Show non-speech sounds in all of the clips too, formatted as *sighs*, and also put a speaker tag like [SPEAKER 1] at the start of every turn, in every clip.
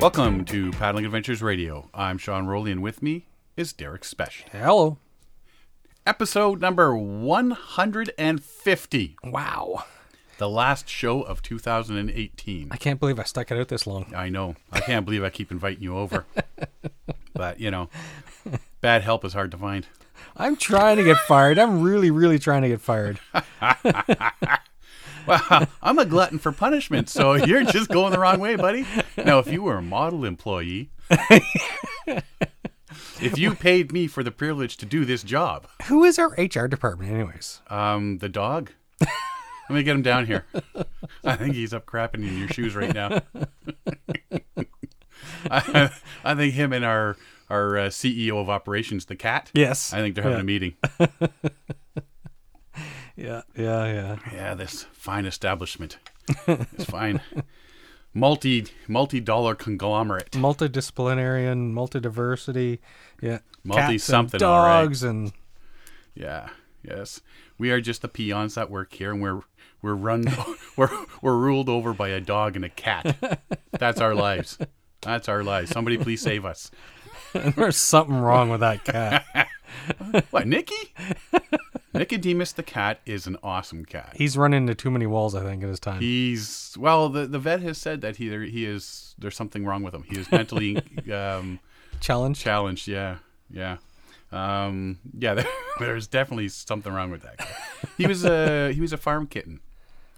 [SPEAKER 1] Welcome to Paddling Adventures Radio. I'm Sean Rowley, and with me is Derek Spesh.
[SPEAKER 2] Hello.
[SPEAKER 1] Episode number 150,
[SPEAKER 2] Wow.
[SPEAKER 1] the last show of 2018.
[SPEAKER 2] I can't believe I stuck it out this long.
[SPEAKER 1] I know. I can't believe I keep inviting you over. But, you know, bad help is hard to find.
[SPEAKER 2] I'm trying to get fired. I'm really, really trying to get fired.
[SPEAKER 1] Well, I'm a glutton for punishment, so you're just going the wrong way, buddy. Now, if you were a model employee, if you paid me for the privilege to do this job,
[SPEAKER 2] Who is our HR department, anyways?
[SPEAKER 1] Um, the dog. Let me get him down here. I think he's up crapping in your shoes right now. *laughs* I, I think him and our our uh, CEO of operations, the cat.
[SPEAKER 2] Yes.
[SPEAKER 1] I think they're having a meeting.
[SPEAKER 2] Yeah, yeah, yeah.
[SPEAKER 1] *laughs* Yeah, this fine establishment. It's fine. Multi multi dollar conglomerate.
[SPEAKER 2] Multidisciplinary and multidiversity. Yeah.
[SPEAKER 1] Multi
[SPEAKER 2] Cats
[SPEAKER 1] something,
[SPEAKER 2] and
[SPEAKER 1] all right.
[SPEAKER 2] dogs and *laughs*
[SPEAKER 1] Yeah. Yes. We are just the peons that work here, and we're we're run *laughs* we're we're ruled over by a dog and a cat. That's our lives. That's our lives. Somebody please save us.
[SPEAKER 2] there's something wrong with that
[SPEAKER 1] *laughs*
[SPEAKER 2] cat.
[SPEAKER 1] What, Nikki? Nicodemus the cat is an awesome cat.
[SPEAKER 2] He's run into too many walls, I think, in his time.
[SPEAKER 1] He's well. The the vet has said that he there, he is there's something wrong with him. He is mentally *laughs* um,
[SPEAKER 2] Challenge.
[SPEAKER 1] challenged. Yeah, yeah, um, yeah. *laughs* There, there's definitely something wrong with that. Guy. He was a he was a farm kitten.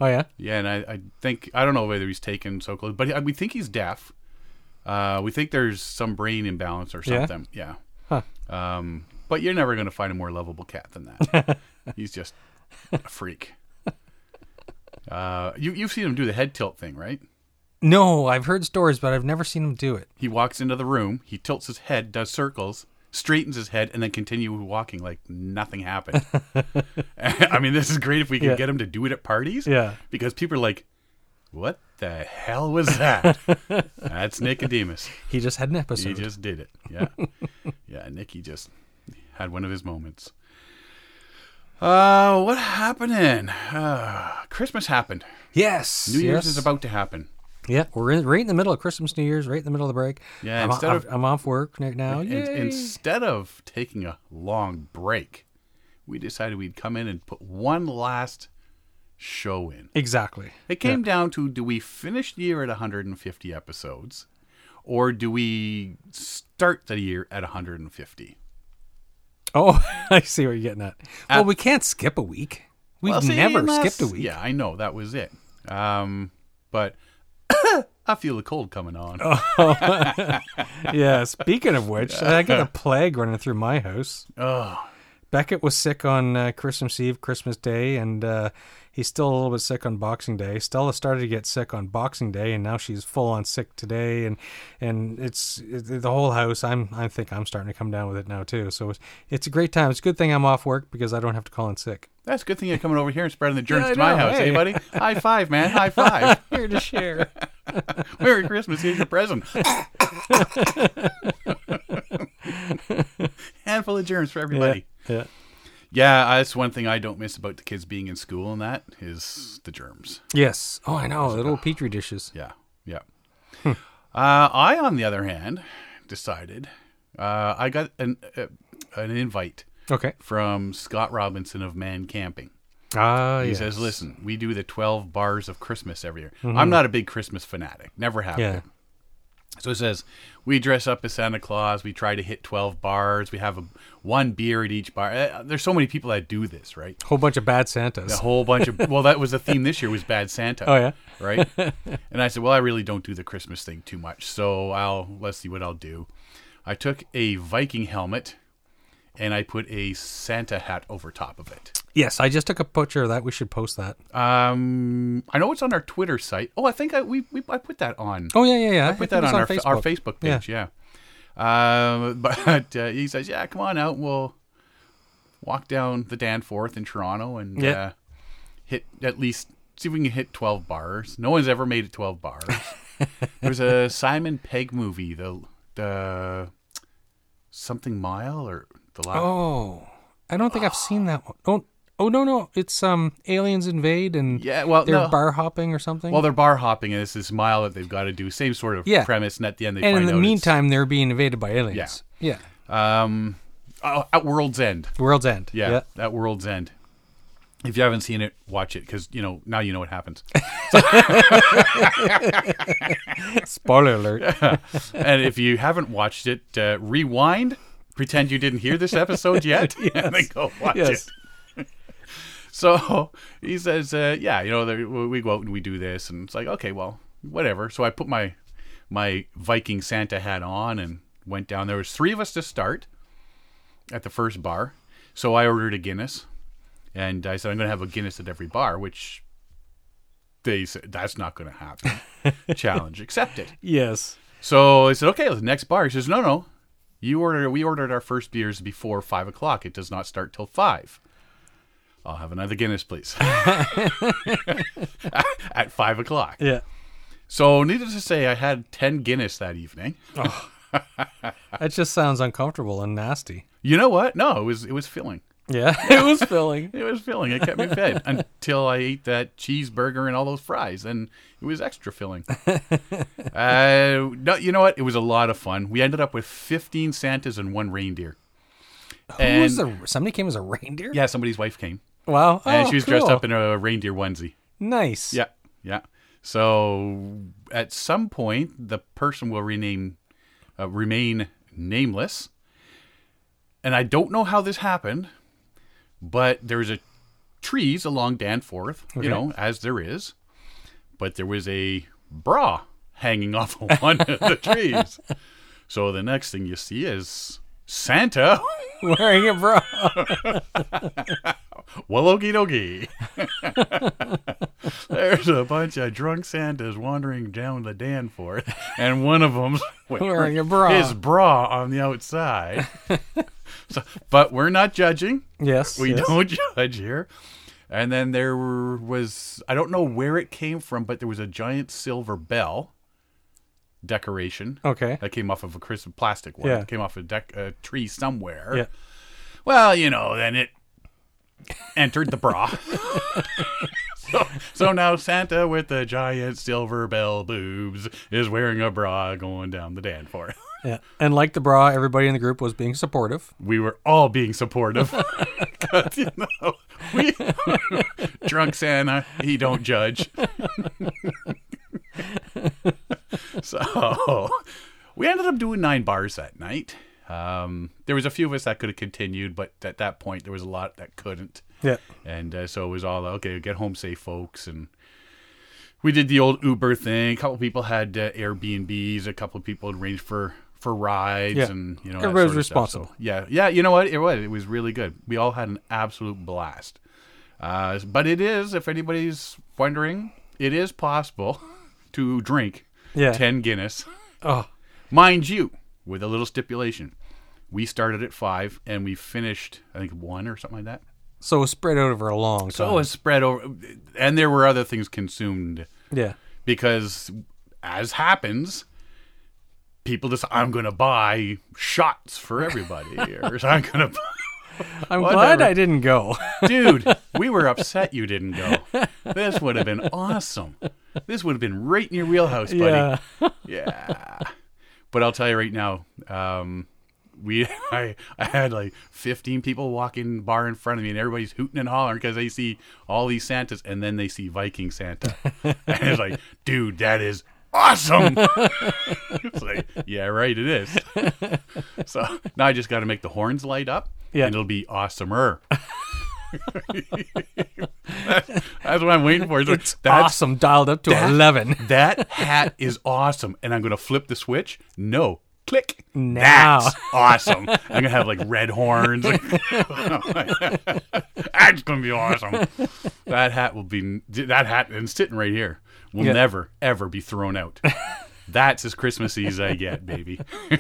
[SPEAKER 2] Oh yeah.
[SPEAKER 1] Yeah, and I, I think I don't know whether he's taken so close, but he- we think he's deaf. Uh, we think there's some brain imbalance or
[SPEAKER 2] Yeah?
[SPEAKER 1] something. Yeah. Um, but you're never going to find a more lovable cat than
[SPEAKER 2] *laughs*
[SPEAKER 1] that. he's just a freak. Uh, you you've seen him do the head tilt thing, right?
[SPEAKER 2] No, I've heard stories, but I've never seen him do it.
[SPEAKER 1] He walks into the room, he tilts his head, does circles, straightens his head, and then continue walking like nothing
[SPEAKER 2] *laughs*
[SPEAKER 1] happened. *laughs* I mean, this is great if we can
[SPEAKER 2] Yeah.
[SPEAKER 1] get him to do it at parties.
[SPEAKER 2] Yeah.
[SPEAKER 1] Because people are like, what the hell was
[SPEAKER 2] *laughs*
[SPEAKER 1] that? That's Nicodemus.
[SPEAKER 2] He just had an
[SPEAKER 1] He
[SPEAKER 2] episode.
[SPEAKER 1] just did it. Yeah. yeah, Nicky just had one of his moments. Uh, what happening? Uh, Christmas happened.
[SPEAKER 2] yes.
[SPEAKER 1] New Year's
[SPEAKER 2] yes.
[SPEAKER 1] is about to happen.
[SPEAKER 2] Yeah, we're in, right in the middle of Christmas, New Year's, right in the middle of the break.
[SPEAKER 1] Yeah,
[SPEAKER 2] I'm,
[SPEAKER 1] instead
[SPEAKER 2] I'm,
[SPEAKER 1] of-
[SPEAKER 2] I'm off work right now.
[SPEAKER 1] And
[SPEAKER 2] Yay.
[SPEAKER 1] instead of taking a long break, we decided we'd come in and put one last show in.
[SPEAKER 2] exactly. *laughs*
[SPEAKER 1] It came down to do we finish the year at 150 episodes or do we start the year at 150?
[SPEAKER 2] Oh, I see what you're getting at. Well, we can't skip a week. We've
[SPEAKER 1] Well, see,
[SPEAKER 2] never
[SPEAKER 1] and that's-
[SPEAKER 2] skipped a week.
[SPEAKER 1] Yeah, I know. That was it. Um, but *coughs* I feel the cold coming on. Oh,
[SPEAKER 2] yeah. Speaking of which, I got a plague running through my house. Beckett was sick on uh, Christmas Eve, Christmas Day, and uh, he's still a little bit sick on Boxing Day. Stella started to get sick on Boxing Day, and now she's full on sick today. And and it's it, the whole house. I'm I think I'm starting to come down with it now too. So it's, it's a great time. It's a good thing I'm off work because I don't have to call in sick.
[SPEAKER 1] that's a good thing you're coming over here and spreading the germs
[SPEAKER 2] Yeah, I
[SPEAKER 1] to my
[SPEAKER 2] know.
[SPEAKER 1] house, hey,
[SPEAKER 2] Hey.
[SPEAKER 1] buddy? High five, man. High
[SPEAKER 2] *laughs*
[SPEAKER 1] five.
[SPEAKER 2] Here to share.
[SPEAKER 1] Merry Christmas. Here's your
[SPEAKER 2] *laughs*
[SPEAKER 1] present. *laughs* Handful of germs for
[SPEAKER 2] yeah,
[SPEAKER 1] everybody.
[SPEAKER 2] yeah.
[SPEAKER 1] Yeah. that's one thing I don't miss about the kids being in school, and that is the germs.
[SPEAKER 2] Yes. Oh, I know. Little petri dishes.
[SPEAKER 1] Yeah, yeah. uh, I, on the other hand, decided uh, I got an uh, an invite
[SPEAKER 2] Okay.
[SPEAKER 1] from Scott Robinson of Man Camping.
[SPEAKER 2] Ah,
[SPEAKER 1] He
[SPEAKER 2] yes. Mm-hmm.
[SPEAKER 1] says, "Listen, we do the twelve bars of Christmas every year. I'm not a big Christmas fanatic. Never have
[SPEAKER 2] Yeah.
[SPEAKER 1] been. So it says we dress up as Santa Claus. We try to hit twelve bars. We have a, one beer at each bar. Uh, there's so many people that do this, right?
[SPEAKER 2] Whole bunch of bad Santas.
[SPEAKER 1] a whole bunch of well that was the theme this year was bad santa
[SPEAKER 2] Oh, yeah? *laughs*
[SPEAKER 1] right and i said well i really don't do the christmas thing too much so i'll let's see what i'll do i took a viking helmet and i put a santa hat over top of it
[SPEAKER 2] Yes, I just took a picture of that. We should post that.
[SPEAKER 1] um i know it's on our twitter site oh i think i we, we i put that on
[SPEAKER 2] Oh yeah, yeah, yeah. I
[SPEAKER 1] put
[SPEAKER 2] think
[SPEAKER 1] that
[SPEAKER 2] it's
[SPEAKER 1] on, our, fa- our Facebook
[SPEAKER 2] Yeah.
[SPEAKER 1] page. Yeah. Um, but uh, *laughs* he says, "Yeah, come on out. and We'll walk down the Danforth in Toronto and
[SPEAKER 2] Yeah.
[SPEAKER 1] uh, hit at least see if we can hit twelve bars. No one's ever made it twelve
[SPEAKER 2] *laughs*
[SPEAKER 1] bars. There's a Simon Pegg movie, the the something mile or the last.
[SPEAKER 2] Oh, I don't think I've seen that one. Oh, Oh no no, it's um aliens invade and
[SPEAKER 1] Yeah, well,
[SPEAKER 2] they're
[SPEAKER 1] no.
[SPEAKER 2] bar hopping or something.
[SPEAKER 1] Well, they're bar hopping, and it's this mile that they've got to do. Same sort of
[SPEAKER 2] Yeah.
[SPEAKER 1] premise, and at the end they
[SPEAKER 2] and
[SPEAKER 1] find
[SPEAKER 2] in the
[SPEAKER 1] out it's-
[SPEAKER 2] meantime, they're being invaded by aliens. Yeah.
[SPEAKER 1] um, oh, at World's End.
[SPEAKER 2] World's End.
[SPEAKER 1] Yeah, at World's End. If you haven't seen it, watch it because you know now you know what happens. *laughs* *laughs*
[SPEAKER 2] Spoiler alert.
[SPEAKER 1] and if you haven't watched it, uh, rewind, pretend you didn't hear this episode yet, and then go watch
[SPEAKER 2] yes.
[SPEAKER 1] it. So *laughs* he says, uh, "Yeah, you know, there- we go out and we do this," and it's like, "Okay, well, whatever." So I put my my Viking Santa hat on and went down. There was three of us to start at the first bar, so I ordered a Guinness, and I said, "I'm going to have a Guinness at every bar," which they said that's not going to happen. Challenge accepted.
[SPEAKER 2] Yes.
[SPEAKER 1] So I said, okay, the next bar. He says, no, no, you ordered. We ordered our first beers before five o'clock. It does not start till five. I'll have another Guinness,
[SPEAKER 2] *laughs*
[SPEAKER 1] please. *laughs* At five o'clock.
[SPEAKER 2] Yeah.
[SPEAKER 1] So, needless to say, I had ten Guinness that evening.
[SPEAKER 2] That just sounds uncomfortable and nasty.
[SPEAKER 1] You know what? No, it was it was filling.
[SPEAKER 2] Yeah. *laughs* It was filling.
[SPEAKER 1] It was filling. It kept me
[SPEAKER 2] *laughs*
[SPEAKER 1] fed until I ate that cheeseburger and all those fries, and it was extra
[SPEAKER 2] *laughs*
[SPEAKER 1] filling. uh, no, you know what? It was a lot of fun. We ended up with fifteen Santas and one reindeer.
[SPEAKER 2] Who was the somebody came as a reindeer?
[SPEAKER 1] Yeah, somebody's wife came,
[SPEAKER 2] Wow.
[SPEAKER 1] and
[SPEAKER 2] Oh,
[SPEAKER 1] she was dressed
[SPEAKER 2] cool.
[SPEAKER 1] up in a reindeer onesie.
[SPEAKER 2] Nice.
[SPEAKER 1] Yeah, yeah. So at some point, the person will rename, uh, remain nameless, and I don't know how this happened, but there's a trees along Danforth, you know, as there is, but there was a bra hanging off *laughs* of one of the trees. So the next thing you see is Santa.
[SPEAKER 2] *laughs*
[SPEAKER 1] *laughs*
[SPEAKER 2] Wearing a bra.
[SPEAKER 1] Well, okie
[SPEAKER 2] *laughs*
[SPEAKER 1] dokie. There's a bunch of drunk Santas wandering down the Danforth, and one of
[SPEAKER 2] *laughs*
[SPEAKER 1] them's
[SPEAKER 2] Wearing a bra.
[SPEAKER 1] his bra on the
[SPEAKER 2] *laughs*
[SPEAKER 1] outside. so, but we're not judging.
[SPEAKER 2] Yes.
[SPEAKER 1] We
[SPEAKER 2] yes.
[SPEAKER 1] don't *laughs* judge here. And then there were- was, I don't know where it came from, but there was a giant silver bell decoration
[SPEAKER 2] Okay.
[SPEAKER 1] that came off of a crisp plastic one.
[SPEAKER 2] Yeah.
[SPEAKER 1] It came off a, dec- a tree somewhere.
[SPEAKER 2] Yeah.
[SPEAKER 1] Well, you know, then it entered the bra. *laughs* so, so now Santa with the giant silver bell boobs is wearing a bra going down the Danforth.
[SPEAKER 2] Yeah. And like the bra, everybody in the group was being supportive.
[SPEAKER 1] We were all being supportive. *laughs* 'Cause, you know, we, *laughs* drunk Santa, he don't judge. *laughs* so we ended up doing nine bars that night. Um, there was a few of us that could have continued, but at that point there was a lot that couldn't.
[SPEAKER 2] Yeah.
[SPEAKER 1] And uh, so it was all okay. Get home safe, folks. And we did the old Uber thing. A couple people had uh, Airbnbs. A couple people had arranged for for rides.
[SPEAKER 2] Yeah.
[SPEAKER 1] And you know, that
[SPEAKER 2] Everybody
[SPEAKER 1] sort of
[SPEAKER 2] was
[SPEAKER 1] stuff.
[SPEAKER 2] responsible.
[SPEAKER 1] So, yeah, yeah. You know what? It was. It was really good. We all had an absolute blast. Uh, but it is, if anybody's wondering, it is possible *laughs* to drink
[SPEAKER 2] Yeah.
[SPEAKER 1] ten Guinness,
[SPEAKER 2] Oh.
[SPEAKER 1] mind you, with a little stipulation. We started at five and we finished, I think, one or something like that.
[SPEAKER 2] So it was spread out over a long time.
[SPEAKER 1] So it was spread over, and there were other things consumed
[SPEAKER 2] yeah.
[SPEAKER 1] because, as happens, people just I'm going to buy shots for everybody. or I'm going to,
[SPEAKER 2] I'm glad
[SPEAKER 1] Whatever.
[SPEAKER 2] I
[SPEAKER 1] *laughs*
[SPEAKER 2] didn't go.
[SPEAKER 1] dude. We were upset you didn't go. This would have been awesome. This would have been right in your wheelhouse, buddy.
[SPEAKER 2] yeah.
[SPEAKER 1] Yeah. But I'll tell you right now, um, we *laughs* I, I had like 15 people walking bar in front of me, and everybody's hooting and hollering because they see all these Santas, and then they see Viking Santa, and it's like, dude, that is awesome. it's like, yeah, right, it is. so now I just got to make the horns light up,
[SPEAKER 2] Yeah.
[SPEAKER 1] and it'll be awesomer. *laughs* that's, that's what I'm waiting for. It's, like, that's
[SPEAKER 2] *laughs* awesome. Dialed up to
[SPEAKER 1] that-
[SPEAKER 2] eleven. *laughs*
[SPEAKER 1] that hat is awesome. And I'm going to flip the switch. No. Click.
[SPEAKER 2] Now.
[SPEAKER 1] That's awesome. I'm going to have like red horns. *laughs* That's going to be awesome. That hat will be, that hat and sitting right here will never, ever be thrown out. That's as Christmassy as I get, baby. *laughs*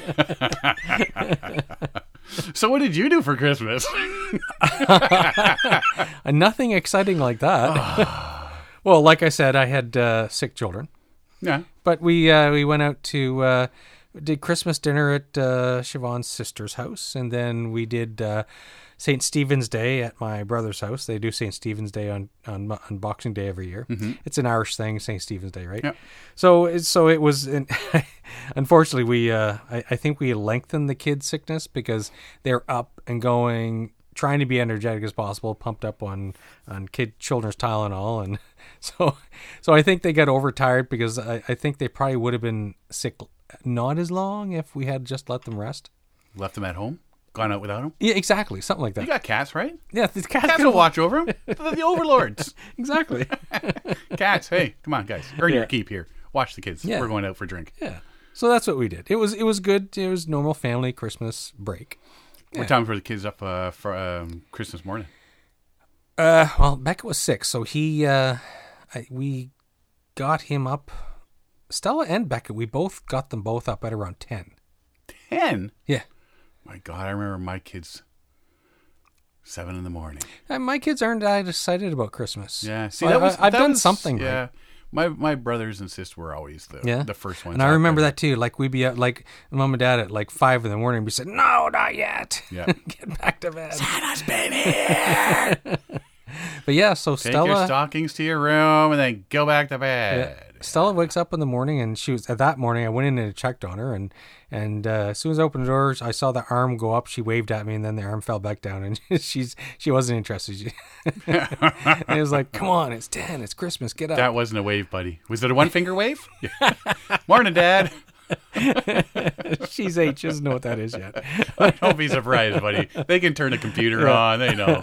[SPEAKER 1] so, what did you do for Christmas? *laughs*
[SPEAKER 2] And nothing exciting like that.
[SPEAKER 1] *sighs*
[SPEAKER 2] well, like I said, I had uh, sick children,
[SPEAKER 1] yeah.
[SPEAKER 2] but we uh, we went out to uh, did Christmas dinner at uh, Siobhan's sister's house, and then we did uh, St. Stephen's Day at my brother's house. They do St. Stephen's Day on, on on Boxing Day every year. It's an Irish thing, St. Stephen's Day, right?
[SPEAKER 1] Yeah.
[SPEAKER 2] So it- so it was. In, *laughs* unfortunately, we uh, I, I think we lengthened the kids' sickness because they're up and going, trying to be energetic as possible, pumped up on on kid children's Tylenol, and *laughs* so so I think they got overtired because I, I think they probably would have been sick not as long if we had just let them rest.
[SPEAKER 1] Left them at home, gone out without them.
[SPEAKER 2] Yeah, exactly, something like
[SPEAKER 1] You
[SPEAKER 2] that.
[SPEAKER 1] got cats, right?
[SPEAKER 2] Yeah, these cats
[SPEAKER 1] Cats
[SPEAKER 2] can-
[SPEAKER 1] will watch over them. They're the overlords.
[SPEAKER 2] exactly.
[SPEAKER 1] Cats, hey, come on, guys, earn your
[SPEAKER 2] Yeah.
[SPEAKER 1] keep here. Watch the kids.
[SPEAKER 2] Yeah.
[SPEAKER 1] We're going out for a drink.
[SPEAKER 2] *laughs* Yeah. So that's what we did. It was it was good. It was normal family Christmas break.
[SPEAKER 1] What time for the kids up uh, for um, Christmas morning?
[SPEAKER 2] Uh, well, Becca was sick, so he uh, I, we got him up. Stella and Becca, we both got them both up at around ten.
[SPEAKER 1] Ten.
[SPEAKER 2] Yeah.
[SPEAKER 1] My God, I remember my kids. Seven in the morning.
[SPEAKER 2] And my kids aren't that excited about Christmas.
[SPEAKER 1] Yeah.
[SPEAKER 2] See, I, I, have
[SPEAKER 1] that
[SPEAKER 2] done
[SPEAKER 1] was-
[SPEAKER 2] something.
[SPEAKER 1] Yeah.
[SPEAKER 2] right.
[SPEAKER 1] My my brothers and sisters were always the
[SPEAKER 2] Yeah.
[SPEAKER 1] the first ones.
[SPEAKER 2] And I remember that too. Like we'd be at like mom and dad at like five in the morning. We said, "No, not yet.
[SPEAKER 1] Yeah.
[SPEAKER 2] *laughs* Get back to bed."
[SPEAKER 1] that. baby.
[SPEAKER 2] But yeah, so
[SPEAKER 1] Take your
[SPEAKER 2] Stella,
[SPEAKER 1] stockings to your room and then go back to bed.
[SPEAKER 2] Stella wakes up in the morning, and she was at that morning. I went in and checked on her, and and uh, as soon as I opened the door, I saw the arm go up. She waved at me, and then the arm fell back down, and *laughs* she's she wasn't interested. She, *laughs* and it was like, "Come on, it's ten, it's Christmas, get up."
[SPEAKER 1] That wasn't a wave, buddy. Was it a one finger wave? *laughs* Yeah. Morning, Dad.
[SPEAKER 2] *laughs*
[SPEAKER 1] *laughs*
[SPEAKER 2] she's eight, she doesn't know what that is yet.
[SPEAKER 1] Don't be surprised, buddy. They can turn the computer on. They know.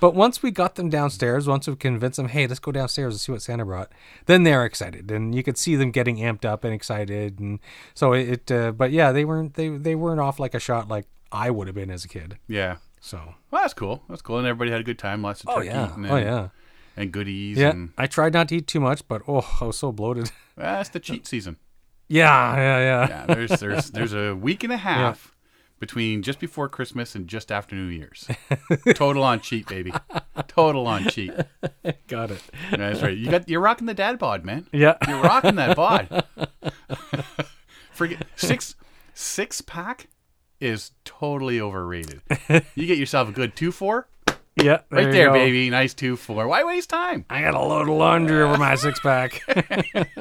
[SPEAKER 2] But once we got them downstairs, once we convinced them, hey, let's go downstairs and see what Santa brought, then they're excited, and you could see them getting amped up and excited, and so it. it uh, but yeah, they weren't they they weren't off like a shot like I would have been as a kid.
[SPEAKER 1] Yeah.
[SPEAKER 2] So
[SPEAKER 1] Well, that's cool. That's cool. And everybody had a good time. Lots of turkey eating and,
[SPEAKER 2] oh yeah,
[SPEAKER 1] and goodies.
[SPEAKER 2] yeah.
[SPEAKER 1] And,
[SPEAKER 2] I tried not to eat too much, but oh, I was so bloated. *laughs*
[SPEAKER 1] Ah, it's the cheat season.
[SPEAKER 2] yeah, yeah, yeah,
[SPEAKER 1] Yeah, there's
[SPEAKER 2] *laughs*
[SPEAKER 1] there's there's a week and a half between just before Christmas and just after New
[SPEAKER 2] *laughs*
[SPEAKER 1] Year's. Total on cheat, baby. Total on cheat.
[SPEAKER 2] Got it.
[SPEAKER 1] Yeah, That's right. You got you're rocking the dad bod, man.
[SPEAKER 2] Yeah,
[SPEAKER 1] You're rocking that bod. *laughs* Forget six six pack is totally overrated. You get yourself a good two four
[SPEAKER 2] *laughs* yeah.
[SPEAKER 1] right there,
[SPEAKER 2] you go.
[SPEAKER 1] baby. Nice two four. Why waste time?
[SPEAKER 2] I got a load of laundry over
[SPEAKER 1] *laughs*
[SPEAKER 2] my six pack. *laughs*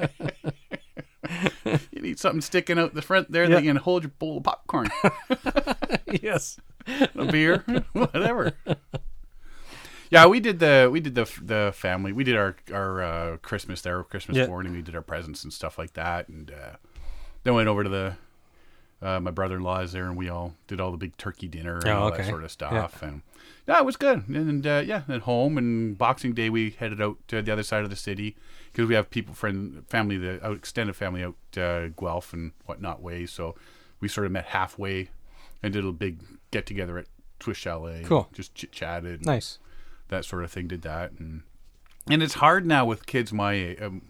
[SPEAKER 1] You need something sticking out the front there
[SPEAKER 2] Yeah.
[SPEAKER 1] that you can hold your bowl of popcorn.
[SPEAKER 2] yes.
[SPEAKER 1] a
[SPEAKER 2] *laughs*
[SPEAKER 1] beer, *laughs* whatever. Yeah, we did the we did the the family. We did our our uh, Christmas there, Christmas
[SPEAKER 2] Yeah.
[SPEAKER 1] morning. We did our presents and stuff like that, and uh, then went over to the uh, my brother in law is there, and we all did all the big turkey dinner and
[SPEAKER 2] Oh,
[SPEAKER 1] all
[SPEAKER 2] okay.
[SPEAKER 1] that sort of stuff. And yeah, it was good. And uh, yeah, at home and Boxing Day we headed out to the other side of the city because we have people friend family the out, extended family out uh, Guelph and whatnot way. So we sort of met halfway and did a big get together at Twist Chalet.
[SPEAKER 2] Cool.
[SPEAKER 1] Just chit chatted. and
[SPEAKER 2] Nice.
[SPEAKER 1] That sort of thing. Did that and and it's hard now with kids my um,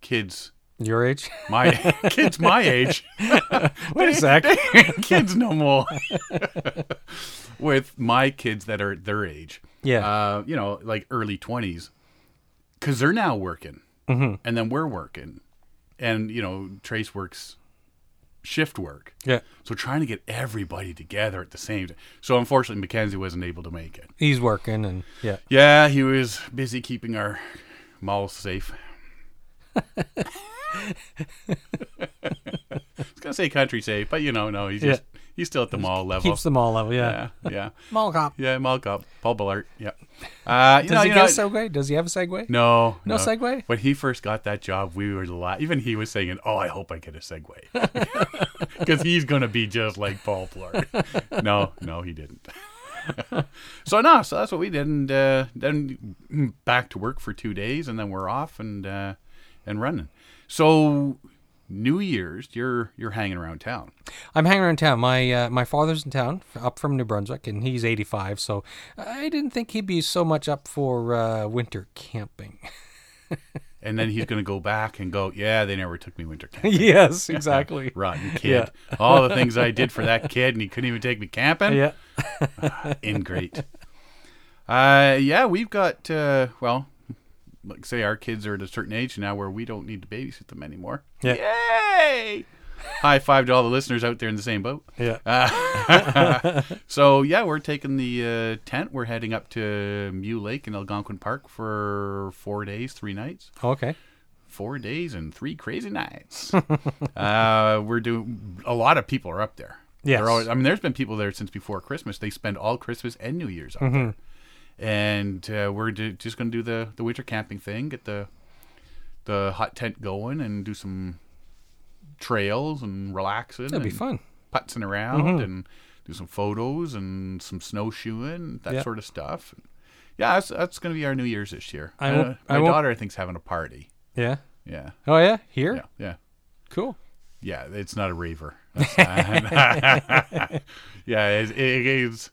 [SPEAKER 1] kids
[SPEAKER 2] Your age? *laughs*
[SPEAKER 1] my *laughs* kids my age *laughs*
[SPEAKER 2] Wait a sec.
[SPEAKER 1] kids no more *laughs* with my kids that are their age
[SPEAKER 2] Yeah.
[SPEAKER 1] uh, you know like early 20s because they're now working
[SPEAKER 2] Mm-hmm.
[SPEAKER 1] and then we're working and you know trace works shift work
[SPEAKER 2] yeah.
[SPEAKER 1] so trying to get everybody together at the same time so unfortunately mackenzie wasn't able to make it
[SPEAKER 2] He's working, and yeah.
[SPEAKER 1] yeah he was busy keeping our malls
[SPEAKER 2] *laughs*
[SPEAKER 1] safe I was gonna say country safe, but you know, no, he's
[SPEAKER 2] Yeah.
[SPEAKER 1] just he's still at the mall level.
[SPEAKER 2] Keeps them all level. Yeah.
[SPEAKER 1] Yeah, yeah,
[SPEAKER 2] Mall cop.
[SPEAKER 1] yeah. Mall cop, Paul Bullard.
[SPEAKER 2] *laughs*
[SPEAKER 1] Yeah. Uh, you
[SPEAKER 2] Does
[SPEAKER 1] know,
[SPEAKER 2] he
[SPEAKER 1] you
[SPEAKER 2] get
[SPEAKER 1] know,
[SPEAKER 2] a segue? Does he have a segue?
[SPEAKER 1] no,
[SPEAKER 2] No segue?
[SPEAKER 1] When he first got that job, we were la- even he was saying, "Oh, I hope I get a
[SPEAKER 2] *laughs*
[SPEAKER 1] segue," because he's gonna be just like Paul Blart. no, no, he didn't. so no, so that's what we did, and uh, then back to work for two days, and then we're off and uh, and running. So New Year's, you're you're hanging around town.
[SPEAKER 2] I'm hanging around town. My uh, my father's in town, f- up from New Brunswick, and he's 85. So I didn't think he'd be so much up for uh, winter camping. *laughs*
[SPEAKER 1] And then he's going to go back and go, yeah, they never took me winter camping. *laughs*
[SPEAKER 2] yes, exactly.
[SPEAKER 1] Rotten kid. All the things I did for that kid, and he couldn't even take me camping.
[SPEAKER 2] yeah.
[SPEAKER 1] Ingrate. *laughs* Uh, yeah, we've got, uh, well, like say our kids are at a certain age now where we don't need to babysit them anymore.
[SPEAKER 2] Yeah.
[SPEAKER 1] Yay! high five to all the listeners out there in the same boat.
[SPEAKER 2] Yeah.
[SPEAKER 1] Uh, so yeah, we're taking the uh, tent. We're heading up to Mew Lake in Algonquin Park for four days, three nights.
[SPEAKER 2] Okay.
[SPEAKER 1] Four days and three crazy nights. *laughs* uh, we're doing. A lot of people are up there.
[SPEAKER 2] Yes.
[SPEAKER 1] They're always, I mean, there's been people there since before Christmas. They spend all Christmas and New Year's up
[SPEAKER 2] Mm-hmm.
[SPEAKER 1] there. And uh, we're do, just going to do the, the winter camping thing, get the the hot tent going, and do some trails and relaxing.
[SPEAKER 2] That'd be
[SPEAKER 1] and
[SPEAKER 2] fun. Mm-hmm.
[SPEAKER 1] Putzing around and do some photos and some snowshoeing, that
[SPEAKER 2] Yeah.
[SPEAKER 1] sort of stuff. Yeah, that's, that's going to be our New Year's this year.
[SPEAKER 2] I won't-
[SPEAKER 1] Uh,
[SPEAKER 2] I
[SPEAKER 1] my
[SPEAKER 2] won't-
[SPEAKER 1] daughter, I think, is having a party.
[SPEAKER 2] Yeah.
[SPEAKER 1] Yeah,
[SPEAKER 2] Oh yeah. Here.
[SPEAKER 1] yeah, yeah.
[SPEAKER 2] Cool.
[SPEAKER 1] Yeah, it's not a raver. That's not- *laughs* yeah, it, it, it's.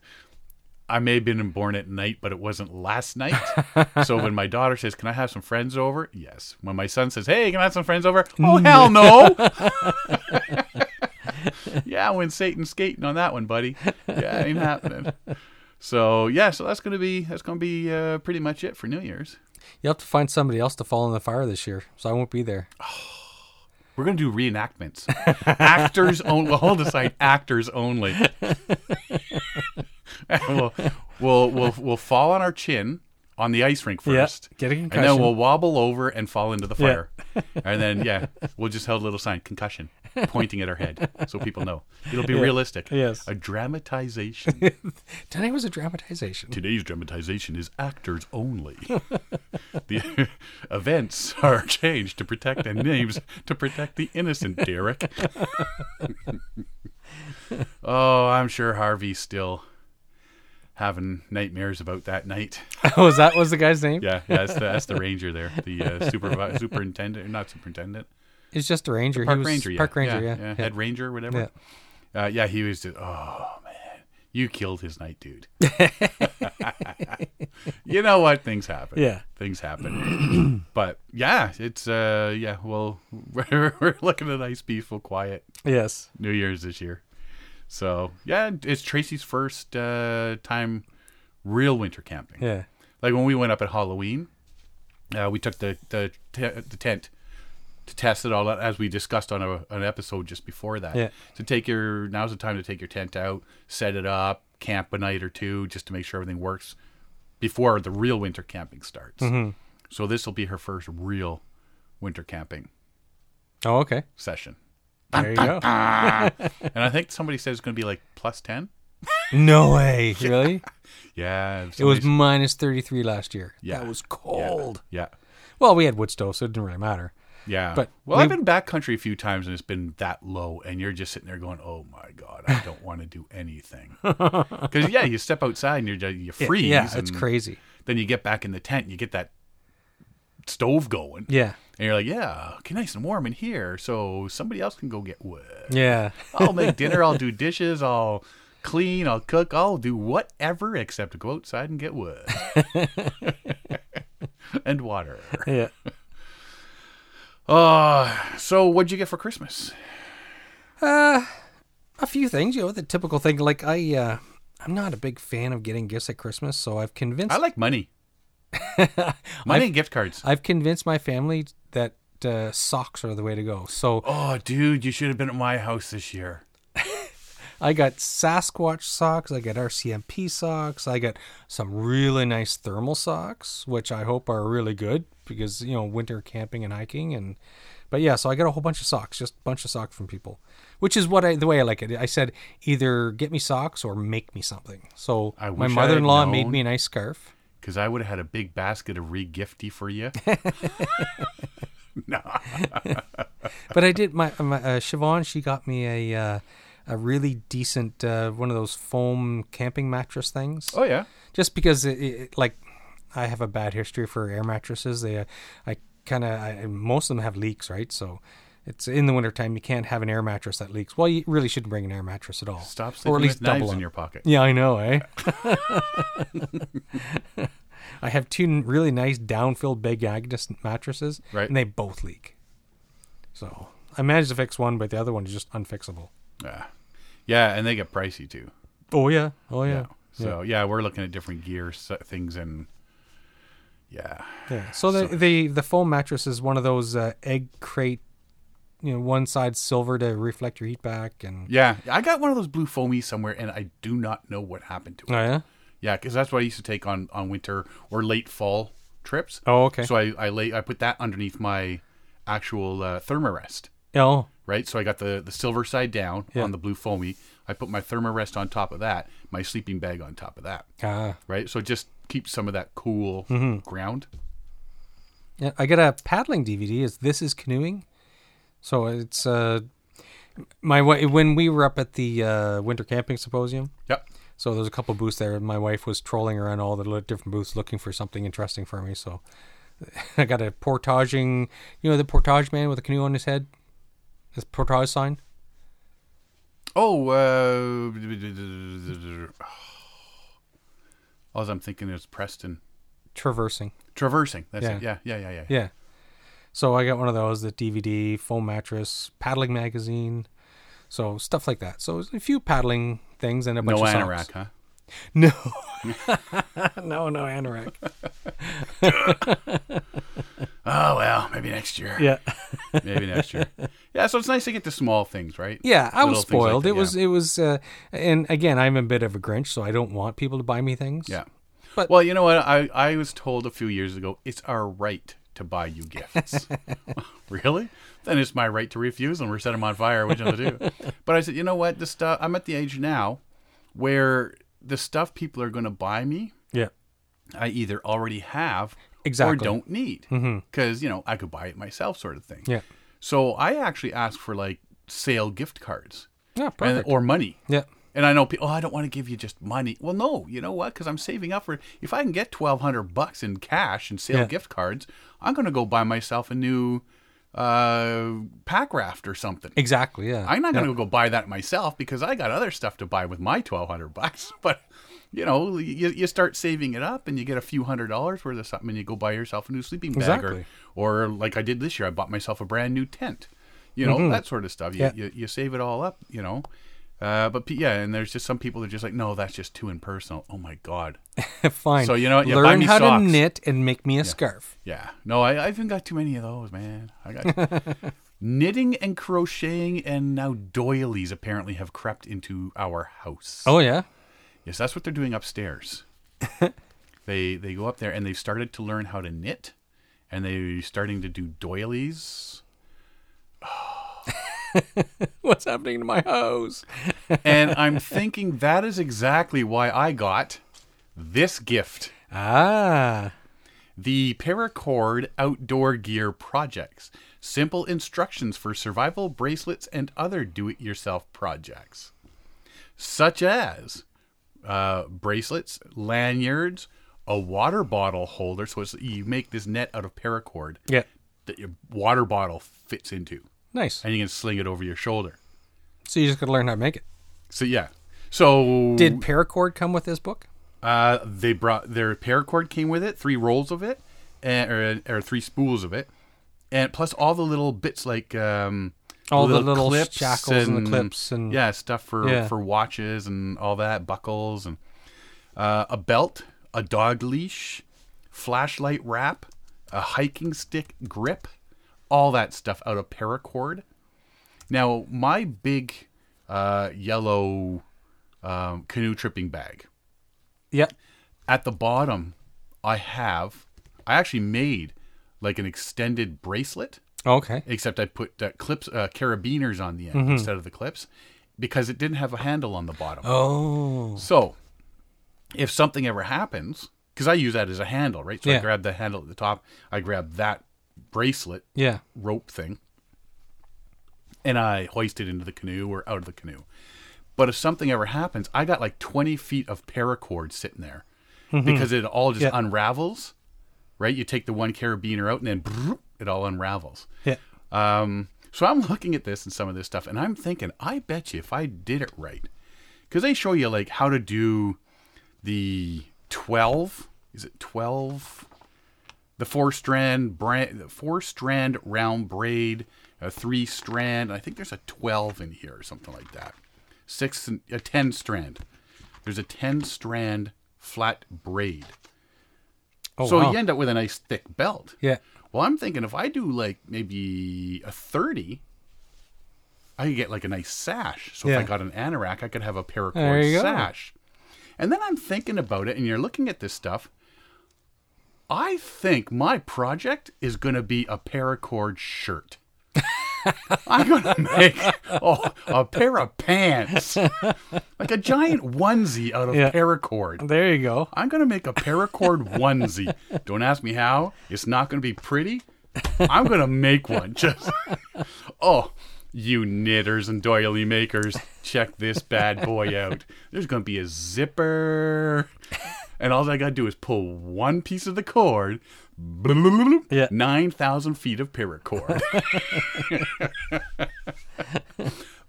[SPEAKER 1] I may have been born at night, but it wasn't last night. so when my daughter says, "Can I have some friends over?" Yes. When my son says, "Hey, can I have some friends over?" Oh hell no. *laughs* yeah, when Satan's skating on that one, buddy. Yeah, ain't happening. So yeah, so that's gonna be that's gonna be uh, pretty much it for New Year's.
[SPEAKER 2] You have to find somebody else to fall in the fire this year, so I won't be there.
[SPEAKER 1] We're gonna do reenactments. actors only. We'll all decide actors only. *laughs* we'll, we'll we'll we'll fall on our chin on the ice rink
[SPEAKER 2] Yeah,
[SPEAKER 1] first.
[SPEAKER 2] get a
[SPEAKER 1] And
[SPEAKER 2] concussion.
[SPEAKER 1] then we'll wobble over and fall into the fire. and then yeah, we'll just hold a little sign concussion pointing at our head so people know. It'll be realistic.
[SPEAKER 2] yes.
[SPEAKER 1] A dramatization.
[SPEAKER 2] Today was a dramatization.
[SPEAKER 1] Today's dramatization is actors only. *laughs* the *laughs* events are *laughs* changed to protect and names to protect the innocent, Derek. *laughs* oh, I'm sure Harvey's still having nightmares about that night.
[SPEAKER 2] *laughs* was that was the guy's name?
[SPEAKER 1] Yeah, yeah that's, the, that's the ranger there, the uh, supervi- superintendent, not superintendent,
[SPEAKER 2] He's just a ranger.
[SPEAKER 1] park
[SPEAKER 2] he was
[SPEAKER 1] ranger. Yeah.
[SPEAKER 2] Park ranger.
[SPEAKER 1] yeah,
[SPEAKER 2] Yeah.
[SPEAKER 1] head ranger, whatever. Yeah. Uh, yeah, he was. Just, oh man, you killed his night,
[SPEAKER 2] *laughs*
[SPEAKER 1] dude. *laughs* you know what? Things happen.
[SPEAKER 2] Yeah.
[SPEAKER 1] things happen.
[SPEAKER 2] *clears throat*
[SPEAKER 1] but yeah, it's uh, yeah. Well, *laughs* we're, we're looking at nice, peaceful, quiet
[SPEAKER 2] Yes.
[SPEAKER 1] New Year's this year. So yeah, it's Tracy's first uh, time real winter camping.
[SPEAKER 2] Yeah.
[SPEAKER 1] Like when we went up at Halloween, uh, we took the the te- the tent to test it all out, as we discussed on a, an episode just before that.
[SPEAKER 2] Yeah.
[SPEAKER 1] To take your now's the time to take your tent out, set it up, camp a night or two, just to make sure everything works before the real winter camping starts.
[SPEAKER 2] Mm-hmm.
[SPEAKER 1] So this will be her first real winter camping
[SPEAKER 2] Oh, okay.
[SPEAKER 1] session,
[SPEAKER 2] There you go.
[SPEAKER 1] and I think somebody says it's going to be like plus ten.
[SPEAKER 2] No way.
[SPEAKER 1] *laughs*
[SPEAKER 2] Really?
[SPEAKER 1] Yeah,
[SPEAKER 2] It was
[SPEAKER 1] somebody-
[SPEAKER 2] minus 33 last year.
[SPEAKER 1] Yeah.
[SPEAKER 2] That was cold.
[SPEAKER 1] yeah.
[SPEAKER 2] Well, we had wood stove, so it didn't really matter.
[SPEAKER 1] Yeah.
[SPEAKER 2] But
[SPEAKER 1] well,
[SPEAKER 2] we-
[SPEAKER 1] I've been backcountry a few times and it's been that low, and you're just sitting there going, "Oh my god, I don't want to do
[SPEAKER 2] *laughs*
[SPEAKER 1] anything." Because yeah, you step outside and you're just, you freeze.
[SPEAKER 2] yeah, it's
[SPEAKER 1] and
[SPEAKER 2] crazy.
[SPEAKER 1] Then you get back in the tent, and you get that stove going,
[SPEAKER 2] Yeah.
[SPEAKER 1] and you're like, "Yeah, okay, nice and warm in here, so somebody else can go get wood.
[SPEAKER 2] Yeah.
[SPEAKER 1] I'll make dinner. I'll do dishes. I'll." Clean, I'll cook, I'll do whatever except go outside and get wood
[SPEAKER 2] *laughs*
[SPEAKER 1] and water.
[SPEAKER 2] Yeah.
[SPEAKER 1] Uh, so, what'd you get for Christmas?
[SPEAKER 2] a few things, you know, the typical thing. Like I, uh, I'm not a big fan of getting gifts at Christmas, so I've convinced
[SPEAKER 1] I like *laughs* money. money and gift cards.
[SPEAKER 2] I've convinced my family that uh, socks are the way to go. So
[SPEAKER 1] Oh, dude, you should have been at my house this year.
[SPEAKER 2] I got Sasquatch socks, I got RCMP socks, I got some really nice thermal socks, which I hope are really good because you know winter camping and hiking and. But yeah, so I got a whole bunch of socks, just a bunch of socks from people, which is what I the way I like it. I said either get me socks or make me something. So
[SPEAKER 1] I
[SPEAKER 2] my
[SPEAKER 1] wish I had
[SPEAKER 2] mother-in-law made
[SPEAKER 1] known.
[SPEAKER 2] me a nice scarf.
[SPEAKER 1] Because I would have had a big basket of regifty for you. no.
[SPEAKER 2] but I did my, my uh, Siobhan. She got me a uh, a really decent uh, one of those foam camping mattress things.
[SPEAKER 1] *laughs* Oh, yeah.
[SPEAKER 2] Just because it, it, it- like I have a bad history for air mattresses. They uh, I kind of most of them have leaks, right? So. It's in the wintertime. You can't have an air mattress that leaks. Well, you really shouldn't bring an air mattress at all.
[SPEAKER 1] Stop sleeping with knives in your pocket.
[SPEAKER 2] Yeah, I know, eh? *laughs* I have two n- really nice downfilled Big Agnes mattresses,
[SPEAKER 1] Right.
[SPEAKER 2] and they both leak. So I managed to fix one, but the other one is just unfixable.
[SPEAKER 1] Yeah. yeah, and they get pricey, too.
[SPEAKER 2] Oh yeah, oh yeah,
[SPEAKER 1] So, yeah, we're looking at different gear so- things and, yeah.
[SPEAKER 2] yeah. So the the the foam mattress is one of those uh, egg crate you know one side silver to reflect your heat back and
[SPEAKER 1] Yeah, I got one of those blue foamy somewhere, and I do not know what happened to it.
[SPEAKER 2] oh yeah
[SPEAKER 1] Yeah, because that's what I used to take on on winter or late fall trips.
[SPEAKER 2] oh okay
[SPEAKER 1] So I I lay I put that underneath my actual uh, thermarest,
[SPEAKER 2] oh
[SPEAKER 1] right? So I got the the silver side down
[SPEAKER 2] Yeah.
[SPEAKER 1] on the blue foamy. I put my thermarest on top of that, my sleeping bag on top of that,
[SPEAKER 2] ah
[SPEAKER 1] right? So just keep some of that cool
[SPEAKER 2] Mm-hmm.
[SPEAKER 1] ground.
[SPEAKER 2] yeah I got a paddling DVD is this is canoeing so it's uh my wi- when we were up at the uh, winter camping symposium
[SPEAKER 1] Yep.
[SPEAKER 2] So there's a couple booths there. and My wife was trolling around all the li- different booths looking for something interesting for me. So *laughs* I got a portaging, you know, the portage man with a canoe on his head, his portage sign.
[SPEAKER 1] Oh, uh, all I'm thinking is Preston
[SPEAKER 2] Traversing,
[SPEAKER 1] traversing. That's it.
[SPEAKER 2] Yeah.
[SPEAKER 1] Yeah, yeah, yeah, yeah.
[SPEAKER 2] yeah. So I got one of those, the DVD, foam mattress, paddling magazine, so stuff like that. So a few paddling things and a bunch
[SPEAKER 1] No
[SPEAKER 2] of socks.
[SPEAKER 1] anorak, huh?
[SPEAKER 2] No, *laughs* no, no anorak.
[SPEAKER 1] Oh well, maybe next year.
[SPEAKER 2] Yeah.
[SPEAKER 1] maybe next
[SPEAKER 2] *laughs*
[SPEAKER 1] year. Yeah, so it's nice to get the small things, right?
[SPEAKER 2] Yeah, I was
[SPEAKER 1] Little things like
[SPEAKER 2] spoiled.
[SPEAKER 1] that,
[SPEAKER 2] it was it was uh, and again, I'm a bit of a Grinch, so I don't want people to buy me things.
[SPEAKER 1] Yeah.
[SPEAKER 2] But-
[SPEAKER 1] well, you know what? I I was told a few years ago it's our right to buy you
[SPEAKER 2] *laughs*
[SPEAKER 1] gifts. *laughs* really? Then it's my right to refuse them or set them on fire, which I'm gonna do.
[SPEAKER 2] *laughs*
[SPEAKER 1] But I said, you know what? The stuff I'm at the age now where the stuff people are going to buy me,
[SPEAKER 2] Yeah.
[SPEAKER 1] I either already have
[SPEAKER 2] Exactly. Mm-hmm.
[SPEAKER 1] or don't need because you know I could buy it myself, sort of thing.
[SPEAKER 2] Yeah.
[SPEAKER 1] So I actually asked for like sale gift cards
[SPEAKER 2] Yeah,
[SPEAKER 1] and,
[SPEAKER 2] perfect.
[SPEAKER 1] or money.
[SPEAKER 2] yeah.
[SPEAKER 1] And I know people. Oh, I don't want to give you just money. Well, no, you know what? Because I'm saving up for. If I can get twelve hundred bucks in cash and sale
[SPEAKER 2] Yeah.
[SPEAKER 1] gift cards, I'm going to go buy myself a new uh, pack raft or something.
[SPEAKER 2] Exactly. Yeah.
[SPEAKER 1] I'm not going to go buy that myself because I got other stuff to buy with my 1200 bucks. *laughs* But, you know, you, you start saving it up and you get a few hundred dollars worth of something and you go buy yourself a new sleeping bag
[SPEAKER 2] Exactly.
[SPEAKER 1] or, or like I did this year, I bought myself a brand new tent, you know, that sort of stuff. You,
[SPEAKER 2] Mm-hmm. Yeah.
[SPEAKER 1] you, you save it all up, you know. Uh, but pe- yeah, and there's just some people that are just like, no, that's just too impersonal. Oh my God.
[SPEAKER 2] *laughs* Fine.
[SPEAKER 1] So, you know what? You
[SPEAKER 2] learn
[SPEAKER 1] buy me
[SPEAKER 2] how
[SPEAKER 1] socks.
[SPEAKER 2] to knit and make me a scarf.
[SPEAKER 1] Yeah. No, I, I even got too many of those, man. I got
[SPEAKER 2] *laughs*
[SPEAKER 1] knitting and crocheting and now doilies apparently have crept into our house.
[SPEAKER 2] Oh yeah.
[SPEAKER 1] Yes, that's what they're doing upstairs. they they go up there and they've started to learn how to knit and they're starting to do doilies.
[SPEAKER 2] What's happening to my house?
[SPEAKER 1] And I'm thinking that is exactly why I got this gift.
[SPEAKER 2] Ah.
[SPEAKER 1] The Paracord Outdoor Gear Projects. Simple instructions for survival bracelets and other do it yourself projects, such as uh, bracelets, lanyards, a water bottle holder. So it's, you make this net out of paracord
[SPEAKER 2] Yeah.
[SPEAKER 1] that your water bottle fits into,
[SPEAKER 2] Nice.
[SPEAKER 1] and you can sling it over your shoulder.
[SPEAKER 2] So you just got to learn how to make it.
[SPEAKER 1] So, yeah. So
[SPEAKER 2] Did paracord come with this book?
[SPEAKER 1] Uh, they brought their paracord came with it, three rolls of it, and, or, or three spools of it, and plus all the little bits like um,
[SPEAKER 2] All the little shackles and the clips and-
[SPEAKER 1] yeah stuff for
[SPEAKER 2] Yeah.
[SPEAKER 1] for watches and all that buckles and uh, a belt, a dog leash, flashlight wrap, a hiking stick grip, all that stuff out of paracord. Now my big uh, yellow um, canoe tripping bag
[SPEAKER 2] Yeah.
[SPEAKER 1] at the bottom i have i actually made like an extended bracelet
[SPEAKER 2] Okay.
[SPEAKER 1] except i put uh, clips uh, carabiners on the end instead of the clips because it didn't have a handle on the bottom
[SPEAKER 2] Mm-hmm. Oh.
[SPEAKER 1] so if something ever happens because i use that as a handle right so i
[SPEAKER 2] Yeah.
[SPEAKER 1] grab the handle at the top i grab that bracelet
[SPEAKER 2] Yeah.
[SPEAKER 1] rope thing and I hoist it into the canoe or out of the canoe. But if something ever happens, I got like 20 feet of paracord sitting there because it all just
[SPEAKER 2] Yeah.
[SPEAKER 1] unravels, right? You take the one carabiner out and then brrr, it all unravels.
[SPEAKER 2] Yeah.
[SPEAKER 1] Um, so I'm looking at this and some of this stuff, and I'm thinking, I bet you if I did it right, because they show you like how to do the 12, is it 12? The four strand brand, four strand round braid, a three strand. I think there's a 12 in here or something like that. Six, and- a 10 strand. There's a 10 strand flat braid.
[SPEAKER 2] Oh
[SPEAKER 1] so
[SPEAKER 2] wow.
[SPEAKER 1] you end up with a nice thick belt.
[SPEAKER 2] yeah.
[SPEAKER 1] Well, I'm thinking if I do like maybe a 30 I could get like a nice sash. So
[SPEAKER 2] Yeah.
[SPEAKER 1] if I got an anorak, I could have a
[SPEAKER 2] There you
[SPEAKER 1] paracord
[SPEAKER 2] go.
[SPEAKER 1] sash. And then I'm thinking about it, and you're looking at this stuff. I think my project is going to be a paracord
[SPEAKER 2] *laughs*
[SPEAKER 1] shirt. I'm going to make oh, a pair of
[SPEAKER 2] *laughs*
[SPEAKER 1] pants, like a giant onesie out of
[SPEAKER 2] Yeah.
[SPEAKER 1] paracord.
[SPEAKER 2] There you go.
[SPEAKER 1] I'm going to make a paracord onesie. Don't ask me how. It's not going to be pretty. I'm going to make one. *laughs* Just Oh, you knitters and doily makers, check this bad boy out. There's going to be a zipper. And all I got to do is pull one piece of the cord.
[SPEAKER 2] Yeah.
[SPEAKER 1] 9,000 feet of paracord.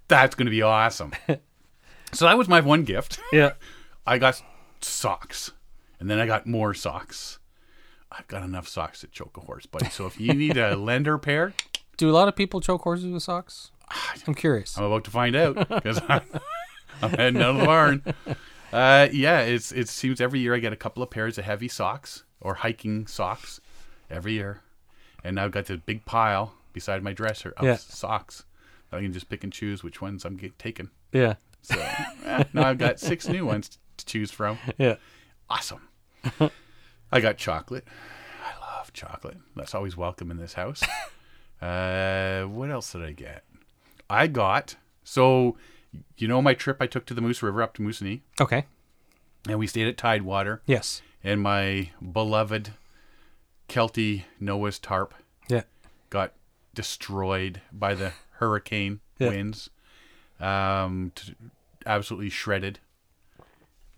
[SPEAKER 1] That's going to be awesome. So that was my one gift.
[SPEAKER 2] Yeah.
[SPEAKER 1] I got socks, and then I got more socks. I've got enough socks to choke a horse, buddy. So if you need a lender pair,
[SPEAKER 2] Do a lot of people choke horses with *sighs* socks? I'm curious.
[SPEAKER 1] I'm about to find out because *laughs* I'm, I'm heading out of the barn. Uh, yeah, it's it seems every year I get a couple of pairs of heavy socks or hiking socks every year, and I've got this big pile beside my dresser of
[SPEAKER 2] Yeah.
[SPEAKER 1] socks. I can just pick and choose which ones I'm get, taking.
[SPEAKER 2] Yeah.
[SPEAKER 1] So *laughs* eh, now I've got six new ones to choose from.
[SPEAKER 2] Yeah.
[SPEAKER 1] awesome. *laughs* I got chocolate. I love chocolate. That's always welcome in this house. uh, what else did I get? I got so you know my trip I took to the Moose River up to Moosonee,
[SPEAKER 2] Okay.
[SPEAKER 1] and we stayed at Tidewater,
[SPEAKER 2] Yes.
[SPEAKER 1] and my beloved Kelty Noah's tarp
[SPEAKER 2] Yeah.
[SPEAKER 1] got destroyed by the hurricane
[SPEAKER 2] Yeah.
[SPEAKER 1] winds. Um, t- absolutely shredded.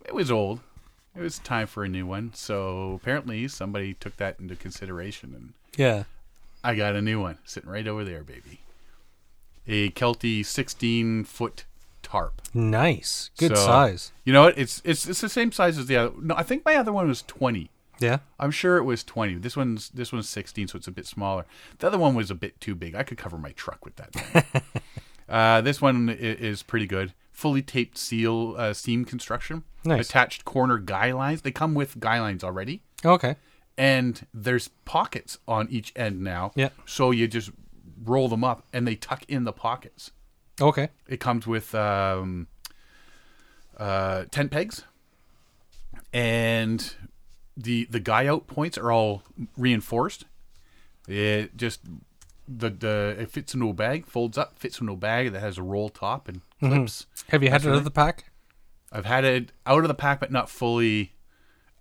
[SPEAKER 1] It was old. It was time for a new one. So apparently somebody took that into consideration, and
[SPEAKER 2] Yeah.
[SPEAKER 1] I got a new one sitting right over there, baby. A Kelty 16 foot tarp.
[SPEAKER 2] Nice. Good
[SPEAKER 1] So-
[SPEAKER 2] size.
[SPEAKER 1] You know what? It's it's it's the same size as the other. No, I think my other one was 20.
[SPEAKER 2] Yeah.
[SPEAKER 1] I'm sure it was 20. This one's this one's 16, so it's a bit smaller. The other one was a bit too big. I could cover my truck with that.
[SPEAKER 2] *laughs*
[SPEAKER 1] thing. uh, this one i- is pretty good. Fully taped seal uh, seam construction.
[SPEAKER 2] Nice.
[SPEAKER 1] Attached corner guy lines. They come with guy lines already,
[SPEAKER 2] Okay.
[SPEAKER 1] and there's pockets on each end now.
[SPEAKER 2] Yeah.
[SPEAKER 1] So you just roll them up, and they tuck in the pockets.
[SPEAKER 2] Okay.
[SPEAKER 1] It comes with um, uh, tent pegs, and the the guy out points are all reinforced. It just the the it fits into a bag, folds up, fits into a bag that has a roll top and clips.
[SPEAKER 2] Have you had it out of the pack?
[SPEAKER 1] I've had it out of the pack, but not fully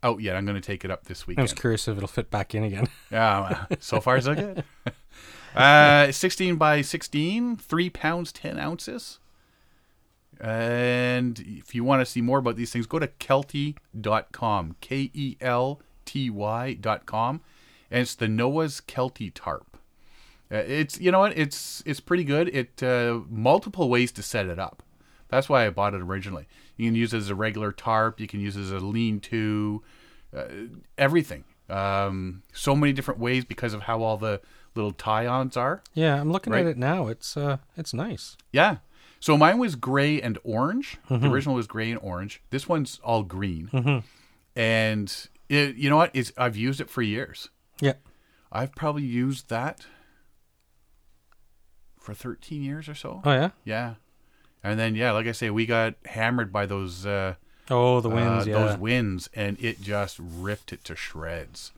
[SPEAKER 1] out yet. I'm going to take it up this
[SPEAKER 2] I
[SPEAKER 1] weekend.
[SPEAKER 2] was curious if it'll fit back in again. *laughs*
[SPEAKER 1] Yeah, well, so far so good. Uh, 16 by 16, 3 pounds 10 ounces. And if you want to see more about these things, go to kelty.com, K E L T Y.com. And it's the Noah's Kelty tarp. Uh, It's you know what it's it's pretty good. It uh, multiple ways to set it up. That's why I bought it originally. You can use it as a regular tarp. You can use it as a lean-to everything. Um, so many different ways because of how all the little tie-ons are.
[SPEAKER 2] Yeah, I'm looking
[SPEAKER 1] Right.
[SPEAKER 2] at it now. It's uh, it's nice.
[SPEAKER 1] Yeah. So mine was gray and orange. The original was gray and orange. This one's all green. And it, you know what? It's, I've used it for years.
[SPEAKER 2] Yeah.
[SPEAKER 1] I've probably used that for 13 years or so.
[SPEAKER 2] Oh yeah.
[SPEAKER 1] Yeah. And then yeah, like I say, we got hammered by those uh,
[SPEAKER 2] Oh, the
[SPEAKER 1] uh,
[SPEAKER 2] winds. yeah.
[SPEAKER 1] those winds, and it just ripped it to shreds.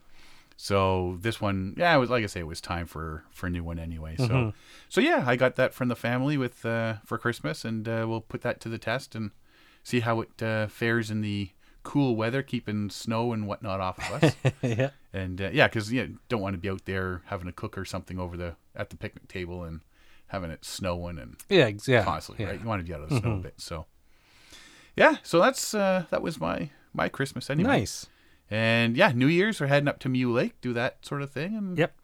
[SPEAKER 1] So this one, yeah, it was like I say, it was time for for a new one anyway. So,
[SPEAKER 2] Mm-hmm.
[SPEAKER 1] so yeah, I got that from the family with uh, for Christmas, and uh, we'll put that to the test and see how it uh, fares in the cool weather, keeping snow and whatnot off of
[SPEAKER 2] *laughs*
[SPEAKER 1] us.
[SPEAKER 2] yeah.
[SPEAKER 1] and uh, yeah, because you don't want to be out there having to cook or something over the at the picnic table and having it snowing and
[SPEAKER 2] Yeah. ex- Yeah.
[SPEAKER 1] constantly,
[SPEAKER 2] yeah. Mm-hmm.
[SPEAKER 1] right? You want to get out of the snow a bit. So, yeah. So that's uh, that was my my Christmas anyway.
[SPEAKER 2] Nice.
[SPEAKER 1] And yeah, New Year's we're heading up to Mew Lake, do that sort of thing, and
[SPEAKER 2] Yep.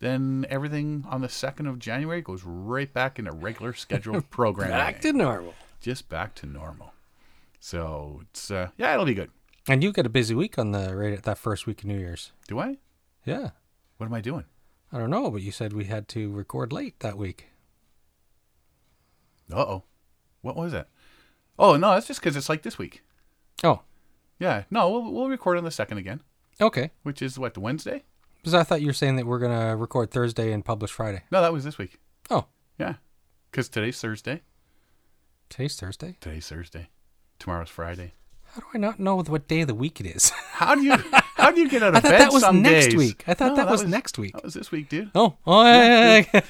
[SPEAKER 1] Then everything on the second of January goes right back into regular
[SPEAKER 2] *laughs*
[SPEAKER 1] scheduled programming,
[SPEAKER 2] Back to normal.
[SPEAKER 1] just back to normal. So it's uh, yeah, it'll be good.
[SPEAKER 2] And you get a busy week on the right at that first week of New Year's.
[SPEAKER 1] Do I?
[SPEAKER 2] Yeah.
[SPEAKER 1] What am I doing?
[SPEAKER 2] I don't know, but you said we had to record late that week.
[SPEAKER 1] Uh oh, what was that? Oh no, that's just because it's like this week.
[SPEAKER 2] Oh,
[SPEAKER 1] Yeah, no, we'll we'll record on the second again,
[SPEAKER 2] okay.
[SPEAKER 1] which is what the Wednesday.
[SPEAKER 2] Because I thought you were saying that we're gonna record Thursday and publish Friday.
[SPEAKER 1] No, that was this week.
[SPEAKER 2] Oh,
[SPEAKER 1] Yeah. Because today's Thursday.
[SPEAKER 2] Today's Thursday.
[SPEAKER 1] Today's Thursday. Tomorrow's Friday.
[SPEAKER 2] How do I not know what day of the week it is? *laughs*
[SPEAKER 1] How do you how do you get out of
[SPEAKER 2] I thought
[SPEAKER 1] bed
[SPEAKER 2] that was
[SPEAKER 1] some
[SPEAKER 2] next
[SPEAKER 1] days?
[SPEAKER 2] week. I thought
[SPEAKER 1] No,
[SPEAKER 2] that, was, next week.
[SPEAKER 1] That was this week, dude.
[SPEAKER 2] Oh, oh yeah, yeah,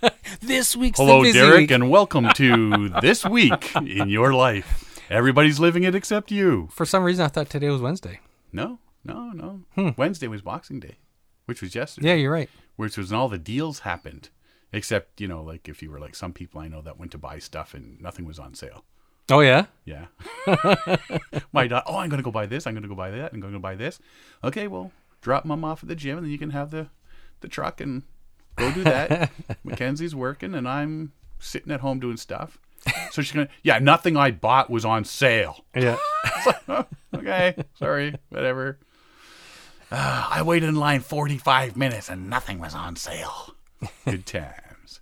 [SPEAKER 2] yeah. *laughs* this week's the
[SPEAKER 1] Hello,
[SPEAKER 2] busy
[SPEAKER 1] Derek,
[SPEAKER 2] week.
[SPEAKER 1] and welcome
[SPEAKER 2] *laughs*
[SPEAKER 1] to this week in your life. Everybody's living it except you.
[SPEAKER 2] For some reason, I thought today was Wednesday.
[SPEAKER 1] No, no, no. Wednesday was Boxing Day, which was yesterday,
[SPEAKER 2] Hmm. Yeah, you're right.
[SPEAKER 1] which was when all the deals happened. Except, you know, like if you were like some people I know that went to buy stuff and nothing was on sale.
[SPEAKER 2] Oh yeah.
[SPEAKER 1] Yeah. *laughs* my daughter, oh, I'm going to go buy this. I'm going to go buy that. I'm going to buy this. Okay, well, drop mom off at the gym and then you can have the, the truck and go do that. Mackenzie's working and I'm sitting at home doing stuff. So she's going to, yeah, nothing I bought was on sale.
[SPEAKER 2] Yeah.
[SPEAKER 1] Okay, sorry, whatever. Uh, I waited in line 45 minutes and nothing was on sale. Good times.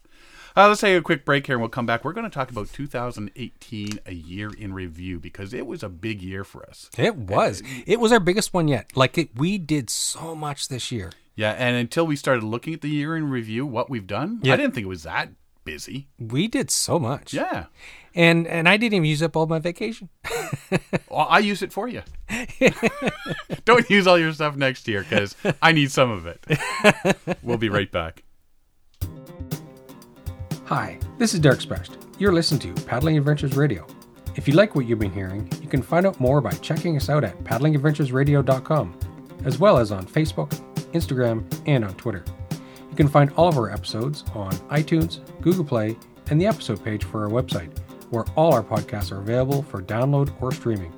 [SPEAKER 1] Uh, let's take a quick break here and we'll come back. We're going to talk about 2018, a year in review, because it was a big year for us.
[SPEAKER 2] It was. It was our biggest one yet. Like it, we did so much this year.
[SPEAKER 1] Yeah, and until we started looking at the year in review, what we've done,
[SPEAKER 2] Yeah.
[SPEAKER 1] I didn't think it was that busy.
[SPEAKER 2] We did so much.
[SPEAKER 1] Yeah.
[SPEAKER 2] And and I didn't even use up all my vacation.
[SPEAKER 1] Well, I use it for you. Don't use all your stuff next year because I need some of it. We'll be right back.
[SPEAKER 2] Hi, this is Derek Sprest. You're listening to Paddling Adventures Radio. If you like what you've been hearing, you can find out more by checking us out at paddlingadventuresradio.com, as well as on Facebook, Instagram, and on Twitter. You can find all of our episodes on iTunes, Google Play, and the episode page for our website, where all our podcasts are available for download or streaming.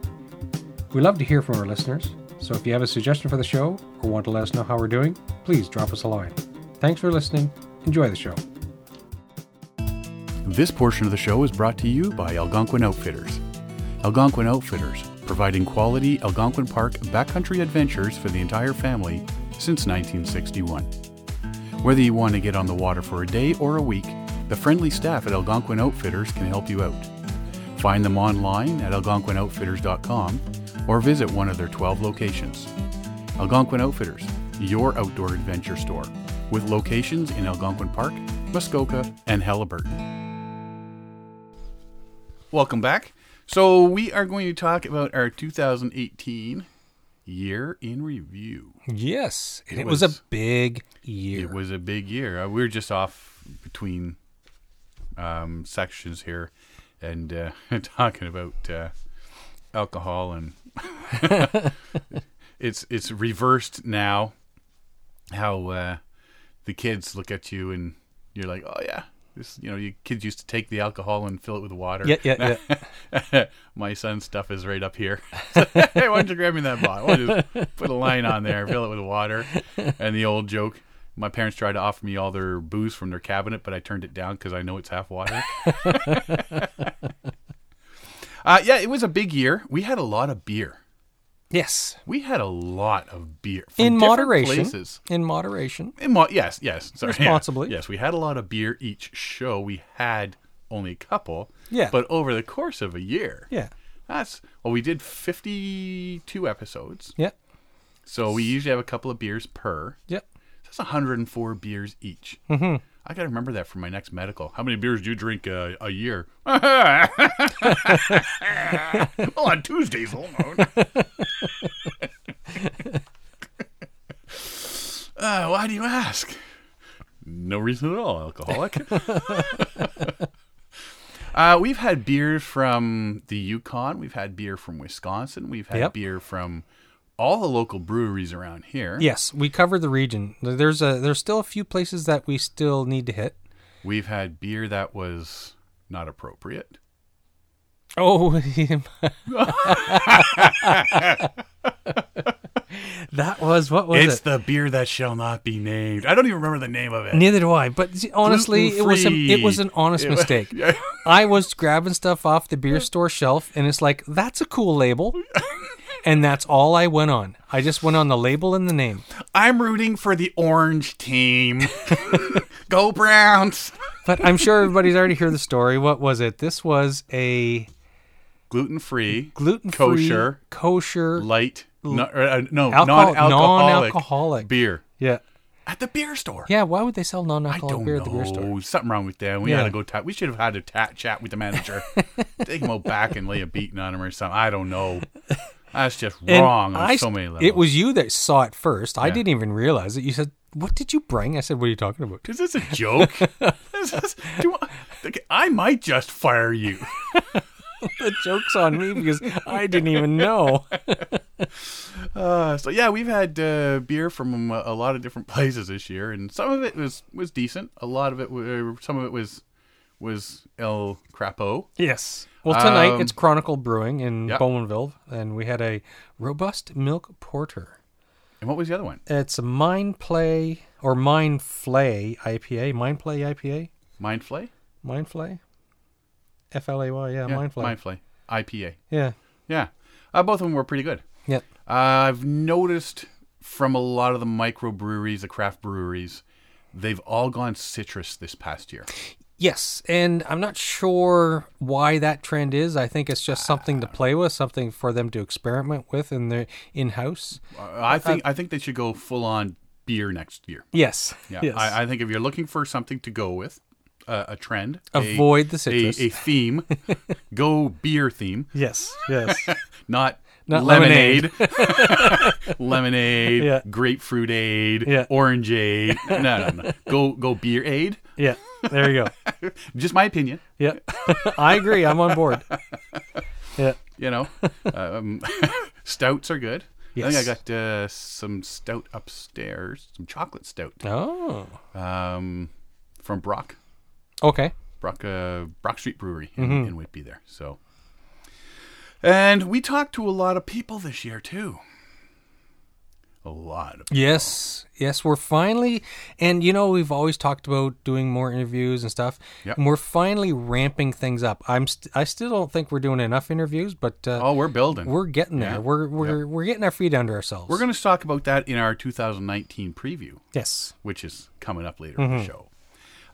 [SPEAKER 2] We love to hear from our listeners, so if you have a suggestion for the show or want to let us know how we're doing, please drop us a line. Thanks for listening. Enjoy the show.
[SPEAKER 1] This portion of the show is brought to you by Algonquin Outfitters. Algonquin Outfitters, providing quality Algonquin Park backcountry adventures for the entire family since 1961. Whether you want to get on the water for a day or a week, the friendly staff at Algonquin Outfitters can help you out. Find them online at algonquinoutfitters.com or visit one of their 12 locations. Algonquin Outfitters, your outdoor adventure store, with locations in Algonquin Park, Muskoka, and Halliburton. Welcome back. So we are going to talk about our 2018 year in review.
[SPEAKER 2] Yes, and
[SPEAKER 1] It
[SPEAKER 2] it, was,
[SPEAKER 1] was-
[SPEAKER 2] a big year.
[SPEAKER 1] It was a big year. Uh, we were just off between um, sections here and uh, *laughs* talking about uh, alcohol and it's it's reversed now. How uh, the kids look at you and you're like, oh yeah, this you know, you kids used to take the alcohol and fill it with water.
[SPEAKER 2] yeah, *laughs* yeah, yeah.
[SPEAKER 1] *laughs* my son's stuff is right up here. *laughs* hey, why don't you grab me that bottle? Why don't you just put a line on there, fill it with water. And the old joke my parents tried to offer me all their booze from their cabinet, but I turned it down because I know it's half
[SPEAKER 2] *laughs*
[SPEAKER 1] water. *laughs* uh, yeah, it was a big year. We had a lot of beer.
[SPEAKER 2] yes,
[SPEAKER 1] We had a lot of beer from
[SPEAKER 2] in
[SPEAKER 1] different
[SPEAKER 2] moderation.
[SPEAKER 1] Places.
[SPEAKER 2] In moderation.
[SPEAKER 1] In mo- yes, yes. Sorry. *laughs* yeah.
[SPEAKER 2] Responsibly.
[SPEAKER 1] Yes, we had a lot of beer each show. We had only a couple.
[SPEAKER 2] Yeah.
[SPEAKER 1] But over the course of a year.
[SPEAKER 2] Yeah,
[SPEAKER 1] That's well, we did fifty-two episodes,
[SPEAKER 2] yeah,
[SPEAKER 1] so we usually have a couple of beers per.
[SPEAKER 2] yeah.
[SPEAKER 1] That's one hundred and four beers each. Mm-hmm. I gotta remember that for my next medical. How many beers do you drink uh, a year? *laughs* well, on Tuesdays alone. *laughs* uh, Uh, why do you ask? No reason at all, alcoholic. *laughs* Uh, we've had beer from the Yukon. We've had beer from Wisconsin. We've had
[SPEAKER 2] Yep.
[SPEAKER 1] beer from all the local breweries around here.
[SPEAKER 2] Yes, we covered the region. There's a there's still a few places that we still need to hit.
[SPEAKER 1] We've had beer that was not appropriate.
[SPEAKER 2] Oh, *laughs* that was what was
[SPEAKER 1] it's
[SPEAKER 2] it?
[SPEAKER 1] the beer that shall not be named. I don't even remember the name of it.
[SPEAKER 2] Neither do I. But see, honestly, it was an, it was an
[SPEAKER 1] Gluten-free.
[SPEAKER 2] honest
[SPEAKER 1] It was- *laughs*
[SPEAKER 2] mistake.
[SPEAKER 1] Yeah.
[SPEAKER 2] I was grabbing stuff off the beer store shelf, and it's like, that's a
[SPEAKER 1] *laughs*
[SPEAKER 2] cool label. And that's all I went on. I just went on the label and the name.
[SPEAKER 1] I'm rooting for the orange team. *laughs* Go Browns.
[SPEAKER 2] But I'm sure everybody's already heard the story. What was it? This was a
[SPEAKER 1] Gluten free,
[SPEAKER 2] gluten free,
[SPEAKER 1] Kosher.
[SPEAKER 2] kosher.
[SPEAKER 1] light, no, uh, no
[SPEAKER 2] Alcohol-
[SPEAKER 1] non-alcoholic,
[SPEAKER 2] non-alcoholic.
[SPEAKER 1] beer.
[SPEAKER 2] yeah.
[SPEAKER 1] At the beer store.
[SPEAKER 2] Yeah, why would they sell
[SPEAKER 1] I
[SPEAKER 2] non-alcoholic
[SPEAKER 1] don't
[SPEAKER 2] beer
[SPEAKER 1] know.
[SPEAKER 2] at the beer store?
[SPEAKER 1] Something wrong with them. We
[SPEAKER 2] Yeah.
[SPEAKER 1] had to go. Ta- we should have had a ta- chat with the
[SPEAKER 2] *laughs*
[SPEAKER 1] manager. Take him out back and lay a beating on him or something. I don't
[SPEAKER 2] *laughs*
[SPEAKER 1] know. That's just
[SPEAKER 2] And
[SPEAKER 1] wrong on
[SPEAKER 2] I-
[SPEAKER 1] so many levels.
[SPEAKER 2] It was you that saw it first. I didn't even realize it. You said, "What did you bring?" I said, "What are you talking about?" *laughs*
[SPEAKER 1] Is this a *laughs* joke? Is this- do I, okay, I might just fire you.
[SPEAKER 2] the joke's on me because I didn't even know.
[SPEAKER 1] *laughs* Uh, so yeah, we've had uh, beer from a, a lot of different *laughs* places this year, and some of it was was decent. A lot of it, were, some of it was was El Crapo.
[SPEAKER 2] Yes. Well, tonight
[SPEAKER 1] Um,
[SPEAKER 2] it's Chronicle Brewing in
[SPEAKER 1] yeah.
[SPEAKER 2] Bowmanville, and we had a robust milk porter.
[SPEAKER 1] And what was the other one?
[SPEAKER 2] It's a Mind Play or Mind Flay IPA. Mind Play IPA.
[SPEAKER 1] Mind Flay.
[SPEAKER 2] Mind Flay. F L A Y. Yeah, Mind Flay.
[SPEAKER 1] Mind Flay. IPA.
[SPEAKER 2] yeah.
[SPEAKER 1] Yeah, uh, both of them were pretty good.
[SPEAKER 2] Yeah.
[SPEAKER 1] Uh, I've noticed from a lot of the microbreweries, the craft breweries, they've all gone citrus this past year.
[SPEAKER 2] Yes, and I'm not sure why that trend is. I think it's just something
[SPEAKER 1] Ah.
[SPEAKER 2] to play with, something for them to experiment with in their in-house.
[SPEAKER 1] Uh, I think I think they should go full on beer next year.
[SPEAKER 2] Yes.
[SPEAKER 1] Yeah,
[SPEAKER 2] Yes.
[SPEAKER 1] I, I think if you're looking for something to go with, uh, a trend, a-
[SPEAKER 2] Avoid the
[SPEAKER 1] a,
[SPEAKER 2] citrus.
[SPEAKER 1] a
[SPEAKER 2] *laughs*
[SPEAKER 1] theme, go beer theme,
[SPEAKER 2] yes. Yes. *laughs*
[SPEAKER 1] not.
[SPEAKER 2] Not
[SPEAKER 1] lemonade, *laughs* lemonade,
[SPEAKER 2] Yeah.
[SPEAKER 1] grapefruit aid,
[SPEAKER 2] Yeah.
[SPEAKER 1] orangeade. No, no, no. Go, go beer aid.
[SPEAKER 2] yeah. There you go.
[SPEAKER 1] Just my opinion.
[SPEAKER 2] Yeah. *laughs* I agree. I'm on board. Yeah.
[SPEAKER 1] you
[SPEAKER 2] *laughs*
[SPEAKER 1] know, um, *laughs* stouts are good. I
[SPEAKER 2] Yes.
[SPEAKER 1] think I got uh, some stout upstairs, some chocolate stout
[SPEAKER 2] Oh.
[SPEAKER 1] um, from Brock,
[SPEAKER 2] Okay.
[SPEAKER 1] Brock, uh, Brock Street Brewery in, in Whitby there. So, and we talked to a lot of people this year too. A lot of
[SPEAKER 2] Yes. Yes, we're finally and you know we've always talked about doing more interviews and stuff.
[SPEAKER 1] Yep.
[SPEAKER 2] And we're finally ramping things up. I'm st- I still don't think we're doing enough interviews, but uh,
[SPEAKER 1] Oh, we're building. We're,
[SPEAKER 2] we're getting there. We're we're we're getting our feet under ourselves.
[SPEAKER 1] we're going to talk about that in our 2019 preview.
[SPEAKER 2] Yes.
[SPEAKER 1] which is coming up later in the show.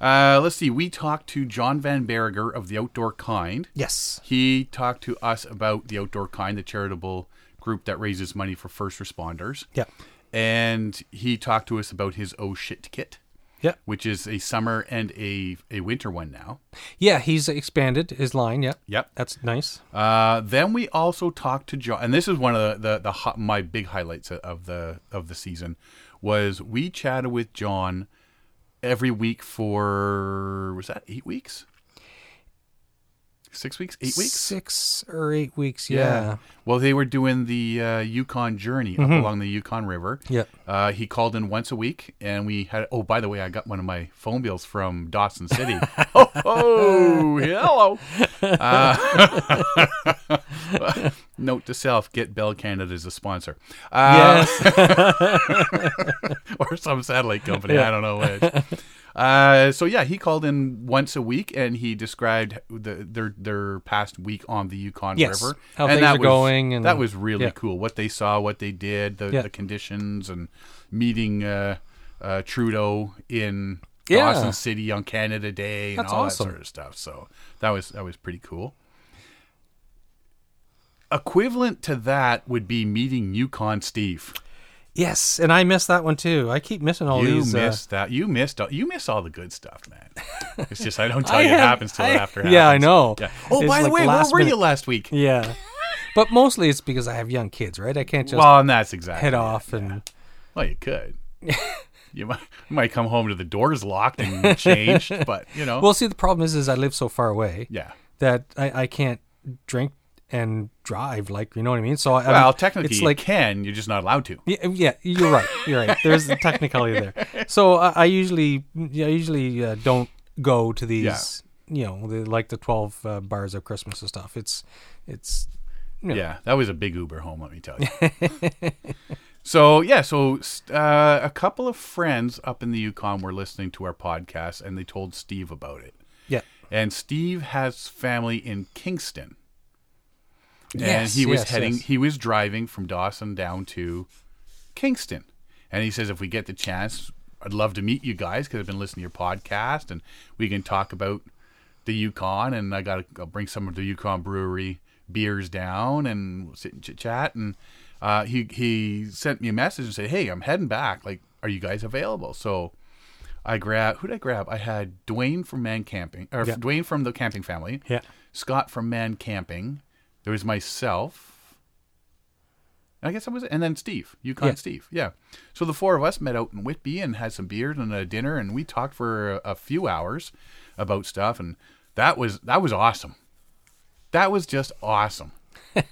[SPEAKER 1] Uh, let's see. We talked to John Van Berger of the Outdoor Kind.
[SPEAKER 2] Yes.
[SPEAKER 1] He talked to us about the Outdoor Kind, the charitable group that raises money for first responders.
[SPEAKER 2] Yeah.
[SPEAKER 1] And he talked to us about his Oh Shit Kit,
[SPEAKER 2] Yeah.
[SPEAKER 1] which is a summer and a, a winter one now.
[SPEAKER 2] Yeah, he's expanded his line, yeah.
[SPEAKER 1] Yep.
[SPEAKER 2] That's nice.
[SPEAKER 1] Uh, then we also talked to John, and this is one of the the, the hot, my big highlights of- of the of the season was we chatted with John every week for was that eight weeks, six weeks, eight weeks,
[SPEAKER 2] 6 or 8 weeks, yeah. Mm-hmm.
[SPEAKER 1] Well, they were doing the uh, Yukon journey up along the Yukon River.
[SPEAKER 2] Yeah.
[SPEAKER 1] Uh, he called in once a week, and we had. Oh, by the way, I got one of my phone bills from Dawson
[SPEAKER 2] *laughs*
[SPEAKER 1] City. oh, oh, hello.
[SPEAKER 2] *laughs*
[SPEAKER 1] Uh, *laughs* note to self: Get Bell Canada as a sponsor, uh,
[SPEAKER 2] Yes.
[SPEAKER 1] *laughs* or some satellite company.
[SPEAKER 2] Yeah.
[SPEAKER 1] I don't know
[SPEAKER 2] *laughs*
[SPEAKER 1] which. Uh, so yeah, he called in once a week, and he described the, their their past week on the Yukon
[SPEAKER 2] Yes,
[SPEAKER 1] River,
[SPEAKER 2] how
[SPEAKER 1] and
[SPEAKER 2] things
[SPEAKER 1] that
[SPEAKER 2] are
[SPEAKER 1] was,
[SPEAKER 2] going and-
[SPEAKER 1] that was really
[SPEAKER 2] yeah.
[SPEAKER 1] cool. What they saw, what they did, the,
[SPEAKER 2] Yeah.
[SPEAKER 1] the conditions, and meeting uh, uh, Trudeau in
[SPEAKER 2] Yeah.
[SPEAKER 1] Dawson City on Canada Day and
[SPEAKER 2] That's
[SPEAKER 1] all
[SPEAKER 2] awesome.
[SPEAKER 1] that sort of stuff. So that was that was pretty cool. Equivalent to that would be meeting Yukon Steve.
[SPEAKER 2] yes, and I missed that one too. I keep missing all
[SPEAKER 1] you
[SPEAKER 2] these. uh,
[SPEAKER 1] missed that. You missed. All, you miss all the good stuff, man. It's just
[SPEAKER 2] *laughs*
[SPEAKER 1] I don't tell
[SPEAKER 2] I
[SPEAKER 1] you it
[SPEAKER 2] had-
[SPEAKER 1] happens till
[SPEAKER 2] I-
[SPEAKER 1] after. Happens.
[SPEAKER 2] *laughs* yeah, I know.
[SPEAKER 1] Yeah. Oh,
[SPEAKER 2] It's
[SPEAKER 1] by the
[SPEAKER 2] like
[SPEAKER 1] way, where
[SPEAKER 2] last
[SPEAKER 1] were you
[SPEAKER 2] minute-
[SPEAKER 1] last week?
[SPEAKER 2] Yeah. but mostly it's because I have young kids, right? I can't just
[SPEAKER 1] Well, and that's exactly.
[SPEAKER 2] head
[SPEAKER 1] it.
[SPEAKER 2] off and
[SPEAKER 1] Well, you
[SPEAKER 2] *laughs*
[SPEAKER 1] could. you might you might come home to the doors locked and changed,
[SPEAKER 2] *laughs*
[SPEAKER 1] but you know.
[SPEAKER 2] Well, see the problem is is I live so far away
[SPEAKER 1] yeah.
[SPEAKER 2] that I, I can't drink and drive like, you know what I mean? So I I
[SPEAKER 1] Well,
[SPEAKER 2] mean,
[SPEAKER 1] technically,
[SPEAKER 2] it's
[SPEAKER 1] you
[SPEAKER 2] like
[SPEAKER 1] can. You're just not allowed to.
[SPEAKER 2] Yeah, yeah, you're right. You're right. There's the technicality
[SPEAKER 1] *laughs*
[SPEAKER 2] there. So I, I usually, yeah, I usually uh, don't go to these, you know, the, like the twelve uh, bars of Christmas and stuff. It's, it's,
[SPEAKER 1] Yeah. that was a big Uber home. Let me tell you.
[SPEAKER 2] *laughs*
[SPEAKER 1] so yeah, so uh, a couple of friends up in the Yukon were listening to our podcast, and they told Steve about it.
[SPEAKER 2] yeah,
[SPEAKER 1] and Steve has family in Kingston. And
[SPEAKER 2] Yes,
[SPEAKER 1] he was
[SPEAKER 2] yes,
[SPEAKER 1] heading
[SPEAKER 2] yes.
[SPEAKER 1] he was driving from Dawson down to Kingston. And he says if we get the chance, I'd love to meet you guys cuz I've been listening to your podcast and we can talk about the Yukon and I got to I'll bring some of the Yukon brewery beers down and we'll sit and chit chat and uh, he he sent me a message and said, "Hey, I'm heading back. Like, are you guys available? So I grab who did I grab? I had Dwayne from Man Camping, or
[SPEAKER 2] Yeah.
[SPEAKER 1] Dwayne from the Camping Family.
[SPEAKER 2] Yeah.
[SPEAKER 1] Scott from Man Camping. There was myself. I guess I was, and then Steve, UConn
[SPEAKER 2] Yeah.
[SPEAKER 1] Steve. Yeah. So the four of us met out in Whitby and had some beer and a dinner, and we talked for a, a few hours about stuff, and that was that was awesome. That was just
[SPEAKER 2] *laughs*
[SPEAKER 1] awesome.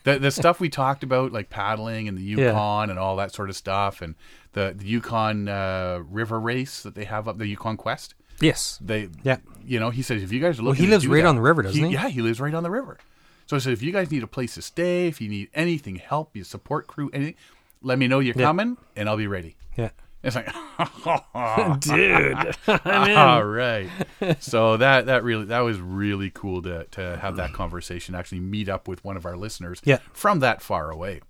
[SPEAKER 1] the the stuff we talked about, like paddling and the
[SPEAKER 2] Yeah.
[SPEAKER 1] Yukon and all that sort of stuff, and the the Yukon uh, River Race that they have up the Yukon Quest.
[SPEAKER 2] Yes.
[SPEAKER 1] They
[SPEAKER 2] Yeah.
[SPEAKER 1] you know, he says if you guys are looking,
[SPEAKER 2] he
[SPEAKER 1] to
[SPEAKER 2] lives
[SPEAKER 1] do
[SPEAKER 2] right
[SPEAKER 1] that-
[SPEAKER 2] on the river, doesn't he?
[SPEAKER 1] Yeah, he lives right on the river. So I said, if you guys need a place to stay, if you need anything, help, you support crew, anything, let me know you're coming, and I'll be ready.
[SPEAKER 2] Yeah.
[SPEAKER 1] It's like, *laughs*
[SPEAKER 2] *laughs* Dude. *laughs*
[SPEAKER 1] all right. so that that really that was really cool to to have that conversation, actually meet up with one of our listeners
[SPEAKER 2] Yeah.
[SPEAKER 1] from that far away.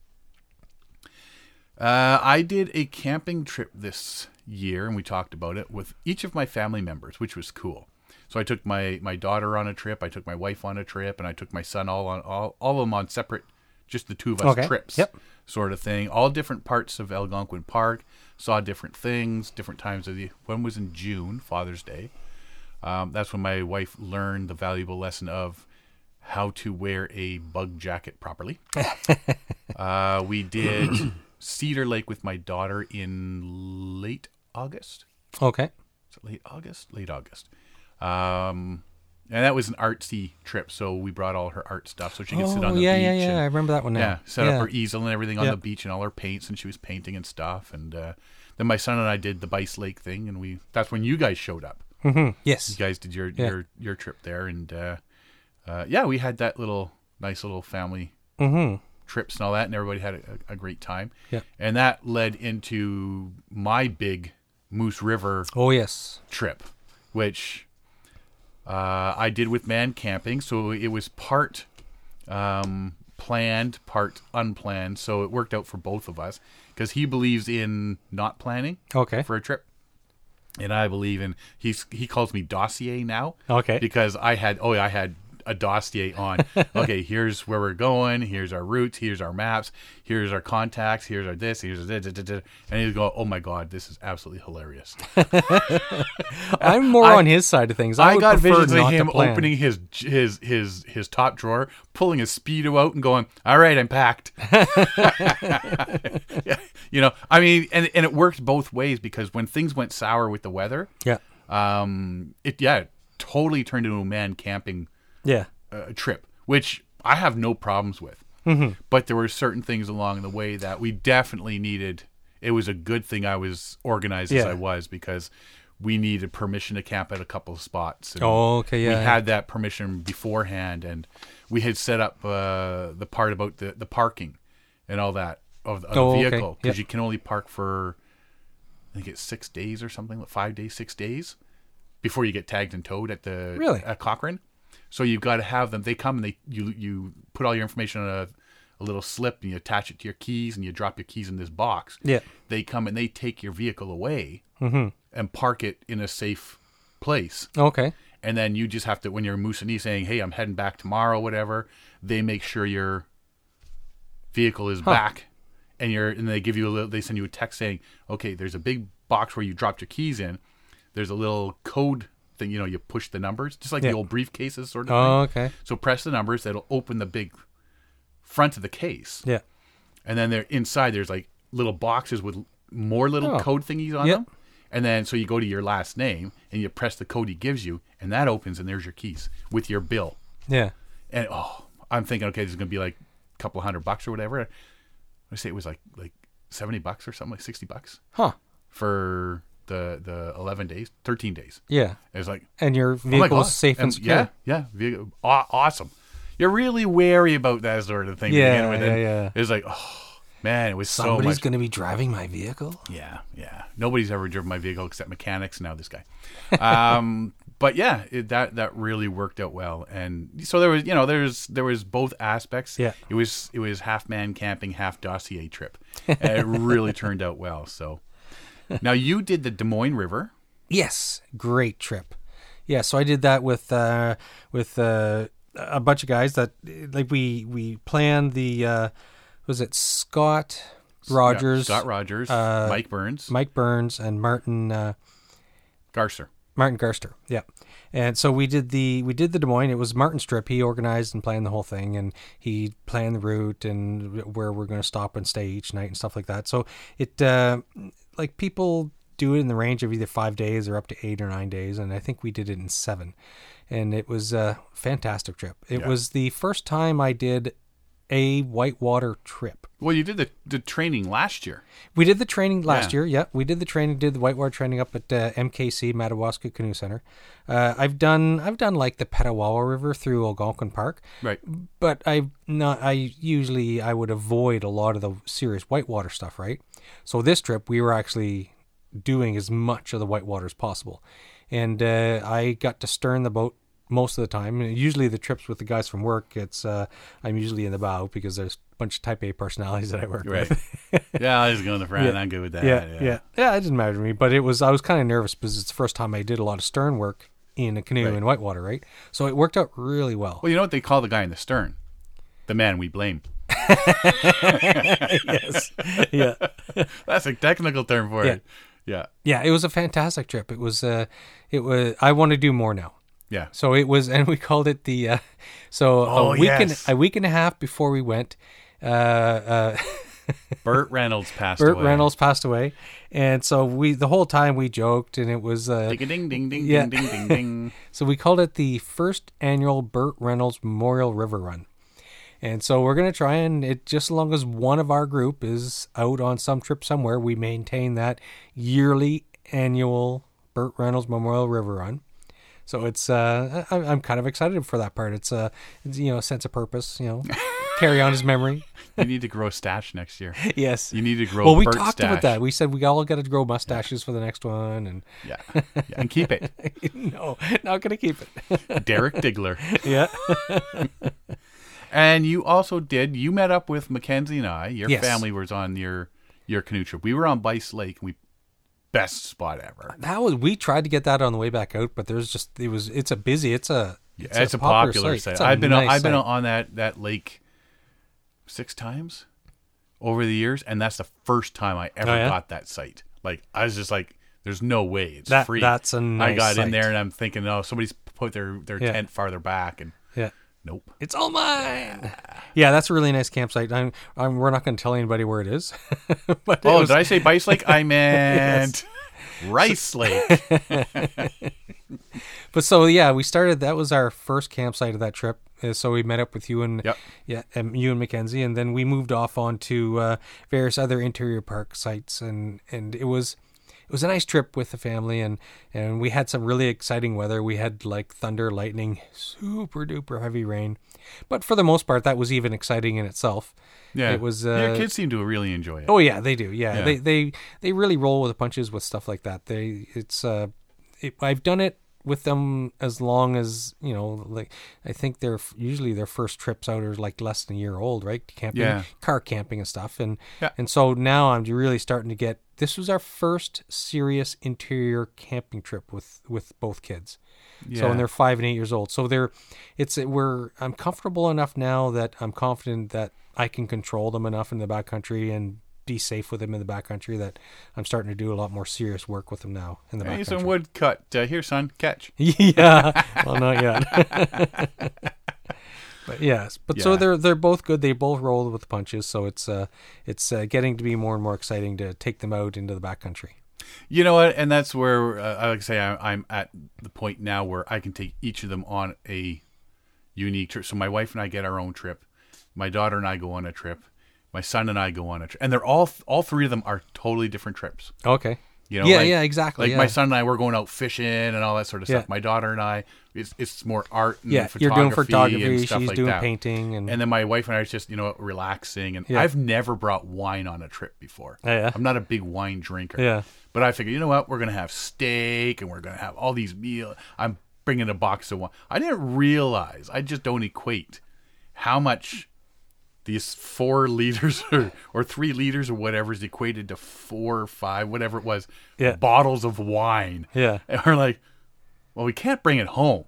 [SPEAKER 1] Uh, I did a camping trip this year, and we talked about it with each of my family members, which was cool. So I took my my daughter on a trip, I took my wife on a trip, and I took my son all on all all of them on separate, just the two of us
[SPEAKER 2] Okay.
[SPEAKER 1] trips,
[SPEAKER 2] Yep.
[SPEAKER 1] sort of thing. All different parts of Algonquin Park, saw different things, different times of the. One was in June, Father's Day. Um, that's when my wife learned the valuable lesson of how to wear a bug jacket properly. Uh,
[SPEAKER 2] *clears throat*
[SPEAKER 1] we did Cedar Lake with my daughter in late August.
[SPEAKER 2] okay.
[SPEAKER 1] Is it late August? Late August. Um, and that was an artsy trip, so we brought all her art stuff so she could sit on the
[SPEAKER 2] Oh, yeah,
[SPEAKER 1] beach.
[SPEAKER 2] yeah, yeah. I
[SPEAKER 1] and-
[SPEAKER 2] remember that one now.
[SPEAKER 1] yeah, set
[SPEAKER 2] Yeah.
[SPEAKER 1] up her easel and everything on
[SPEAKER 2] Yeah.
[SPEAKER 1] the beach and all her paints, and she was painting and stuff. And uh, then my son and I did the Bice Lake thing, and we—that's when you guys showed up
[SPEAKER 2] Mhm. Yes.
[SPEAKER 1] you guys did your
[SPEAKER 2] Yeah.
[SPEAKER 1] your your trip there and uh, uh, yeah we had that little nice little family
[SPEAKER 2] Mhm.
[SPEAKER 1] trips and all that and everybody had a, a great time
[SPEAKER 2] Yeah.
[SPEAKER 1] and that led into my big moose river
[SPEAKER 2] Oh, yes.
[SPEAKER 1] trip which uh, i did with man camping so it was part um, planned part unplanned so it worked out for both of us because he believes in not planning
[SPEAKER 2] Okay.
[SPEAKER 1] for a trip. And I believe in he's he calls me dossier now.
[SPEAKER 2] Okay.
[SPEAKER 1] Because I had oh yeah, I had a dossier
[SPEAKER 2] *laughs*
[SPEAKER 1] on. okay, here's where we're going, here's our routes, here's our maps, here's our contacts, here's our this, here's our da, da, da, da. and he's going, Oh my god, this is absolutely hilarious.
[SPEAKER 2] *laughs* I'm more
[SPEAKER 1] I-
[SPEAKER 2] on his side of things. I,
[SPEAKER 1] I
[SPEAKER 2] would
[SPEAKER 1] got
[SPEAKER 2] prefer
[SPEAKER 1] visions of
[SPEAKER 2] not to
[SPEAKER 1] him
[SPEAKER 2] plan.
[SPEAKER 1] opening his his his his top drawer, pulling his speedo out, and going, "All right, I'm
[SPEAKER 2] *laughs*
[SPEAKER 1] packed." *laughs* you know, I mean, and and it worked both ways because when things went sour with the weather,
[SPEAKER 2] Yeah.
[SPEAKER 1] um, it yeah, it totally turned into a man camping
[SPEAKER 2] Yeah.
[SPEAKER 1] uh, trip, which I have no problems with. Mm-hmm. But there were certain things along the way that we definitely needed. It was a good thing I was organized as
[SPEAKER 2] Yeah.
[SPEAKER 1] I was because we needed permission to camp at a couple of spots. and
[SPEAKER 2] Oh, okay. Yeah.
[SPEAKER 1] we had that permission beforehand, and we had set up uh, the part about the, the parking and all that of, of
[SPEAKER 2] Oh,
[SPEAKER 1] the
[SPEAKER 2] okay.
[SPEAKER 1] vehicle because
[SPEAKER 2] Yep.
[SPEAKER 1] you can only park for I think it's six days or something, like five days, six days before you get tagged and towed at the
[SPEAKER 2] Really?
[SPEAKER 1] at Cochrane. So you've got to have them. They come and they you you put all your information on a, a little slip and you attach it to your keys and you drop your keys in this box.
[SPEAKER 2] Yeah. Mm-hmm.
[SPEAKER 1] They come and they take your vehicle away and park it in a safe place
[SPEAKER 2] okay.
[SPEAKER 1] and then you just have to when you're Mussolini saying, "Hey, I'm heading back tomorrow," whatever. They make sure your vehicle is back, and you're and they give you a little. They send you a text saying, "Okay, there's a big box where you dropped your keys in. There's a little code thing. You know, you push the numbers, just like
[SPEAKER 2] Yeah.
[SPEAKER 1] the old briefcases sort of
[SPEAKER 2] Oh,
[SPEAKER 1] thing.
[SPEAKER 2] okay.
[SPEAKER 1] So press the numbers. That'll open the big front of the case,
[SPEAKER 2] Yeah.
[SPEAKER 1] and then there inside there's like little boxes with more little
[SPEAKER 2] Oh.
[SPEAKER 1] code thingies on
[SPEAKER 2] Yep.
[SPEAKER 1] them. And then so you go to your last name and you press the code he gives you, and that opens and there's your keys with your bill.
[SPEAKER 2] Yeah.
[SPEAKER 1] And oh, I'm thinking, okay, this is gonna be like a couple hundred bucks or whatever. I say it was like like seventy bucks or something, like sixty bucks
[SPEAKER 2] Huh.
[SPEAKER 1] for the the eleven days, thirteen days.
[SPEAKER 2] Yeah.
[SPEAKER 1] It was like
[SPEAKER 2] And your
[SPEAKER 1] oh my
[SPEAKER 2] vehicle
[SPEAKER 1] God.
[SPEAKER 2] is safe and secure.
[SPEAKER 1] Yeah, yeah, vehicle, aw- awesome. You're really wary about that sort of thing. to
[SPEAKER 2] Yeah,
[SPEAKER 1] begin with, and
[SPEAKER 2] yeah, yeah.
[SPEAKER 1] It was like, oh man, it was so
[SPEAKER 2] Somebody's
[SPEAKER 1] much
[SPEAKER 2] going to be driving my vehicle.
[SPEAKER 1] yeah, yeah. Nobody's ever driven my vehicle except mechanics. Now this guy. Um, *laughs* but yeah, it, that that really worked out well. And so there was, you know, there's there was both aspects.
[SPEAKER 2] Yeah.
[SPEAKER 1] It was it was half man camping, half dossier trip. And it
[SPEAKER 2] *laughs*
[SPEAKER 1] really turned out well. So now you did the Des Moines River.
[SPEAKER 2] Yes, great trip. Yeah, so I did that with uh, with uh, a bunch of guys that like we we planned the uh, was it Scott Rogers,
[SPEAKER 1] Scott Rogers,
[SPEAKER 2] uh,
[SPEAKER 1] Mike Burns,
[SPEAKER 2] Mike Burns, and Martin uh,
[SPEAKER 1] Garcer.
[SPEAKER 2] Martin Garster. Yeah. And so we did the we did the Des Moines. It was Martin Strip. He organized and planned the whole thing, and he planned the route and where we're going to stop and stay each night and stuff like that. So it uh, like people do it in the range of either five days or up to eight or nine days, and I think we did it in seven, and it was a fantastic trip. It
[SPEAKER 1] Yeah.
[SPEAKER 2] was the first time I did a whitewater trip.
[SPEAKER 1] Well, you did the, the training last year.
[SPEAKER 2] We did the training last
[SPEAKER 1] Yeah.
[SPEAKER 2] year. Yeah, we did the training. Did the whitewater training up at uh, MKC Madawaska Canoe Center. Uh, I've done I've done like the Petawawa River through Algonquin Park, *laughs*
[SPEAKER 1] Right.
[SPEAKER 2] but I not I usually I would avoid a lot of the serious whitewater stuff. Right. So this trip we were actually doing as much of the whitewater as possible, and uh, I got to stern the boat most of the time. And Usually the trips with the guys from work, it's uh, I'm usually in the bow because there's a bunch of Type A personalities that I work
[SPEAKER 1] Right.
[SPEAKER 2] with.
[SPEAKER 1] yeah, I was going to Fran. I'm good with that.
[SPEAKER 2] yeah, yeah, yeah. It didn't matter to me, but it was I was kind of nervous because it's the first time I did a lot of stern work in a canoe in whitewater, right? So it worked out really well.
[SPEAKER 1] Well, you know what they call the guy in the stern? The man we blame.
[SPEAKER 2] yes, *laughs* yeah,
[SPEAKER 1] That's a technical term for it. Yeah.
[SPEAKER 2] yeah. It was a fantastic trip. It was, uh, it was. I want to do more now.
[SPEAKER 1] Yeah.
[SPEAKER 2] So it was, *laughs* and we called it the. Uh, so
[SPEAKER 1] Oh,
[SPEAKER 2] a week
[SPEAKER 1] yes.
[SPEAKER 2] and a week and a half before we went, uh, uh,
[SPEAKER 1] Burt Reynolds passed
[SPEAKER 2] Burt
[SPEAKER 1] away.
[SPEAKER 2] Reynolds passed away, and so we the whole time we joked, and it was uh,
[SPEAKER 1] Ding ding ding ding
[SPEAKER 2] Yeah.
[SPEAKER 1] ding ding ding.
[SPEAKER 2] So we called it the first annual Burt Reynolds Memorial River Run. And so we're going to try and it just as long as one of our group is out on some trip somewhere, we maintain that yearly annual Burt Reynolds Memorial River Run. So it's uh, I, I'm kind of excited for that part. It's uh, it's, you know a sense of purpose.
[SPEAKER 1] *laughs*
[SPEAKER 2] You know, carry on his memory.
[SPEAKER 1] You need to grow a stash next year.
[SPEAKER 2] Yes.
[SPEAKER 1] You need to grow.
[SPEAKER 2] Well, we
[SPEAKER 1] Burt
[SPEAKER 2] talked
[SPEAKER 1] stash.
[SPEAKER 2] about that. We said we all got to grow mustaches for the next one, and *laughs*
[SPEAKER 1] Yeah. yeah, and keep it.
[SPEAKER 2] no, not gonna keep it.
[SPEAKER 1] Derek
[SPEAKER 2] *laughs*
[SPEAKER 1] Digler.
[SPEAKER 2] yeah.
[SPEAKER 1] And you also did. You met up with Mackenzie and I. Your
[SPEAKER 2] Yes.
[SPEAKER 1] family was on your your canoe trip. We were on Bice Lake. and We best spot ever.
[SPEAKER 2] That was we tried to get that on the way back out, but there's just it was it's a busy it's a
[SPEAKER 1] It's, a popular, site.
[SPEAKER 2] It's a
[SPEAKER 1] I've been
[SPEAKER 2] nice
[SPEAKER 1] I've been
[SPEAKER 2] site.
[SPEAKER 1] on that that lake six times over the years, and that's the first time I ever
[SPEAKER 2] Oh, yeah?
[SPEAKER 1] got that site. Like I was just like, "There's no way it's
[SPEAKER 2] That-
[SPEAKER 1] free."
[SPEAKER 2] that's a
[SPEAKER 1] I
[SPEAKER 2] nice
[SPEAKER 1] got in
[SPEAKER 2] site.
[SPEAKER 1] there and I'm thinking, "Oh, somebody's put their their
[SPEAKER 2] Yeah.
[SPEAKER 1] tent farther back," and
[SPEAKER 2] yeah.
[SPEAKER 1] nope.
[SPEAKER 2] It's all mine. Yeah, that's a really nice campsite. I'm, I'm we're not going to tell anybody where it is. *laughs* but it
[SPEAKER 1] Oh,
[SPEAKER 2] was-
[SPEAKER 1] did I say Bice
[SPEAKER 2] *laughs*
[SPEAKER 1] Lake? I meant Rice Lake.
[SPEAKER 2] but so yeah, we started. That was our first campsite of that trip. Uh, So we met up with you and
[SPEAKER 1] Yep.
[SPEAKER 2] yeah, um, you and Mackenzie, and then we moved off on to uh, various other interior park sites, and and it was it was a nice trip with the family, and and we had some really exciting weather. We had like thunder, lightning, super duper heavy rain, but for the most part, that was even exciting in itself.
[SPEAKER 1] Yeah,
[SPEAKER 2] it was. Uh,
[SPEAKER 1] Your kids seem to really enjoy it.
[SPEAKER 2] Oh yeah, they do. Yeah,
[SPEAKER 1] Yeah.
[SPEAKER 2] they they they really roll with the punches with stuff like that. They it's uh, it, I've done it with them as long as you know. Like I think they're usually their first trips out are like less than a year old, right? Camping,
[SPEAKER 1] Yeah.
[SPEAKER 2] car camping and stuff, and
[SPEAKER 1] Yeah.
[SPEAKER 2] and so now I'm really starting to get. This was our first serious interior camping trip with with both kids. So
[SPEAKER 1] Yeah.
[SPEAKER 2] and they're five and eight years old. So they're, it's we're I'm comfortable enough now that I'm confident that I can control them enough in the backcountry and be safe with them in the backcountry that I'm starting to do a lot more serious work with them now in the
[SPEAKER 1] Hey, some
[SPEAKER 2] backcountry. *laughs*
[SPEAKER 1] wood cut uh, here, son. Catch.
[SPEAKER 2] yeah, well, not yet. *laughs* but yes, but so
[SPEAKER 1] Yeah.
[SPEAKER 2] they're they're both good. They both roll with the punches. So it's uh it's uh, getting to be more and more exciting to take them out into the backcountry.
[SPEAKER 1] You know what? And that's where uh, I like to say I, I'm at the point now where I can take each of them on a unique trip. So my wife and I get our own trip. My daughter and I go on a trip. My son and I go on a trip, and they're all all three of them are totally different trips.
[SPEAKER 2] Okay.
[SPEAKER 1] You know,
[SPEAKER 2] yeah,
[SPEAKER 1] like-
[SPEAKER 2] yeah, exactly.
[SPEAKER 1] Like
[SPEAKER 2] yeah.
[SPEAKER 1] my son and I, we're going out fishing and all that sort of stuff.
[SPEAKER 2] Yeah.
[SPEAKER 1] My daughter and I, it's it's more art. And
[SPEAKER 2] yeah,
[SPEAKER 1] photography
[SPEAKER 2] you're doing
[SPEAKER 1] and
[SPEAKER 2] photography. She's
[SPEAKER 1] stuff like
[SPEAKER 2] doing
[SPEAKER 1] that.
[SPEAKER 2] painting, and,
[SPEAKER 1] And then my wife and I are just you know relaxing. And
[SPEAKER 2] Yeah. Oh,
[SPEAKER 1] I've never brought wine on a trip before.
[SPEAKER 2] Yeah.
[SPEAKER 1] I'm not a big wine drinker.
[SPEAKER 2] Yeah.
[SPEAKER 1] But I figured, you know what? We're gonna have steak, and we're gonna have all these meals. I'm bringing a box of wine. I didn't realize. I just don't equate how much these four *laughs* liters or, or three liters or whatever is equated to four or five, whatever it was,
[SPEAKER 2] Yeah.
[SPEAKER 1] bottles of wine.
[SPEAKER 2] Yeah.
[SPEAKER 1] *laughs* And we're like, well, we can't bring it home.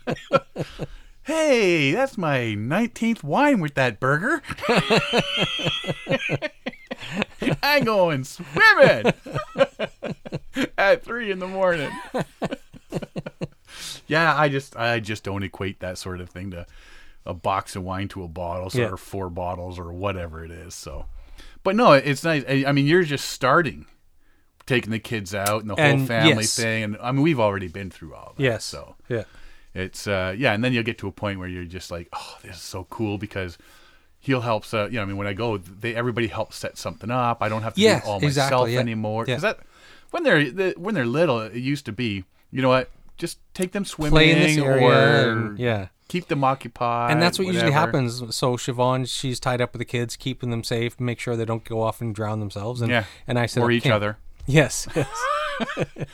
[SPEAKER 1] *laughs* hey, that's my 19th wine with that burger. *laughs* I'm going swimming at three in the morning. *laughs* yeah, I just I just don't equate that sort of thing to a box of wine to a bottle so-
[SPEAKER 2] Yeah.
[SPEAKER 1] or four bottles or whatever it is. So, but no, it's nice. I, I mean, you're just starting taking the kids out and the whole
[SPEAKER 2] And
[SPEAKER 1] family
[SPEAKER 2] yes.
[SPEAKER 1] thing, and I mean, we've already been through all that.
[SPEAKER 2] Yes.
[SPEAKER 1] so
[SPEAKER 2] Yeah.
[SPEAKER 1] it's uh yeah and then you'll get to a point where you're just like oh this is so cool because he'll help uh, you know i mean when i go they everybody helps set something up i don't have to
[SPEAKER 2] Yes,
[SPEAKER 1] do it all
[SPEAKER 2] exactly,
[SPEAKER 1] myself
[SPEAKER 2] yeah.
[SPEAKER 1] anymore
[SPEAKER 2] Yeah.
[SPEAKER 1] 'Cause that when they're the, when they're little it used to be you know what just take them swimming
[SPEAKER 2] Play in this area.
[SPEAKER 1] or
[SPEAKER 2] and- yeah.
[SPEAKER 1] keep them occupied
[SPEAKER 2] And that's what usually
[SPEAKER 1] whatever.
[SPEAKER 2] happens. So Siobhan, she's tied up with the kids, keeping them safe, make sure they don't go off and drown themselves. And,
[SPEAKER 1] Yeah.
[SPEAKER 2] and I said,
[SPEAKER 1] or each other
[SPEAKER 2] *laughs* Yes. yes.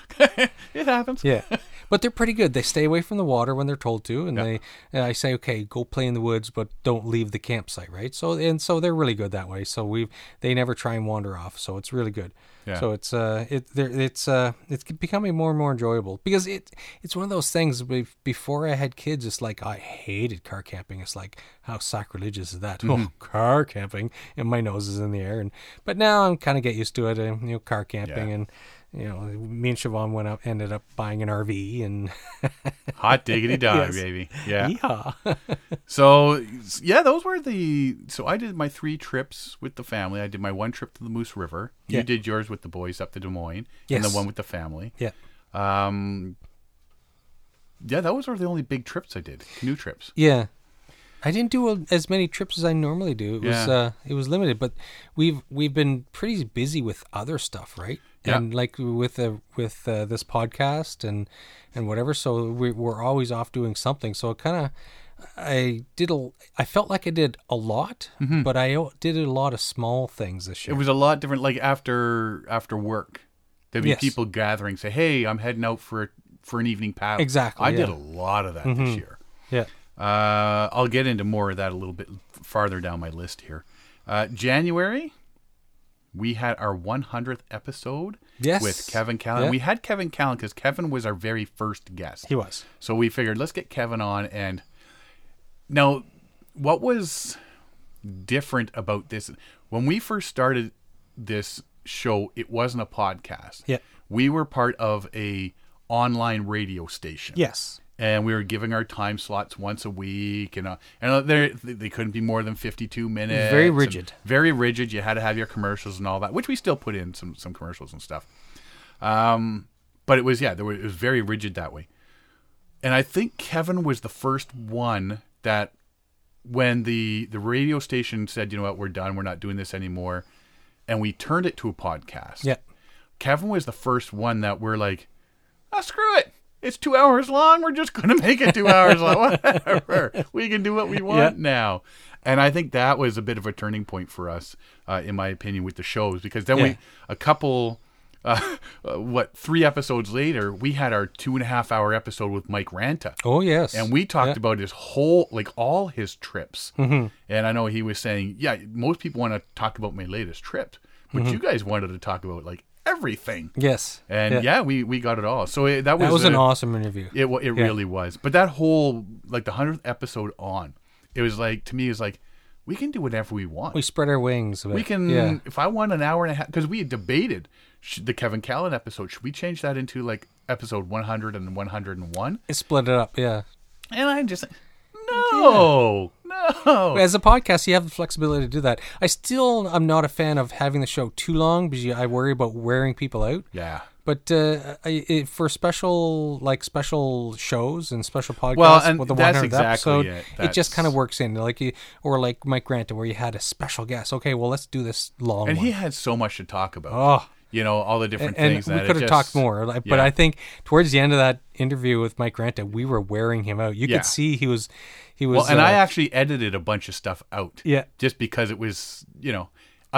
[SPEAKER 1] it happens
[SPEAKER 2] Yeah. *laughs* But they're pretty good. They stay away from the water when they're told to, and they. And I say, okay, go play in the woods, but don't leave the campsite, right? So and so they're really good that way. So we they never try and wander off. So it's really good.
[SPEAKER 1] Yeah.
[SPEAKER 2] So it's uh it there it's uh it's becoming more and more enjoyable because it it's one of those things. be- Before I had kids, it's like I hated car camping. It's like how sacrilegious is that? *laughs*
[SPEAKER 1] Mm-hmm.
[SPEAKER 2] Oh, car camping, and my nose is in the air. And but now I'm kind of get used to it. And you know, car camping
[SPEAKER 1] Yeah.
[SPEAKER 2] and you know, me and Siobhan went up, ended up buying an RV, and
[SPEAKER 1] hot
[SPEAKER 2] *laughs*
[SPEAKER 1] diggity dive
[SPEAKER 2] Yes.
[SPEAKER 1] baby
[SPEAKER 2] *laughs*
[SPEAKER 1] yeah
[SPEAKER 2] yeah,
[SPEAKER 1] So yeah, those were the. So I did my three trips with the family. I did my one trip to the Moose River.
[SPEAKER 2] Yeah.
[SPEAKER 1] You did yours with the boys up to Des Moines, and
[SPEAKER 2] Yes.
[SPEAKER 1] the one with the family.
[SPEAKER 2] yeah,
[SPEAKER 1] Um, yeah, those were the only big trips I did. Canoe trips.
[SPEAKER 2] yeah. I didn't do a- as many trips as I normally do. It was
[SPEAKER 1] Yeah.
[SPEAKER 2] uh, it was limited, but we've we've been pretty busy with other stuff, right?
[SPEAKER 1] Yeah.
[SPEAKER 2] And like with uh, with uh, this podcast and and whatever, so we, we're always off doing something. So it kind of I did a I felt like I did a lot, but I o- did a lot of small things this
[SPEAKER 1] Mm-hmm. It
[SPEAKER 2] year.
[SPEAKER 1] was a lot different. Like after after work, there'd be
[SPEAKER 2] Yes.
[SPEAKER 1] people gathering. Say, hey, I'm heading out for for an evening paddle.
[SPEAKER 2] Exactly,
[SPEAKER 1] I
[SPEAKER 2] yeah. Mm-hmm.
[SPEAKER 1] did a lot of that this year.
[SPEAKER 2] yeah,
[SPEAKER 1] Uh, I'll get into more of that a little bit farther down my list here. Uh, January, we had our 100th episode
[SPEAKER 2] Yes.
[SPEAKER 1] with Kevin Callan.
[SPEAKER 2] Yeah.
[SPEAKER 1] We had Kevin Callan because Kevin was our very first guest.
[SPEAKER 2] he was.
[SPEAKER 1] So we figured let's get Kevin on. And now, what was different about this? When we first started this show, it wasn't a podcast.
[SPEAKER 2] Yeah.
[SPEAKER 1] We were part of a online radio station
[SPEAKER 2] Yes.
[SPEAKER 1] and we were giving our time slots once a week and uh, and they they couldn't be more than 52 minutes
[SPEAKER 2] Very
[SPEAKER 1] and
[SPEAKER 2] rigid.
[SPEAKER 1] very rigid you had to have your commercials and all that which we still put in some some commercials and stuff um but it was yeah there were, it was very rigid that way and i think kevin was the first one that when the the radio station said you know what we're done we're not doing this anymore and we turned it to a podcast
[SPEAKER 2] Yeah.
[SPEAKER 1] Kevin was the first one that we're like, oh, screw it. It's two hours long. We're just going to make it two hours long. Whatever. We can do what we want now. And I think that was a bit of a turning point for us, uh, in my opinion, with the shows, because then
[SPEAKER 2] Yeah.
[SPEAKER 1] we, a couple, uh, *laughs* uh, what, three episodes later, we had our two and a half hour episode with Mike Ranta.
[SPEAKER 2] Oh yes.
[SPEAKER 1] And we talked about his whole, like all his trips.
[SPEAKER 2] Mm-hmm.
[SPEAKER 1] And I know he was saying, yeah, most people want to talk about my latest trip, but
[SPEAKER 2] Mm-hmm.
[SPEAKER 1] you guys wanted to talk about like everything.
[SPEAKER 2] yes.
[SPEAKER 1] And yeah, we, we got it all. So it, that was
[SPEAKER 2] That was an
[SPEAKER 1] a-
[SPEAKER 2] awesome interview.
[SPEAKER 1] It wa- it really was. But that whole like the hundredth episode on, it was like to me it was like we can do whatever we want.
[SPEAKER 2] We
[SPEAKER 1] We,
[SPEAKER 2] spread our wings. a bit.
[SPEAKER 1] can
[SPEAKER 2] Yeah.
[SPEAKER 1] if I want an hour and a half because we had debated sh the Kevin Callan episode. Should we change that into like episode 100 and 101?
[SPEAKER 2] It split it up. Yeah.
[SPEAKER 1] And I'm just like, no, no.
[SPEAKER 2] As a podcast, you have the flexibility to do that. I still am not a fan of having the show too long because you- I worry about wearing people out.
[SPEAKER 1] yeah.
[SPEAKER 2] But uh, I, it, for special, like special shows and special podcasts,
[SPEAKER 1] Well, and
[SPEAKER 2] with the
[SPEAKER 1] that's
[SPEAKER 2] 100th
[SPEAKER 1] exactly
[SPEAKER 2] episode,
[SPEAKER 1] it.
[SPEAKER 2] it just
[SPEAKER 1] That's-
[SPEAKER 2] kind of works in, like you, or like Mike Grant, where you had a special guest. Okay, well, let's do this long.
[SPEAKER 1] And
[SPEAKER 2] one.
[SPEAKER 1] he had so much to talk about.
[SPEAKER 2] Oh.
[SPEAKER 1] You know, all the different
[SPEAKER 2] and
[SPEAKER 1] things
[SPEAKER 2] we
[SPEAKER 1] that it
[SPEAKER 2] could have
[SPEAKER 1] just-
[SPEAKER 2] talked more. like, But
[SPEAKER 1] yeah.
[SPEAKER 2] I think towards the end of that interview with Mike Ranta, we were wearing him out. You
[SPEAKER 1] Yeah.
[SPEAKER 2] could see he was, he was.
[SPEAKER 1] Well, and
[SPEAKER 2] uh,
[SPEAKER 1] I actually edited a bunch of stuff out.
[SPEAKER 2] Yeah.
[SPEAKER 1] Just because it was, you know,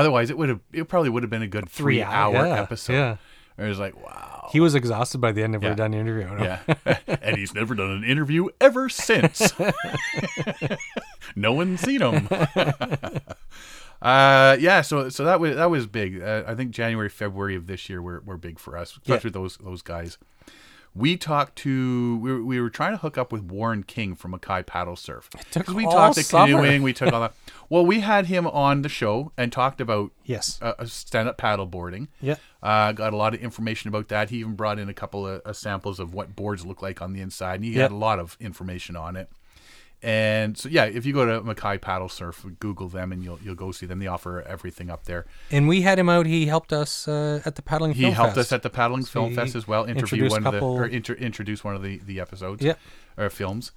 [SPEAKER 1] otherwise it would have, it probably would have been a good
[SPEAKER 2] Three
[SPEAKER 1] three,
[SPEAKER 2] hour-
[SPEAKER 1] hour,
[SPEAKER 2] yeah,
[SPEAKER 1] episode.
[SPEAKER 2] yeah.
[SPEAKER 1] And it was like, wow.
[SPEAKER 2] he was exhausted by the end of our
[SPEAKER 1] Yeah.
[SPEAKER 2] done interview. And I'm-
[SPEAKER 1] Yeah. *laughs* and he's never done an interview ever since. no one's seen him. *laughs* uh, yeah. So, so that was, that was big. Uh, I think January, February of this year were, were big for us, especially those, those guys. we talked to we were, we were trying to hook up with Warren King from Mackay Paddle Surf.
[SPEAKER 2] took
[SPEAKER 1] 'Cause we
[SPEAKER 2] all
[SPEAKER 1] talked to
[SPEAKER 2] summer.
[SPEAKER 1] canoeing, we *laughs* took all that. Well, we had him on the show and talked about
[SPEAKER 2] Yes.
[SPEAKER 1] uh, stand up paddle boarding.
[SPEAKER 2] Yeah.
[SPEAKER 1] Uh, got a lot of information about that. He even brought in a couple of uh, samples of what boards look like on the inside, and he had
[SPEAKER 2] Yeah.
[SPEAKER 1] a lot of information on it. And so, yeah, if you go to Mackay Paddle Surf, Google them, and you'll you'll go see them. They offer everything up there.
[SPEAKER 2] And we had him out. He helped us uh, at the paddling.
[SPEAKER 1] He
[SPEAKER 2] Film
[SPEAKER 1] helped
[SPEAKER 2] Fest.
[SPEAKER 1] us at the Paddling Film
[SPEAKER 2] he
[SPEAKER 1] Fest as well. Interview
[SPEAKER 2] introduced
[SPEAKER 1] one of the
[SPEAKER 2] couple-
[SPEAKER 1] or inter, introduce one of the the episodes
[SPEAKER 2] Yep.
[SPEAKER 1] or films,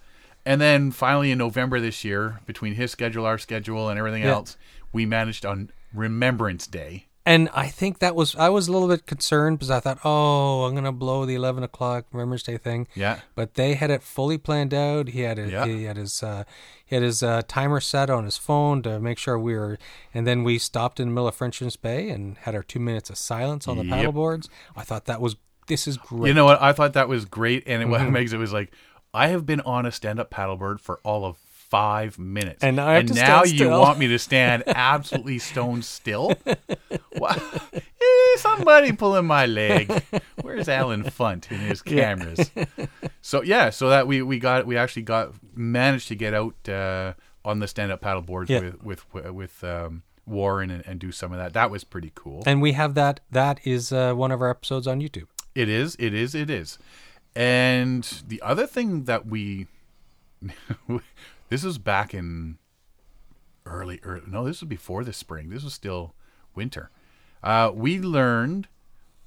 [SPEAKER 1] and then finally in November this year, between his schedule, our schedule, and everything
[SPEAKER 2] Yeah.
[SPEAKER 1] else, we managed on Remembrance Day.
[SPEAKER 2] And I think that was I was a little bit concerned because I thought, oh, I'm gonna blow the eleven o'clock Remembrance Day thing.
[SPEAKER 1] Yeah.
[SPEAKER 2] But they had it fully planned out. He had it.
[SPEAKER 1] Yeah.
[SPEAKER 2] He had his. Uh, he had his uh, timer set on his phone to make sure we were. And then we stopped in the middle of Frenchman's Bay and had our two minutes of silence on the
[SPEAKER 1] Yep.
[SPEAKER 2] paddle boards. I thought that was this is great.
[SPEAKER 1] You know what? I thought that was great, and it, what
[SPEAKER 2] Mm-hmm.
[SPEAKER 1] makes it was like I have been on a stand-up paddleboard for all of five minutes,
[SPEAKER 2] And now I have to
[SPEAKER 1] now
[SPEAKER 2] stand
[SPEAKER 1] you
[SPEAKER 2] still.
[SPEAKER 1] want me to
[SPEAKER 2] *laughs*
[SPEAKER 1] stand absolutely stone still? Why- Eh, Somebody pulling my leg. Where's Alan Funt in his cameras? So yeah, so that we we got we actually got managed to get out uh, on the stand-up paddleboards
[SPEAKER 2] Yeah.
[SPEAKER 1] with with with um, Warren and, and do some of that. That was pretty cool.
[SPEAKER 2] and we have that. That is uh, one of our episodes on YouTube.
[SPEAKER 1] It is. It is. It is. And the other thing that we, *laughs* this was back in early, early. No, this was before the spring. This was still winter. Uh, we learned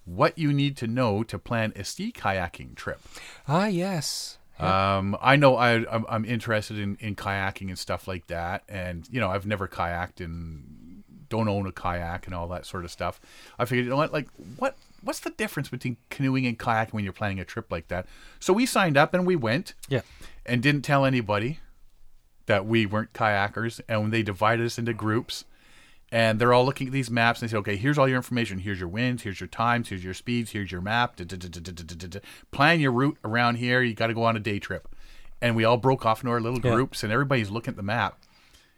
[SPEAKER 1] what you need to know to plan a sea kayaking trip.
[SPEAKER 2] Ah, yes.
[SPEAKER 1] Um, I know I, I'm, I'm interested in, in kayaking and stuff like that, and you know I've never kayaked and don't own a kayak and all that sort of stuff. I figured, you know what, like what what's the difference between canoeing and kayaking when you're planning a trip like that? So we signed up and we went
[SPEAKER 2] Yeah.
[SPEAKER 1] and didn't tell anybody that we weren't kayakers. And when they divided us into groups, and they're all looking at these maps and they say, "Okay, here's all your information. Here's your winds. Here's your times. Here's your speeds. Here's your map. da, da, da, da, da, da, da, da. Plan your route around here. You got to go on a day trip." And we all broke off into our little
[SPEAKER 2] Yeah.
[SPEAKER 1] groups, and everybody's looking at the map.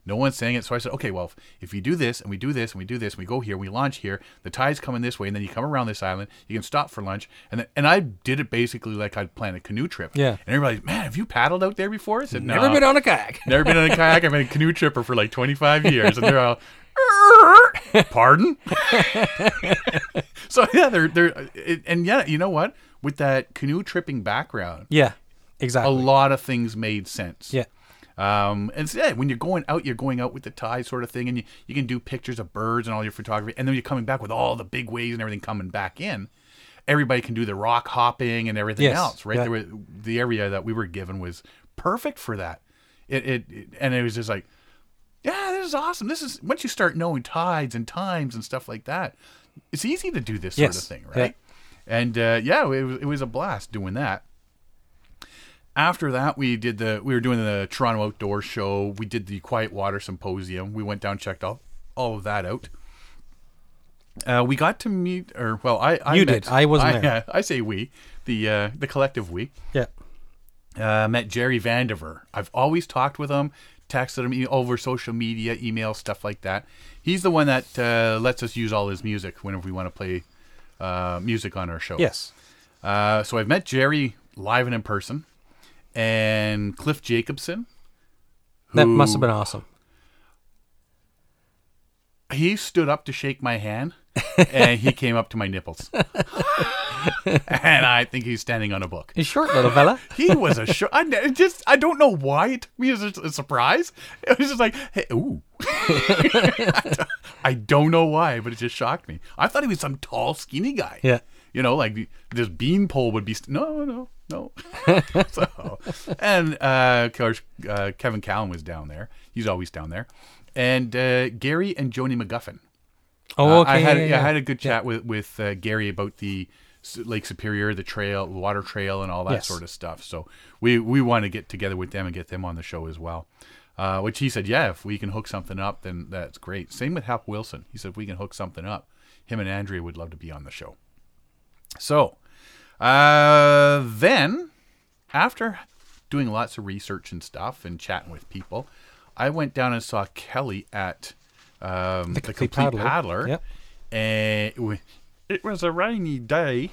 [SPEAKER 1] No one's saying it. So I said, okay, well, if, if you do this and we do this and we do this and we go here, we launch here, the tide's coming this way, and then you come around this island, you can stop for lunch. And then, and I did it basically like I'd plan a canoe trip.
[SPEAKER 2] Yeah.
[SPEAKER 1] And everybody's, man, have you paddled out there before? I said, no.
[SPEAKER 2] Never been on a kayak.
[SPEAKER 1] Never been on a kayak. I've been a canoe tripper for like 25 years. And they're all, pardon? *laughs* so yeah, they're, they're, it, and yeah, you know what? With that canoe tripping background,
[SPEAKER 2] Yeah.
[SPEAKER 1] a
[SPEAKER 2] Exactly.
[SPEAKER 1] lot of things made sense.
[SPEAKER 2] yeah.
[SPEAKER 1] Um, and so, yeah, when you're going out, you're going out with the tide sort of thing, and you, you can do pictures of birds and all your photography, and then you're coming back with all the big waves and everything coming back in. Everybody can do the rock hopping and everything
[SPEAKER 2] Yes,
[SPEAKER 1] else, right?
[SPEAKER 2] yeah.
[SPEAKER 1] There were, the area that we were given was perfect for that. It, it, it and it was just like, yeah, this is awesome. This is once you start knowing tides and times and stuff like that, it's easy to do this sort of
[SPEAKER 2] Yes,
[SPEAKER 1] thing,
[SPEAKER 2] yeah.
[SPEAKER 1] right? And uh, yeah, it was, it was a blast doing that after that we did the we were doing the toronto outdoor show we did the quiet water symposium we went down checked all all of that out uh, we got to meet or well i, I
[SPEAKER 2] You
[SPEAKER 1] met-
[SPEAKER 2] did. I wasn't there.
[SPEAKER 1] uh, *laughs* i say we the uh, the collective we
[SPEAKER 2] Yeah.
[SPEAKER 1] uh, met jerry vandiver i've always talked with him texted him e- over social media email stuff like that he's the one that uh, lets us use all his music whenever we want to play uh, music on our show
[SPEAKER 2] Yes.
[SPEAKER 1] uh, so I've met Jerry live and in person, and Cliff Jacobson.
[SPEAKER 2] That
[SPEAKER 1] who-
[SPEAKER 2] must have been awesome.
[SPEAKER 1] He stood up to shake my hand, and he came up to my
[SPEAKER 2] *laughs*
[SPEAKER 1] nipples, *laughs* and I think he's standing on a book.
[SPEAKER 2] He's short, little fella.
[SPEAKER 1] He was a sure. I ne- just I don't know why it took me as a, a surprise. It was just like, hey, ooh. *laughs* I don't know why, but it just shocked me. I thought he was some tall, skinny guy.
[SPEAKER 2] Yeah.
[SPEAKER 1] You know, like this beanpole would be st- no, no, *laughs* no. so, and uh, of course, uh, Kevin Callan was down there. He's always down there, and uh, Gary and Joni McGuffin.
[SPEAKER 2] Oh,
[SPEAKER 1] Uh,
[SPEAKER 2] okay.
[SPEAKER 1] I had
[SPEAKER 2] yeah,
[SPEAKER 1] I
[SPEAKER 2] yeah.
[SPEAKER 1] had a good chat with with uh, Gary about the S- Lake Superior, the trail, the water trail, and all that
[SPEAKER 2] Yes.
[SPEAKER 1] sort of stuff. So we we want to get together with them and get them on the show as well. Uh, which he said, yeah, if we can hook something up, then that's great. Same with Hap Wilson. He said if we can hook something up, him and Andrea would love to be on the show. So uh, then after doing lots of research and stuff and chatting with people, I went down and saw Kelly at um, the,
[SPEAKER 2] Complete
[SPEAKER 1] Complete
[SPEAKER 2] Paddler.
[SPEAKER 1] Paddler.
[SPEAKER 2] Yep. *laughs*
[SPEAKER 1] And it wa- it was a rainy day,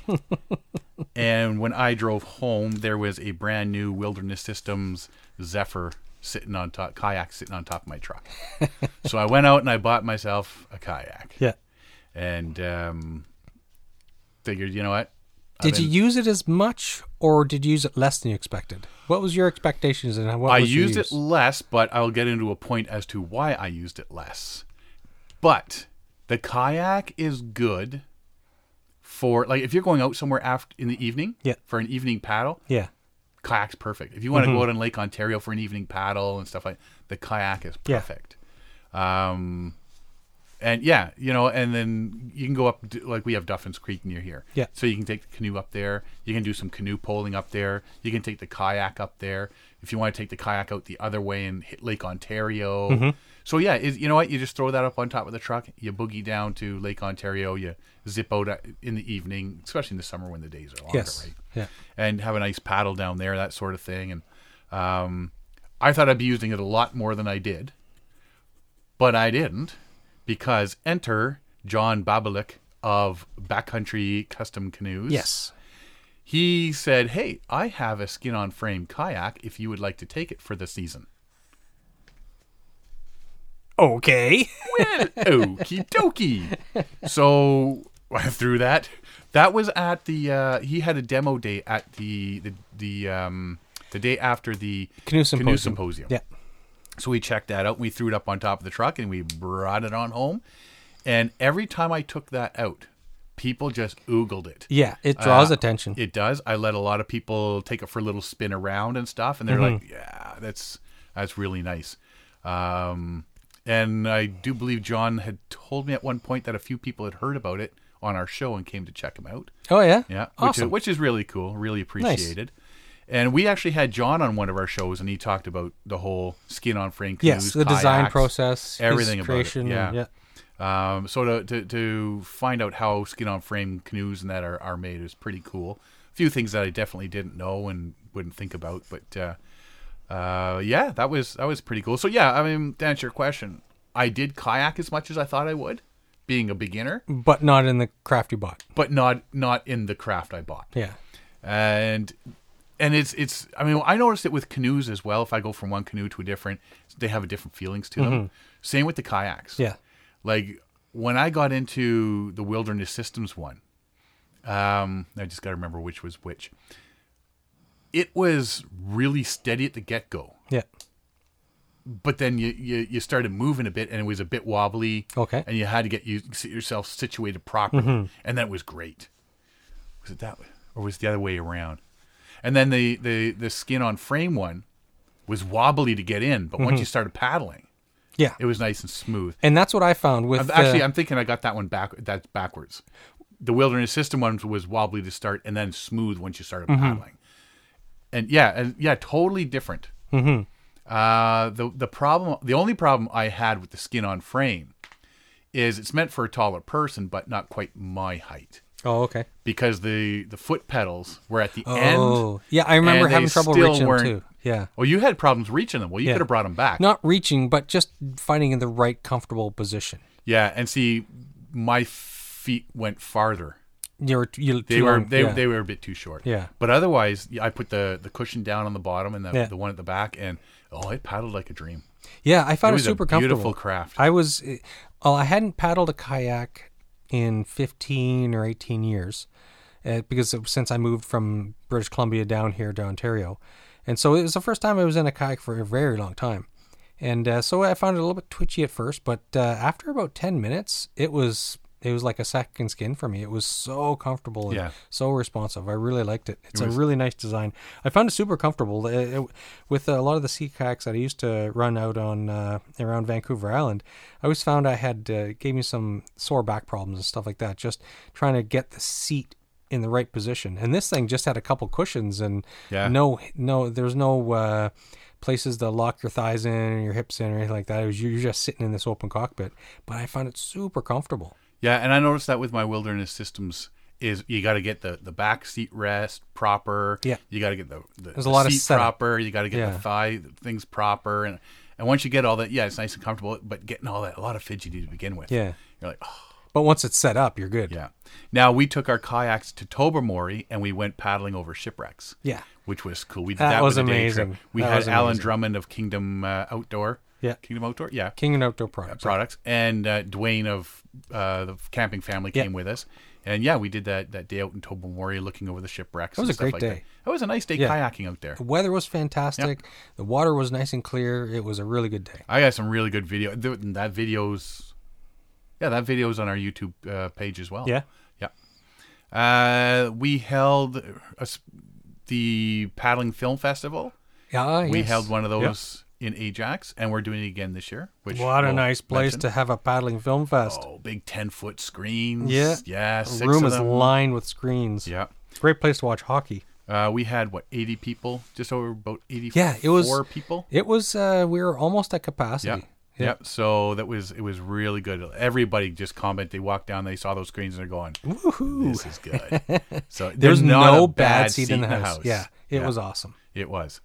[SPEAKER 1] and when I drove home, there was a brand new Wilderness Systems Zephyr sitting on top, kayak sitting on top of my
[SPEAKER 2] *laughs*
[SPEAKER 1] truck. so I went out and I bought myself a kayak.
[SPEAKER 2] Yeah.
[SPEAKER 1] And um, figured, you know what? I've
[SPEAKER 2] Did you use it as much or did you use it less than you expected? What was your expectations and what
[SPEAKER 1] I
[SPEAKER 2] was your
[SPEAKER 1] used it
[SPEAKER 2] use?
[SPEAKER 1] less, but I'll get into a point as to why I used it less. But the kayak is good for like if you're going out somewhere after in the evening
[SPEAKER 2] Yeah.
[SPEAKER 1] for an evening paddle,
[SPEAKER 2] Yeah.
[SPEAKER 1] kayak's perfect. If you
[SPEAKER 2] Mm-hmm.
[SPEAKER 1] want to go out on Lake Ontario for an evening paddle and stuff like the kayak is
[SPEAKER 2] Yeah.
[SPEAKER 1] perfect. Um and yeah, you know, and then you can go up d- like we have Duffin's Creek near here.
[SPEAKER 2] Yeah.
[SPEAKER 1] So you can take the canoe up there. You can do some canoe poling up there. You can take the kayak up there. If you want to take the kayak out the other way and hit Lake Ontario.
[SPEAKER 2] Mm-hmm.
[SPEAKER 1] So yeah, is you know what? You just throw that up on top of the truck. You boogie down to Lake Ontario. You zip out uh, in the evening, especially in the summer when the days are longer,
[SPEAKER 2] Yes.
[SPEAKER 1] right?
[SPEAKER 2] Yeah.
[SPEAKER 1] and have a nice paddle down there, that sort of thing. And um, I thought I'd be using it a lot more than I did, but I didn't because enter John Babalik of Backcountry Custom Canoes.
[SPEAKER 2] Yes.
[SPEAKER 1] He said, Hey, I have a skin on frame kayak if you would like to take it for the season.
[SPEAKER 2] Okay.
[SPEAKER 1] Okie
[SPEAKER 2] *laughs*
[SPEAKER 1] dokie. So I threw that. That was at the. Uh, he had a demo day at the the the um, the day after the
[SPEAKER 2] Canoe symposium.
[SPEAKER 1] *laughs* Canoe symposium.
[SPEAKER 2] Yeah.
[SPEAKER 1] So we checked that out. We threw it up on top of the truck and we brought it on home. And every time I took that out, people just oogled it.
[SPEAKER 2] Yeah. It draws
[SPEAKER 1] Uh,
[SPEAKER 2] attention.
[SPEAKER 1] It does. I let a lot of people take it for a little spin around and stuff, and they're
[SPEAKER 2] Mm-hmm.
[SPEAKER 1] like, "Yeah, that's that's really nice." Um, and I do believe John had told me at one point that a few people had heard about it on our show and came to check him out.
[SPEAKER 2] oh, yeah.
[SPEAKER 1] Yeah,
[SPEAKER 2] Awesome.
[SPEAKER 1] which is, which is really cool. Really appreciated. And we actually had John on one of our shows, and he talked about the whole skin on frame canoes,
[SPEAKER 2] yes. The design
[SPEAKER 1] kayaks.
[SPEAKER 2] process, his
[SPEAKER 1] everything about it.
[SPEAKER 2] creation.
[SPEAKER 1] Yeah.
[SPEAKER 2] yeah.
[SPEAKER 1] Um, so to, to, to find out how skin on frame canoes and that are, are made is pretty cool. A few things that I definitely didn't know and wouldn't think about, but uh, uh, yeah, that was that was pretty cool. So yeah, I mean, to answer your question, I did kayak as much as I thought I would, being a beginner,
[SPEAKER 2] But not in the craft you bought.
[SPEAKER 1] but not not in the craft I bought
[SPEAKER 2] Yeah.
[SPEAKER 1] and and it's it's i mean i noticed it with canoes as well if i go from one canoe to a different they have a different feelings to them same with the kayaks
[SPEAKER 2] Yeah.
[SPEAKER 1] like when i got into the wilderness systems one um i just gotta remember which was which it was really steady at the get-go
[SPEAKER 2] Yeah.
[SPEAKER 1] but then you, you you started moving a bit and it was a bit wobbly
[SPEAKER 2] Okay.
[SPEAKER 1] and you had to get you sit yourself situated properly and that was great was it that way or was it the other way around and then the the the skin on frame one was wobbly to get in but once you started paddling
[SPEAKER 2] Yeah.
[SPEAKER 1] it was nice and smooth
[SPEAKER 2] And that's what I found with
[SPEAKER 1] I'm,
[SPEAKER 2] the-
[SPEAKER 1] actually i'm thinking i got that one back that's backwards the wilderness system one was wobbly to start and then smooth once you
[SPEAKER 2] Mm-hmm.
[SPEAKER 1] started paddling and yeah and yeah totally different
[SPEAKER 2] Mm-hmm.
[SPEAKER 1] uh, the the problem, the only problem I had with the skin on frame, is it's meant for a taller person, but not quite my height
[SPEAKER 2] Oh, okay.
[SPEAKER 1] because the the foot pedals were at the end.
[SPEAKER 2] oh, yeah. I remember
[SPEAKER 1] and they
[SPEAKER 2] having trouble
[SPEAKER 1] still
[SPEAKER 2] reaching them
[SPEAKER 1] weren't-
[SPEAKER 2] too. Yeah.
[SPEAKER 1] Well, you had problems reaching them. Well, you
[SPEAKER 2] Yeah.
[SPEAKER 1] could have brought them back.
[SPEAKER 2] Not reaching, but just finding in the right comfortable position.
[SPEAKER 1] Yeah, and see, my feet went farther.
[SPEAKER 2] You were you
[SPEAKER 1] They were they, they were a bit too short.
[SPEAKER 2] Yeah.
[SPEAKER 1] But otherwise, yeah, I put the the cushion down on the bottom and the,
[SPEAKER 2] Yeah.
[SPEAKER 1] the one at the back, and oh, it paddled like a dream.
[SPEAKER 2] yeah. I
[SPEAKER 1] It
[SPEAKER 2] found it,
[SPEAKER 1] was
[SPEAKER 2] super
[SPEAKER 1] a
[SPEAKER 2] comfortable.
[SPEAKER 1] beautiful craft.
[SPEAKER 2] I was, eh, well, I hadn't paddled a kayak in 15 or 18 years uh, because of- since I moved from British Columbia down here to Ontario. And so it was the first time I was in a kayak for a very long time. And uh, so I found it a little bit twitchy at first, but uh, after about 10 minutes, it was. It was like a second skin for me. It was so comfortable and
[SPEAKER 1] Yeah.
[SPEAKER 2] so responsive. I really liked it. It's a really nice design. I found it super comfortable. It- it- with a lot of the sea kayaks that I used to run out on uh, around Vancouver Island, I always found I had uh, gave me some sore back problems and stuff like that. Just trying to get the seat in the right position. And this thing just had a couple cushions and
[SPEAKER 1] Yeah.
[SPEAKER 2] no no there's no uh, places to lock your thighs in or your hips in or anything like that. It was you're just sitting in this open cockpit. But I found it super comfortable.
[SPEAKER 1] Yeah, and I noticed that with my wilderness systems is you got to get the the back seat rest proper.
[SPEAKER 2] Yeah.
[SPEAKER 1] you got to get the, the
[SPEAKER 2] There's
[SPEAKER 1] the
[SPEAKER 2] a lot of
[SPEAKER 1] seat
[SPEAKER 2] setup.
[SPEAKER 1] proper. You got to get
[SPEAKER 2] Yeah.
[SPEAKER 1] the thigh things proper, and and once you get all that, yeah, it's nice and comfortable. But getting all that, a lot of fidgety to begin with.
[SPEAKER 2] Yeah.
[SPEAKER 1] you're like, oh,
[SPEAKER 2] But once it's set up, you're good.
[SPEAKER 1] Yeah. Now we took our kayaks to Tobermory and we went paddling over shipwrecks.
[SPEAKER 2] Yeah.
[SPEAKER 1] Which was cool. We did
[SPEAKER 2] That
[SPEAKER 1] that,
[SPEAKER 2] was
[SPEAKER 1] with a day
[SPEAKER 2] amazing.
[SPEAKER 1] trip. We
[SPEAKER 2] That was
[SPEAKER 1] had Alan
[SPEAKER 2] amazing.
[SPEAKER 1] Drummond of Kingdom uh, Outdoor.
[SPEAKER 2] Yeah.
[SPEAKER 1] Kingdom Outdoor. Yeah.
[SPEAKER 2] King and Outdoor Products.
[SPEAKER 1] Products and uh, Dwayne of uh, the camping family
[SPEAKER 2] Yeah.
[SPEAKER 1] came with us, and yeah, we did that that day out in Tobermory, looking over the shipwrecks. That
[SPEAKER 2] was
[SPEAKER 1] and
[SPEAKER 2] a
[SPEAKER 1] stuff
[SPEAKER 2] great
[SPEAKER 1] like
[SPEAKER 2] day.
[SPEAKER 1] That. that was a nice day kayaking out there.
[SPEAKER 2] The weather was fantastic. The water was nice and clear. It was a really good day.
[SPEAKER 1] I got some really good video. th- That video's, yeah, that video's on our YouTube uh, page as well.
[SPEAKER 2] Yeah.
[SPEAKER 1] yeah. Uh, we held a s the paddling film festival.
[SPEAKER 2] Yeah,
[SPEAKER 1] We
[SPEAKER 2] yes.
[SPEAKER 1] held one of those in Ajax, and we're doing it again this year. Which
[SPEAKER 2] What a
[SPEAKER 1] we'll
[SPEAKER 2] nice place
[SPEAKER 1] mention.
[SPEAKER 2] to have a paddling film fest.
[SPEAKER 1] Oh, big ten foot screens.
[SPEAKER 2] Yeah.
[SPEAKER 1] yeah.
[SPEAKER 2] The
[SPEAKER 1] Six
[SPEAKER 2] room
[SPEAKER 1] of
[SPEAKER 2] is
[SPEAKER 1] them.
[SPEAKER 2] lined with screens.
[SPEAKER 1] Yeah.
[SPEAKER 2] Great place to watch hockey.
[SPEAKER 1] Uh, we had what eighty people, just over about eighty.
[SPEAKER 2] Yeah, it was-
[SPEAKER 1] four people.
[SPEAKER 2] It was uh we were almost at
[SPEAKER 1] Yeah.
[SPEAKER 2] capacity.
[SPEAKER 1] yeah. So that was it was really good. Everybody just comment. They walked down, they saw those screens, and they're going,
[SPEAKER 2] Woohoo.
[SPEAKER 1] "This is
[SPEAKER 2] *laughs*
[SPEAKER 1] good." So
[SPEAKER 2] There's
[SPEAKER 1] not
[SPEAKER 2] no
[SPEAKER 1] a
[SPEAKER 2] bad seat in the house. Yeah. It
[SPEAKER 1] Yeah.
[SPEAKER 2] was awesome.
[SPEAKER 1] It was.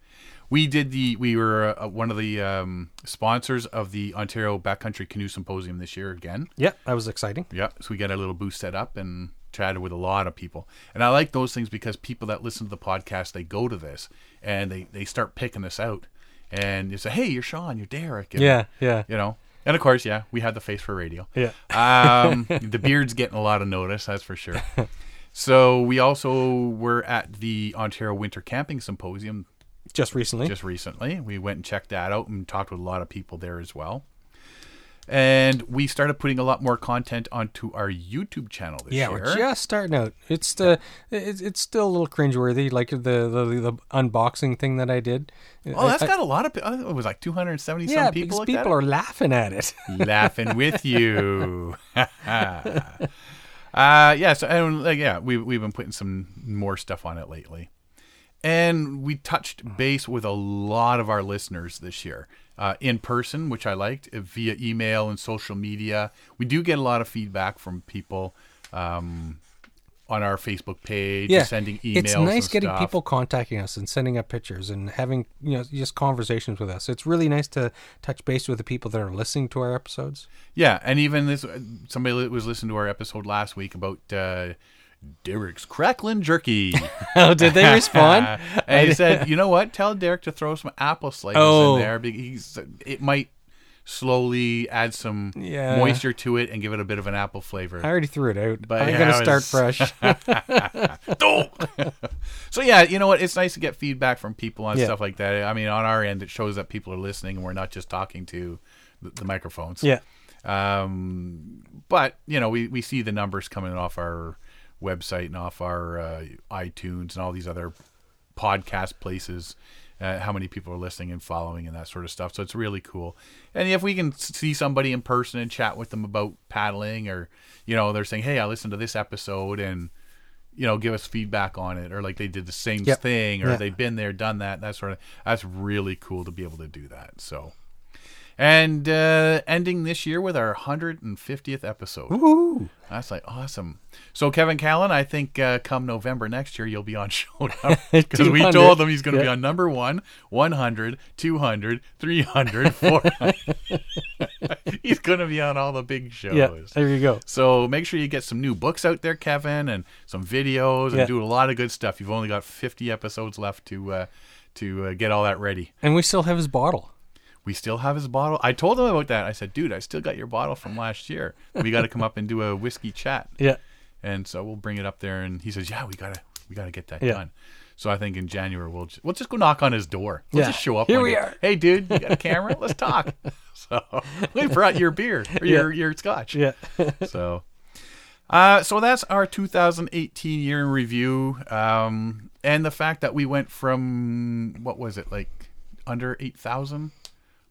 [SPEAKER 1] We did the. We were uh, one of the um, sponsors of the Ontario Backcountry Canoe Symposium this year again.
[SPEAKER 2] Yeah, that was exciting.
[SPEAKER 1] Yeah, so we got a little booth set up and chatted with a lot of people. And I like those things because people that listen to the podcast, they go to this and they, they start picking this out. And you say, hey, you're Sean, you're Derek. And,
[SPEAKER 2] Yeah, yeah.
[SPEAKER 1] You know, and of course, yeah, we had the face for radio.
[SPEAKER 2] Yeah. *laughs*
[SPEAKER 1] Um, the beard's getting a lot of notice, that's for sure. So we also were at the Ontario Winter Camping Symposium
[SPEAKER 2] Just recently.
[SPEAKER 1] just recently. We went and checked that out and talked with a lot of people there as well. And we started putting a lot more content onto our YouTube channel this
[SPEAKER 2] yeah,
[SPEAKER 1] year.
[SPEAKER 2] we're just starting out. It's the it's, it's still a little cringeworthy, like the, the the unboxing thing that I did.
[SPEAKER 1] oh, that's got a lot of. pe- I think It was like 270
[SPEAKER 2] yeah,
[SPEAKER 1] some people.
[SPEAKER 2] because
[SPEAKER 1] looked at
[SPEAKER 2] people
[SPEAKER 1] it.
[SPEAKER 2] are laughing at it.
[SPEAKER 1] laughing with you. *laughs* uh, yeah, so and like yeah, we we've been putting some more stuff on it lately, and we touched base with a lot of our listeners this year. Uh, in person, which I liked, uh, via email and social media. We do get a lot of feedback from people um, on our Facebook page,
[SPEAKER 2] *laughs* yeah,
[SPEAKER 1] sending emails.
[SPEAKER 2] It's nice
[SPEAKER 1] and
[SPEAKER 2] getting
[SPEAKER 1] stuff.
[SPEAKER 2] people contacting us and sending up pictures and having you know just conversations with us. It's really nice to touch base with the people that are listening to
[SPEAKER 1] *laughs*
[SPEAKER 2] our episodes.
[SPEAKER 1] Yeah, and even this uh, somebody that was listening to our episode last week about uh, Derek's cracklin jerky.
[SPEAKER 2] Oh, did they *laughs*
[SPEAKER 1] Uh, *laughs* and he said, "You know what? Tell Derek to throw some apple slices
[SPEAKER 2] Oh.
[SPEAKER 1] in there. be- He's, it might slowly add some
[SPEAKER 2] Yeah.
[SPEAKER 1] moisture to it and give it a bit of an apple flavor."
[SPEAKER 2] I already threw it out.
[SPEAKER 1] But
[SPEAKER 2] I'm
[SPEAKER 1] yeah,
[SPEAKER 2] gonna
[SPEAKER 1] I
[SPEAKER 2] start
[SPEAKER 1] was-
[SPEAKER 2] fresh.
[SPEAKER 1] *laughs* So yeah, you know what? It's nice to get feedback from people on
[SPEAKER 2] Yeah.
[SPEAKER 1] stuff like that. I mean, on our end, it shows that people are listening and we're not just talking to the, the microphones.
[SPEAKER 2] yeah,
[SPEAKER 1] Um, but you know, we, we see the numbers coming off our website and off our uh, iTunes and all these other podcast places. Uh, how many people are listening and following and that sort of stuff. So it's really cool. And if we can s- see somebody in person and chat with them about paddling, or you know, they're saying, "Hey, I listened to this episode," and you know, give us feedback on it, or like they did the same
[SPEAKER 2] Yep.
[SPEAKER 1] thing, or
[SPEAKER 2] Yeah.
[SPEAKER 1] they've been there, done that, that sort of. That's really cool to be able to do that. So and uh, ending this year with our 150th episode.
[SPEAKER 2] Woo.
[SPEAKER 1] That's like awesome. So Kevin Callan, I think uh, come November next year you'll be on *laughs* show
[SPEAKER 2] *laughs*
[SPEAKER 1] because we
[SPEAKER 2] 200.
[SPEAKER 1] told him he's going to be
[SPEAKER 2] Yeah.
[SPEAKER 1] on number 1, 100, 200, 300, 400. *laughs* he's going to be on all the big shows.
[SPEAKER 2] yeah. There you go.
[SPEAKER 1] So make sure you get some new books out there, Kevin, and some videos, and
[SPEAKER 2] Yeah.
[SPEAKER 1] do a lot of good stuff. You've only got 50 episodes left to uh, to uh, get all that ready.
[SPEAKER 2] And we still have his bottle.
[SPEAKER 1] We still have his bottle. I told him about that. I said, dude, I still got your bottle from last year. We got to come up and do a whiskey chat.
[SPEAKER 2] *laughs* Yeah.
[SPEAKER 1] And so we'll bring it up there. And he says, yeah, we gotta, we gotta get that
[SPEAKER 2] Yeah.
[SPEAKER 1] done. So I think in January we'll just, we'll just go knock on his door. We'll
[SPEAKER 2] Yeah.
[SPEAKER 1] just show up.
[SPEAKER 2] Here
[SPEAKER 1] one
[SPEAKER 2] we
[SPEAKER 1] day.
[SPEAKER 2] are.
[SPEAKER 1] Hey, dude, you got a camera? Let's talk. *laughs* So we brought your beer or your your scotch.
[SPEAKER 2] *laughs* Yeah.
[SPEAKER 1] So, uh, so that's our 2018 year in review, um, and the fact that we went from what was it like under 8,000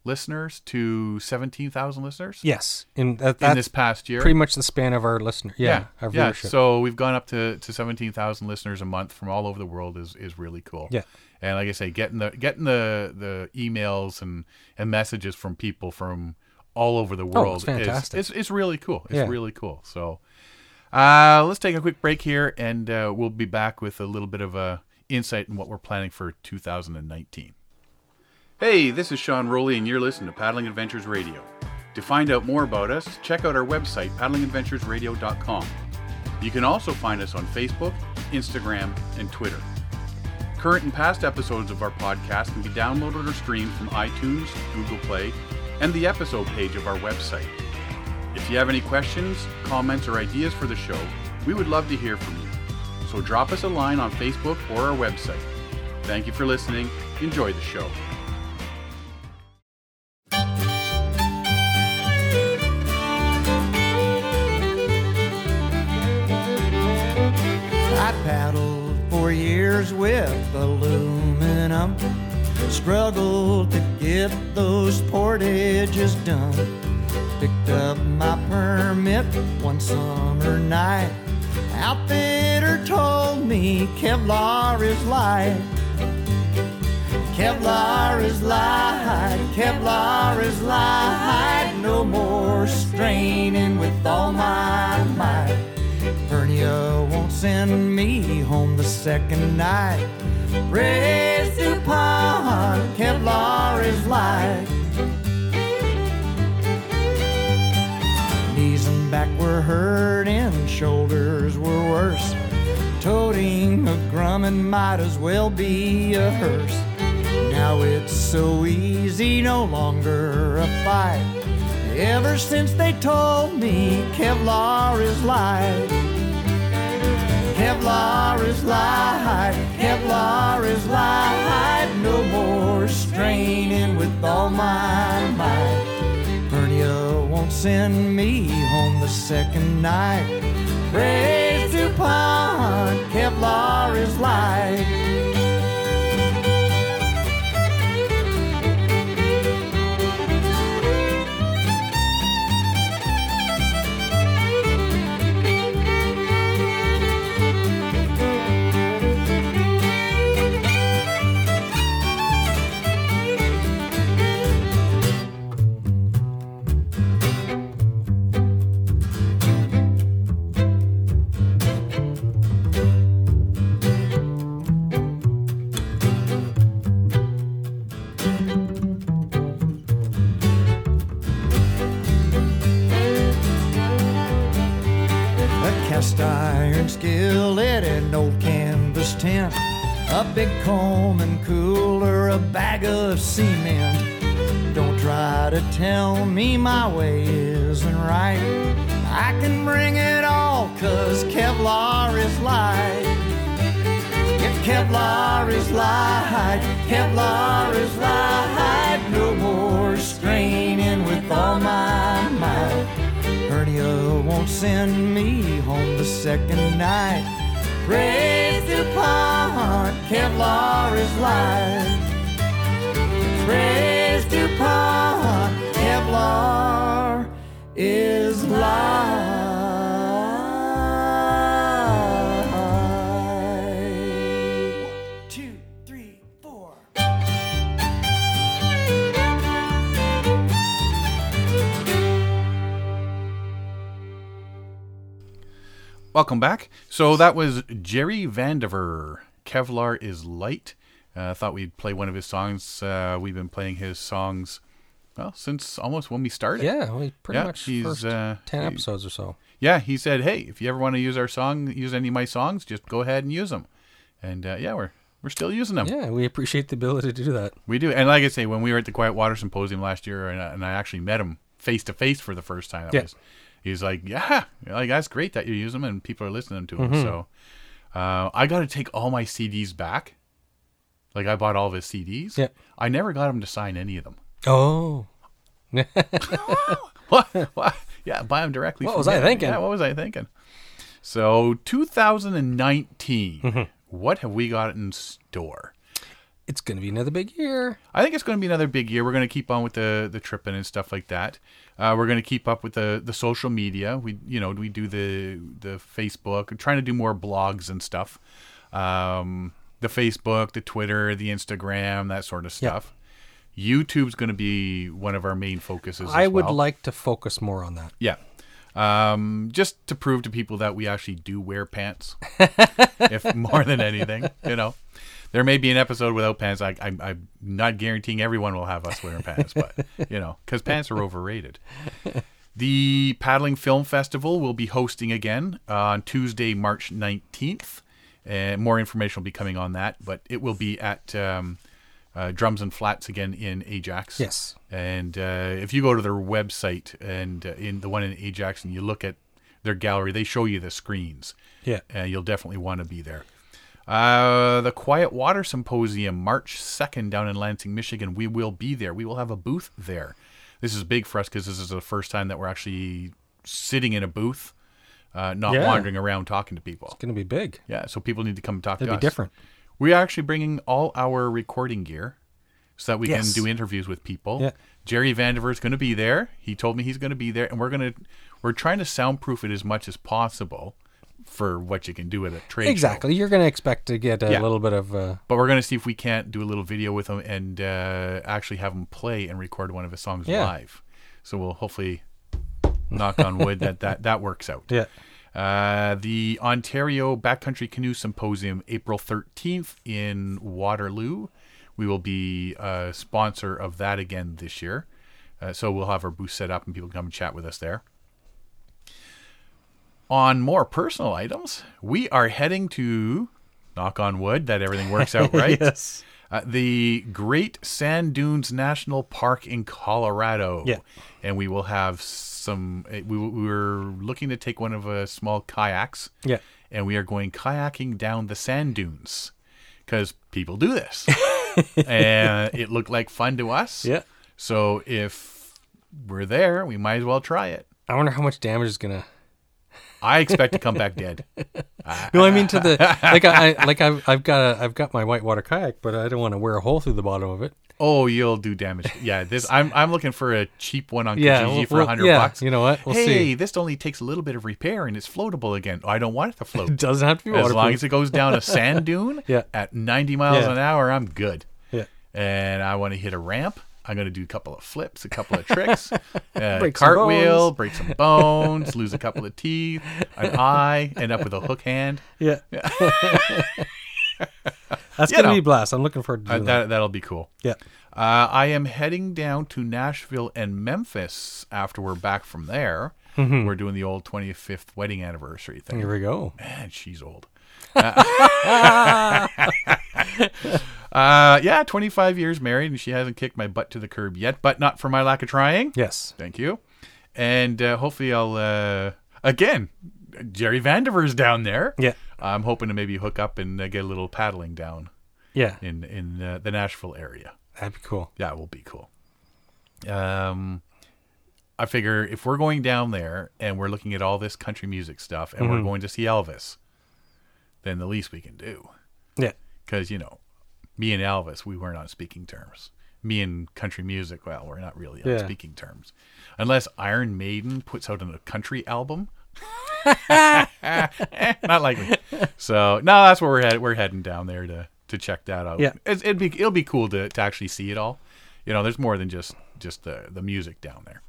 [SPEAKER 1] listeners to 17,000 listeners
[SPEAKER 2] yes. And
[SPEAKER 1] in
[SPEAKER 2] that, that's
[SPEAKER 1] this past year.
[SPEAKER 2] pretty much the span of our listener. Yeah.
[SPEAKER 1] yeah,
[SPEAKER 2] Our
[SPEAKER 1] yeah.
[SPEAKER 2] viewership.
[SPEAKER 1] So we've gone up to, to 17,000 listeners a month from all over the world is, is really cool.
[SPEAKER 2] Yeah.
[SPEAKER 1] And like I say, getting the getting the, the emails and, and messages from people from all over the world is-
[SPEAKER 2] Oh, fantastic.
[SPEAKER 1] It's, it's really cool. It's
[SPEAKER 2] Yeah.
[SPEAKER 1] really cool. So uh, let's take a quick break here, and uh, we'll be back with a little bit of a insight in what we're planning for 2019. Hey, this is Sean Rowley, and you're listening to Paddling Adventures Radio. To find out more about us, check out our website, paddlingadventuresradio.com. You can also find us on Facebook, Instagram, and Twitter. Current and past episodes of our podcast can be downloaded or streamed from iTunes, Google Play, and the episode page of our website. If you have any questions, comments, or ideas for the show, we would love to hear from you. So drop us a line on Facebook or our website. Thank you for listening. Enjoy the show.
[SPEAKER 3] I paddled for years with aluminum, struggled to get those portages done. Picked up my permit one summer night. Outfitter told me Kevlar is light. Kevlar is light, Kevlar is light. No more straining with all my might. Vernia won't send me home the second night. Raised DuPont, Kevlar is light. Knees and back were hurting, shoulders were worse. Toting a Grumman might as well be a hearse. Now it's so easy, no longer a fight. Ever since they told me Kevlar is light. Kevlar is light. Kevlar is light. No more straining with all my might. Hernia won't send me home the second night. Praise DuPont, Kevlar is light. a cast iron skillet, an old canvas tent, a big comb and cooler, a bag of cement. Don't try to tell me my way isn't right. I can bring it all, cause Kevlar is light. If Kevlar is light, Kevlar is light, no more straining with all my might. Hernia won't send me home the second night. Praise DuPont, Kevlar is light. Praise DuPont, Kevlar is light. One, two, three, four.
[SPEAKER 1] Welcome back. So that was Jerry Vandiver. Kevlar is light. Uh, I thought we'd play one of his songs. Uh, we've been playing his songs, well, since almost when we started.
[SPEAKER 2] Yeah, we pretty
[SPEAKER 1] Yeah,
[SPEAKER 2] much
[SPEAKER 1] he's,
[SPEAKER 2] first
[SPEAKER 1] uh,
[SPEAKER 2] ten
[SPEAKER 1] he-
[SPEAKER 2] episodes or so.
[SPEAKER 1] Yeah, he said, "Hey, if you ever want to use our song, use any of my songs, just go ahead and use them." And uh, yeah, we're we're still using them.
[SPEAKER 2] Yeah, we appreciate the ability to do that.
[SPEAKER 1] We do. And like I say, when we were at the Quiet Water Symposium last year, and I, and I actually met him face to face for the first time, that
[SPEAKER 2] Yeah.
[SPEAKER 1] was, he's like, "Yeah, like that's great that you use them and people are listening to
[SPEAKER 2] Mm-hmm.
[SPEAKER 1] them." So uh, I got to take all my CDs back. Like I bought all of his CDs.
[SPEAKER 2] Yeah.
[SPEAKER 1] I never got him to sign any of them. *laughs*
[SPEAKER 2] Oh,
[SPEAKER 1] what? what? Yeah, buy them directly.
[SPEAKER 2] What
[SPEAKER 1] from
[SPEAKER 2] was I
[SPEAKER 1] him.
[SPEAKER 2] thinking?
[SPEAKER 1] Yeah, what was I thinking? So 2019,
[SPEAKER 2] Mm-hmm.
[SPEAKER 1] what have we got in store?
[SPEAKER 2] it's gonna be another big year.
[SPEAKER 1] I think it's going to be another big year. We're going to keep on with the the tripping and stuff like that. Uh, we're going to keep up with the the social media. We you know we do the the Facebook, trying to do more blogs and stuff. Um, the Facebook, the Twitter, the Instagram, that sort of stuff. YouTube's going to be one of our main focuses. as
[SPEAKER 2] I would
[SPEAKER 1] well.
[SPEAKER 2] like to focus more on that.
[SPEAKER 1] Yeah. Um, just to prove to people that we actually do wear pants, if more than anything, you know, There may be an episode without pants. I, I, I'm not guaranteeing everyone will have us wearing pants, but you know, because pants are overrated. The Paddling Film Festival will be hosting again uh, on Tuesday, March 19th. And more information will be coming on that, but it will be at um, uh, Drums and Flats again in Ajax.
[SPEAKER 2] Yes.
[SPEAKER 1] And uh, if you go to their website and uh, in the one in Ajax and you look at their gallery, they show you the screens.
[SPEAKER 2] Yeah.
[SPEAKER 1] Uh, you'll definitely want to be there. Uh, the Quiet Water Symposium, March 2nd, down in Lansing, Michigan. We will be there. We will have a booth there. This is big for us because this is the first time that we're actually sitting in a booth, uh, not
[SPEAKER 2] Yeah.
[SPEAKER 1] wandering around talking to people.
[SPEAKER 2] It's going to be big.
[SPEAKER 1] Yeah, so people need to come talk to
[SPEAKER 2] It'll be
[SPEAKER 1] us.
[SPEAKER 2] different.
[SPEAKER 1] We are actually bringing all our recording gear so that we
[SPEAKER 2] Yes.
[SPEAKER 1] can do interviews with people.
[SPEAKER 2] Yeah.
[SPEAKER 1] Jerry Vandiver is going to be there. He told me he's going to be there, and we're going to we're trying to soundproof it as much as possible for what you can do at a trade show.
[SPEAKER 2] Exactly. You're going to expect to get a
[SPEAKER 1] Yeah.
[SPEAKER 2] little bit of. Uh,
[SPEAKER 1] But we're going to see if we can't do a little video with him and uh, actually have him play and record one of his songs
[SPEAKER 2] Yeah.
[SPEAKER 1] live. So we'll hopefully knock on wood that that, that works out.
[SPEAKER 2] yeah.
[SPEAKER 1] Uh, the Ontario Backcountry Canoe Symposium, April 13th in Waterloo. We will be a sponsor of that again this year. Uh, so we'll have our booth set up and people can come and chat with us there. On more personal items, we are heading to, knock on wood, that everything works
[SPEAKER 2] *laughs*
[SPEAKER 1] out right.
[SPEAKER 2] Yes.
[SPEAKER 1] Uh, the Great Sand Dunes National Park in Colorado.
[SPEAKER 2] Yeah.
[SPEAKER 1] And we will have some. uh, We, we were looking to take one of uh, small kayaks.
[SPEAKER 2] Yeah.
[SPEAKER 1] And we are going kayaking down the sand dunes because people do
[SPEAKER 2] *laughs*
[SPEAKER 1] this. and it looked like fun to us.
[SPEAKER 2] Yeah.
[SPEAKER 1] So if we're there, we might as well try it.
[SPEAKER 2] I wonder how much damage is going to.
[SPEAKER 1] I expect to come back
[SPEAKER 2] *laughs*
[SPEAKER 1] dead.
[SPEAKER 2] No, I mean to the *laughs* like I, I like I've, I've got a, I've got my whitewater kayak, but I don't want to wear a hole through the bottom of it.
[SPEAKER 1] Oh, you'll do damage. Yeah, this I'm I'm looking for a cheap one on
[SPEAKER 2] Yeah,
[SPEAKER 1] Kijiji
[SPEAKER 2] we'll-
[SPEAKER 1] for a
[SPEAKER 2] we'll-
[SPEAKER 1] 100
[SPEAKER 2] yeah,
[SPEAKER 1] bucks.
[SPEAKER 2] you know what? We'll
[SPEAKER 1] hey,
[SPEAKER 2] see.
[SPEAKER 1] this only takes a little bit of repair and it's floatable again. I don't want it to float.
[SPEAKER 2] It doesn't have to be
[SPEAKER 1] as
[SPEAKER 2] waterproof.
[SPEAKER 1] long as it goes down a
[SPEAKER 2] *laughs*
[SPEAKER 1] sand dune
[SPEAKER 2] Yeah.
[SPEAKER 1] at 90 miles
[SPEAKER 2] Yeah.
[SPEAKER 1] an hour, I'm good.
[SPEAKER 2] yeah.
[SPEAKER 1] And I want to hit a ramp. I'm going to do a couple of flips, a couple of
[SPEAKER 2] *laughs*
[SPEAKER 1] tricks, uh,
[SPEAKER 2] Break some
[SPEAKER 1] cartwheel,
[SPEAKER 2] bones.
[SPEAKER 1] break some
[SPEAKER 2] *laughs*
[SPEAKER 1] bones, lose a couple of teeth, an eye, end up with a hook
[SPEAKER 2] *laughs*
[SPEAKER 1] hand.
[SPEAKER 2] Yeah. That's
[SPEAKER 1] You
[SPEAKER 2] gonna
[SPEAKER 1] know.
[SPEAKER 2] be a blast. I'm looking forward to
[SPEAKER 1] Uh,
[SPEAKER 2] doing that.
[SPEAKER 1] that, that'll be cool.
[SPEAKER 2] Yeah.
[SPEAKER 1] Uh, I am heading down to Nashville and Memphis after we're back from there.
[SPEAKER 2] Mm-hmm.
[SPEAKER 1] We're doing the old 25th wedding anniversary thing.
[SPEAKER 2] Here we go.
[SPEAKER 1] Man, she's old. *laughs* uh, yeah, 25 years married, and she hasn't kicked my butt to the curb yet, but not for my lack of trying.
[SPEAKER 2] Yes.
[SPEAKER 1] Thank you. And uh, hopefully, I'll, uh, again, Jerry Vandiver's down there.
[SPEAKER 2] Yeah.
[SPEAKER 1] I'm hoping to maybe hook up and uh, get a little paddling down
[SPEAKER 2] Yeah.
[SPEAKER 1] in, in uh, the Nashville area
[SPEAKER 2] That'd be cool.
[SPEAKER 1] that will be cool. Um, I figure if we're going down there and we're looking at all this country music stuff and we're going to see Elvis, then the least we can do,
[SPEAKER 2] Yeah.
[SPEAKER 1] because you know, me and Elvis, we weren't on speaking terms. Me and country music, well, we're not really on
[SPEAKER 2] Yeah.
[SPEAKER 1] speaking terms, unless Iron Maiden puts out a country album. *laughs* not likely. So no, that's where we're headed. We're heading down there to to check that out.
[SPEAKER 2] Yeah.
[SPEAKER 1] it's, it'd be it'll be cool to, to actually see it all. You know, there's more than just just the the music down there.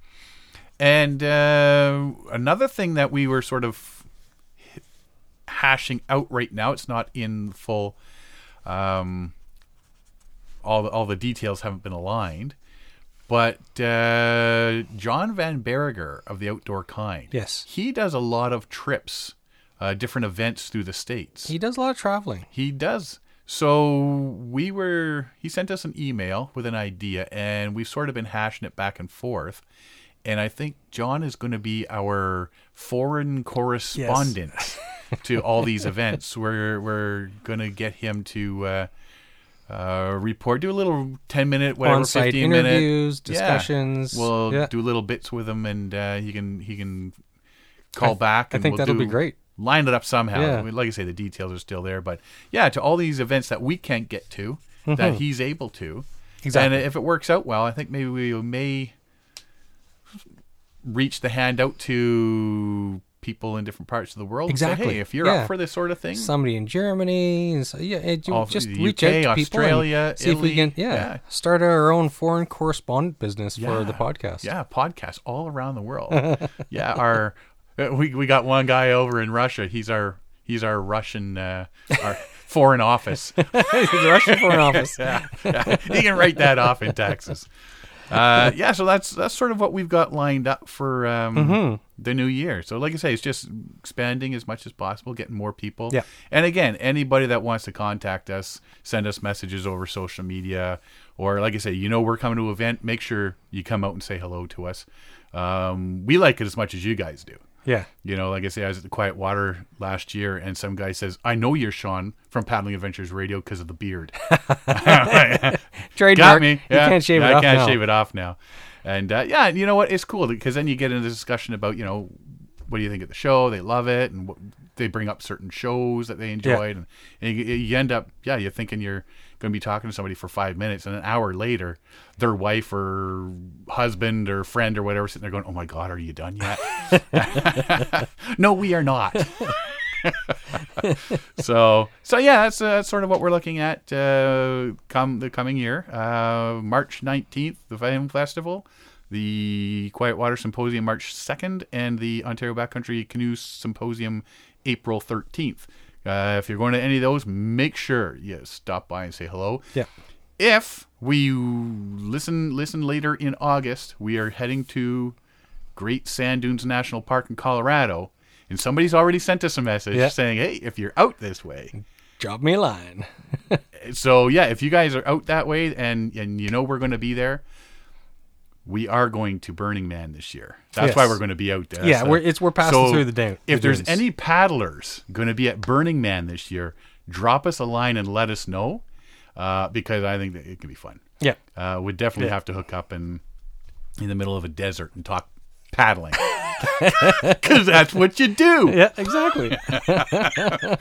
[SPEAKER 1] And uh, another thing that we were sort of hashing out right now, it's not in full. Um, all the, all the details haven't been aligned, but uh, John Van Berger of the Outdoor Kind,
[SPEAKER 2] Yes.
[SPEAKER 1] he does a lot of trips, uh, different events through the states.
[SPEAKER 2] He does a lot of traveling.
[SPEAKER 1] He does. So we were. He sent us an email with an idea, and we've sort of been hashing it back and forth. And I think John is going to be our foreign correspondent
[SPEAKER 2] *laughs*
[SPEAKER 1] to all these events. We're we're going to get him to uh, uh, report, do a little ten minute, whatever,
[SPEAKER 2] On-site
[SPEAKER 1] fifteen minute
[SPEAKER 2] interviews,
[SPEAKER 1] Yeah.
[SPEAKER 2] discussions.
[SPEAKER 1] We'll
[SPEAKER 2] Yeah.
[SPEAKER 1] do little bits with him, and uh, he can he can call
[SPEAKER 2] I-
[SPEAKER 1] back.
[SPEAKER 2] I
[SPEAKER 1] and
[SPEAKER 2] think
[SPEAKER 1] we'll
[SPEAKER 2] that'll be
[SPEAKER 1] do-
[SPEAKER 2] great.
[SPEAKER 1] Line it up somehow.
[SPEAKER 2] Yeah.
[SPEAKER 1] I mean, like I say, the details are still there, but yeah, to all these events that we can't get to, that he's able to.
[SPEAKER 2] Mm-hmm. Exactly.
[SPEAKER 1] And if it works out well, I think maybe we may reach the hand out to people in different parts of the world. and say,
[SPEAKER 2] Exactly.
[SPEAKER 1] hey, if you're
[SPEAKER 2] Yeah.
[SPEAKER 1] up for this sort of thing,
[SPEAKER 2] Somebody in Germany. and So, yeah. It, you
[SPEAKER 1] All
[SPEAKER 2] just
[SPEAKER 1] the
[SPEAKER 2] reach
[SPEAKER 1] UK,
[SPEAKER 2] out to people and
[SPEAKER 1] Australia,
[SPEAKER 2] see if we
[SPEAKER 1] Italy.
[SPEAKER 2] can. Yeah,
[SPEAKER 1] Yeah.
[SPEAKER 2] Start our own foreign correspondent business for
[SPEAKER 1] Yeah.
[SPEAKER 2] the podcast.
[SPEAKER 1] Yeah, podcasts all around the world. yeah, our
[SPEAKER 2] *laughs*
[SPEAKER 1] uh, we we got one guy over in Russia. He's our he's our Russian uh, our Foreign Office.
[SPEAKER 2] *laughs* the
[SPEAKER 1] *laughs*
[SPEAKER 2] Russian Foreign Office.
[SPEAKER 1] yeah, yeah. *laughs* you can write that off in taxes. Uh, yeah, so that's that's sort of what we've got lined up for um,
[SPEAKER 2] Mm-hmm.
[SPEAKER 1] the new year. So, like I say, it's just expanding as much as possible, getting more people.
[SPEAKER 2] Yeah.
[SPEAKER 1] And again, anybody that wants to contact us, send us messages over social media, or like I say, you know we're coming to an event. Make sure you come out and say hello to us. Um, we like it as much as you guys do.
[SPEAKER 2] Yeah.
[SPEAKER 1] You know, like I say, I was at the Quiet Water last year, and some guy says, "I know you're Sean from Paddling Adventures Radio because of the beard."
[SPEAKER 2] Trademark.
[SPEAKER 1] Got me. Yeah.
[SPEAKER 2] You can't shave
[SPEAKER 1] Yeah,
[SPEAKER 2] it off
[SPEAKER 1] I can't
[SPEAKER 2] now.
[SPEAKER 1] shave it off now. And uh, yeah, and you know what? It's cool because then you get into discussion about you know what do you think of the show? They love it, and what, they bring up certain shows that they enjoyed, and, and you, you end up yeah, you're thinking you're going to be talking to somebody for five minutes, and an hour later, their wife or husband or friend or whatever sitting there going, "Oh my God, are you done yet?" no, we are not. *laughs* so so yeah that's, uh, that's sort of what we're looking at uh, come the coming year uh, march 19th the film festival the quiet water symposium march 2nd and the ontario backcountry canoe symposium april 13th uh, if you're going to any of those make sure you stop by and say hello
[SPEAKER 2] Yeah.
[SPEAKER 1] if we listen listen later in August, we are heading to Great Sand Dunes National Park in Colorado, and somebody's already sent us a message
[SPEAKER 2] Yeah.
[SPEAKER 1] saying, "Hey, if you're out this way."
[SPEAKER 2] Drop me a line.
[SPEAKER 1] So, yeah, if you guys are out that way and and you know we're going to be there, we are going to Burning Man this year. That's
[SPEAKER 2] Yes.
[SPEAKER 1] why we're going to be out there.
[SPEAKER 2] Yeah,
[SPEAKER 1] So-
[SPEAKER 2] we're- it's- we're passing through the day-
[SPEAKER 1] If
[SPEAKER 2] the
[SPEAKER 1] there's
[SPEAKER 2] dunes.
[SPEAKER 1] any paddlers going to be at Burning Man this year, drop us a line and let us know, uh, because I think that it can be fun
[SPEAKER 2] Yeah.
[SPEAKER 1] uh, would definitely have to hook up and in the middle of a desert and talk paddling *laughs* because that's what you do
[SPEAKER 2] Yeah,
[SPEAKER 1] *laughs*
[SPEAKER 2] exactly.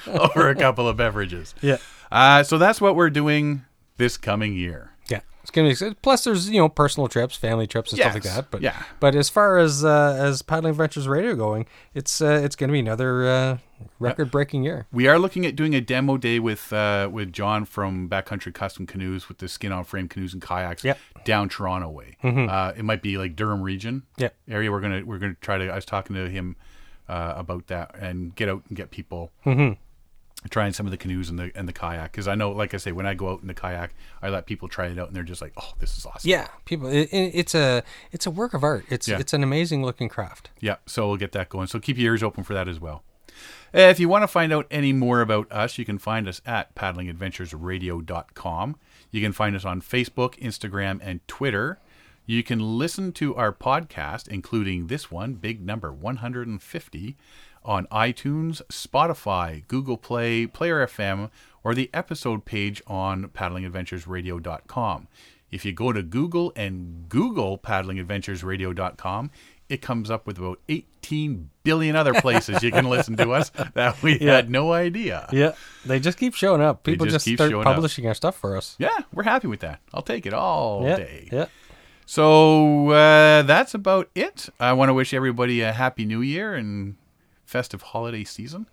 [SPEAKER 1] over a couple of beverages
[SPEAKER 2] yeah.
[SPEAKER 1] uh, so that's what we're doing this coming year
[SPEAKER 2] Yeah. It's gonna be exciting. plus there's you know personal trips, family trips, and stuff like
[SPEAKER 1] Yes.
[SPEAKER 2] that. But
[SPEAKER 1] Yeah.
[SPEAKER 2] but as far as uh, as Paddling Adventures Radio going, it's uh, it's gonna be another uh, record breaking year.
[SPEAKER 1] we are looking at doing a demo day with uh, with John from Backcountry Custom Canoes with the skin on frame canoes and kayaks
[SPEAKER 2] Yep. Mm-hmm.
[SPEAKER 1] down Toronto way. Uh, it might be like Durham region
[SPEAKER 2] Yep.
[SPEAKER 1] area. We're gonna we're gonna try to. I was talking to him uh, about that and get out and get people
[SPEAKER 2] Mm-hmm.
[SPEAKER 1] trying some of the canoes and the and the kayak because I know, like I say, when I go out in the kayak, I let people try it out and they're just like, oh, this is awesome.
[SPEAKER 2] Yeah, people. It, it, it's a it's a work of art. It's
[SPEAKER 1] Yeah.
[SPEAKER 2] it's an amazing looking craft.
[SPEAKER 1] Yeah, so we'll get that going. So keep your ears open for that as well. Uh, If you want to find out any more about us, you can find us at paddlingadventuresradio.com. You can find us on Facebook, Instagram, and Twitter. You can listen to our podcast, including this one, big number 150, on iTunes, Spotify, Google Play, Player FM, or the episode page on paddlingadventuresradio.com. If you go to Google and Google paddlingadventuresradio.com, it comes up with about 18 billion other places you can listen to
[SPEAKER 2] *laughs*
[SPEAKER 1] us that we had no idea.
[SPEAKER 2] Yeah, they just keep showing up. People
[SPEAKER 1] just
[SPEAKER 2] just,
[SPEAKER 1] keep
[SPEAKER 2] start
[SPEAKER 1] showing up.
[SPEAKER 2] publishing our stuff for us.
[SPEAKER 1] Yeah, we're happy with that. I'll take it all
[SPEAKER 2] Yeah,
[SPEAKER 1] day.
[SPEAKER 2] yeah.
[SPEAKER 1] So uh, that's about it. I want to wish everybody a happy new year and festive holiday season.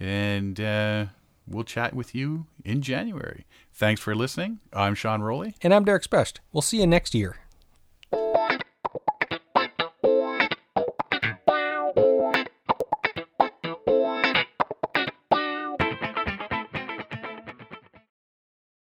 [SPEAKER 1] And uh, we'll chat with you in January. Thanks for listening. I'm Sean Rowley.
[SPEAKER 2] And I'm Derek Specht. We'll see you next year.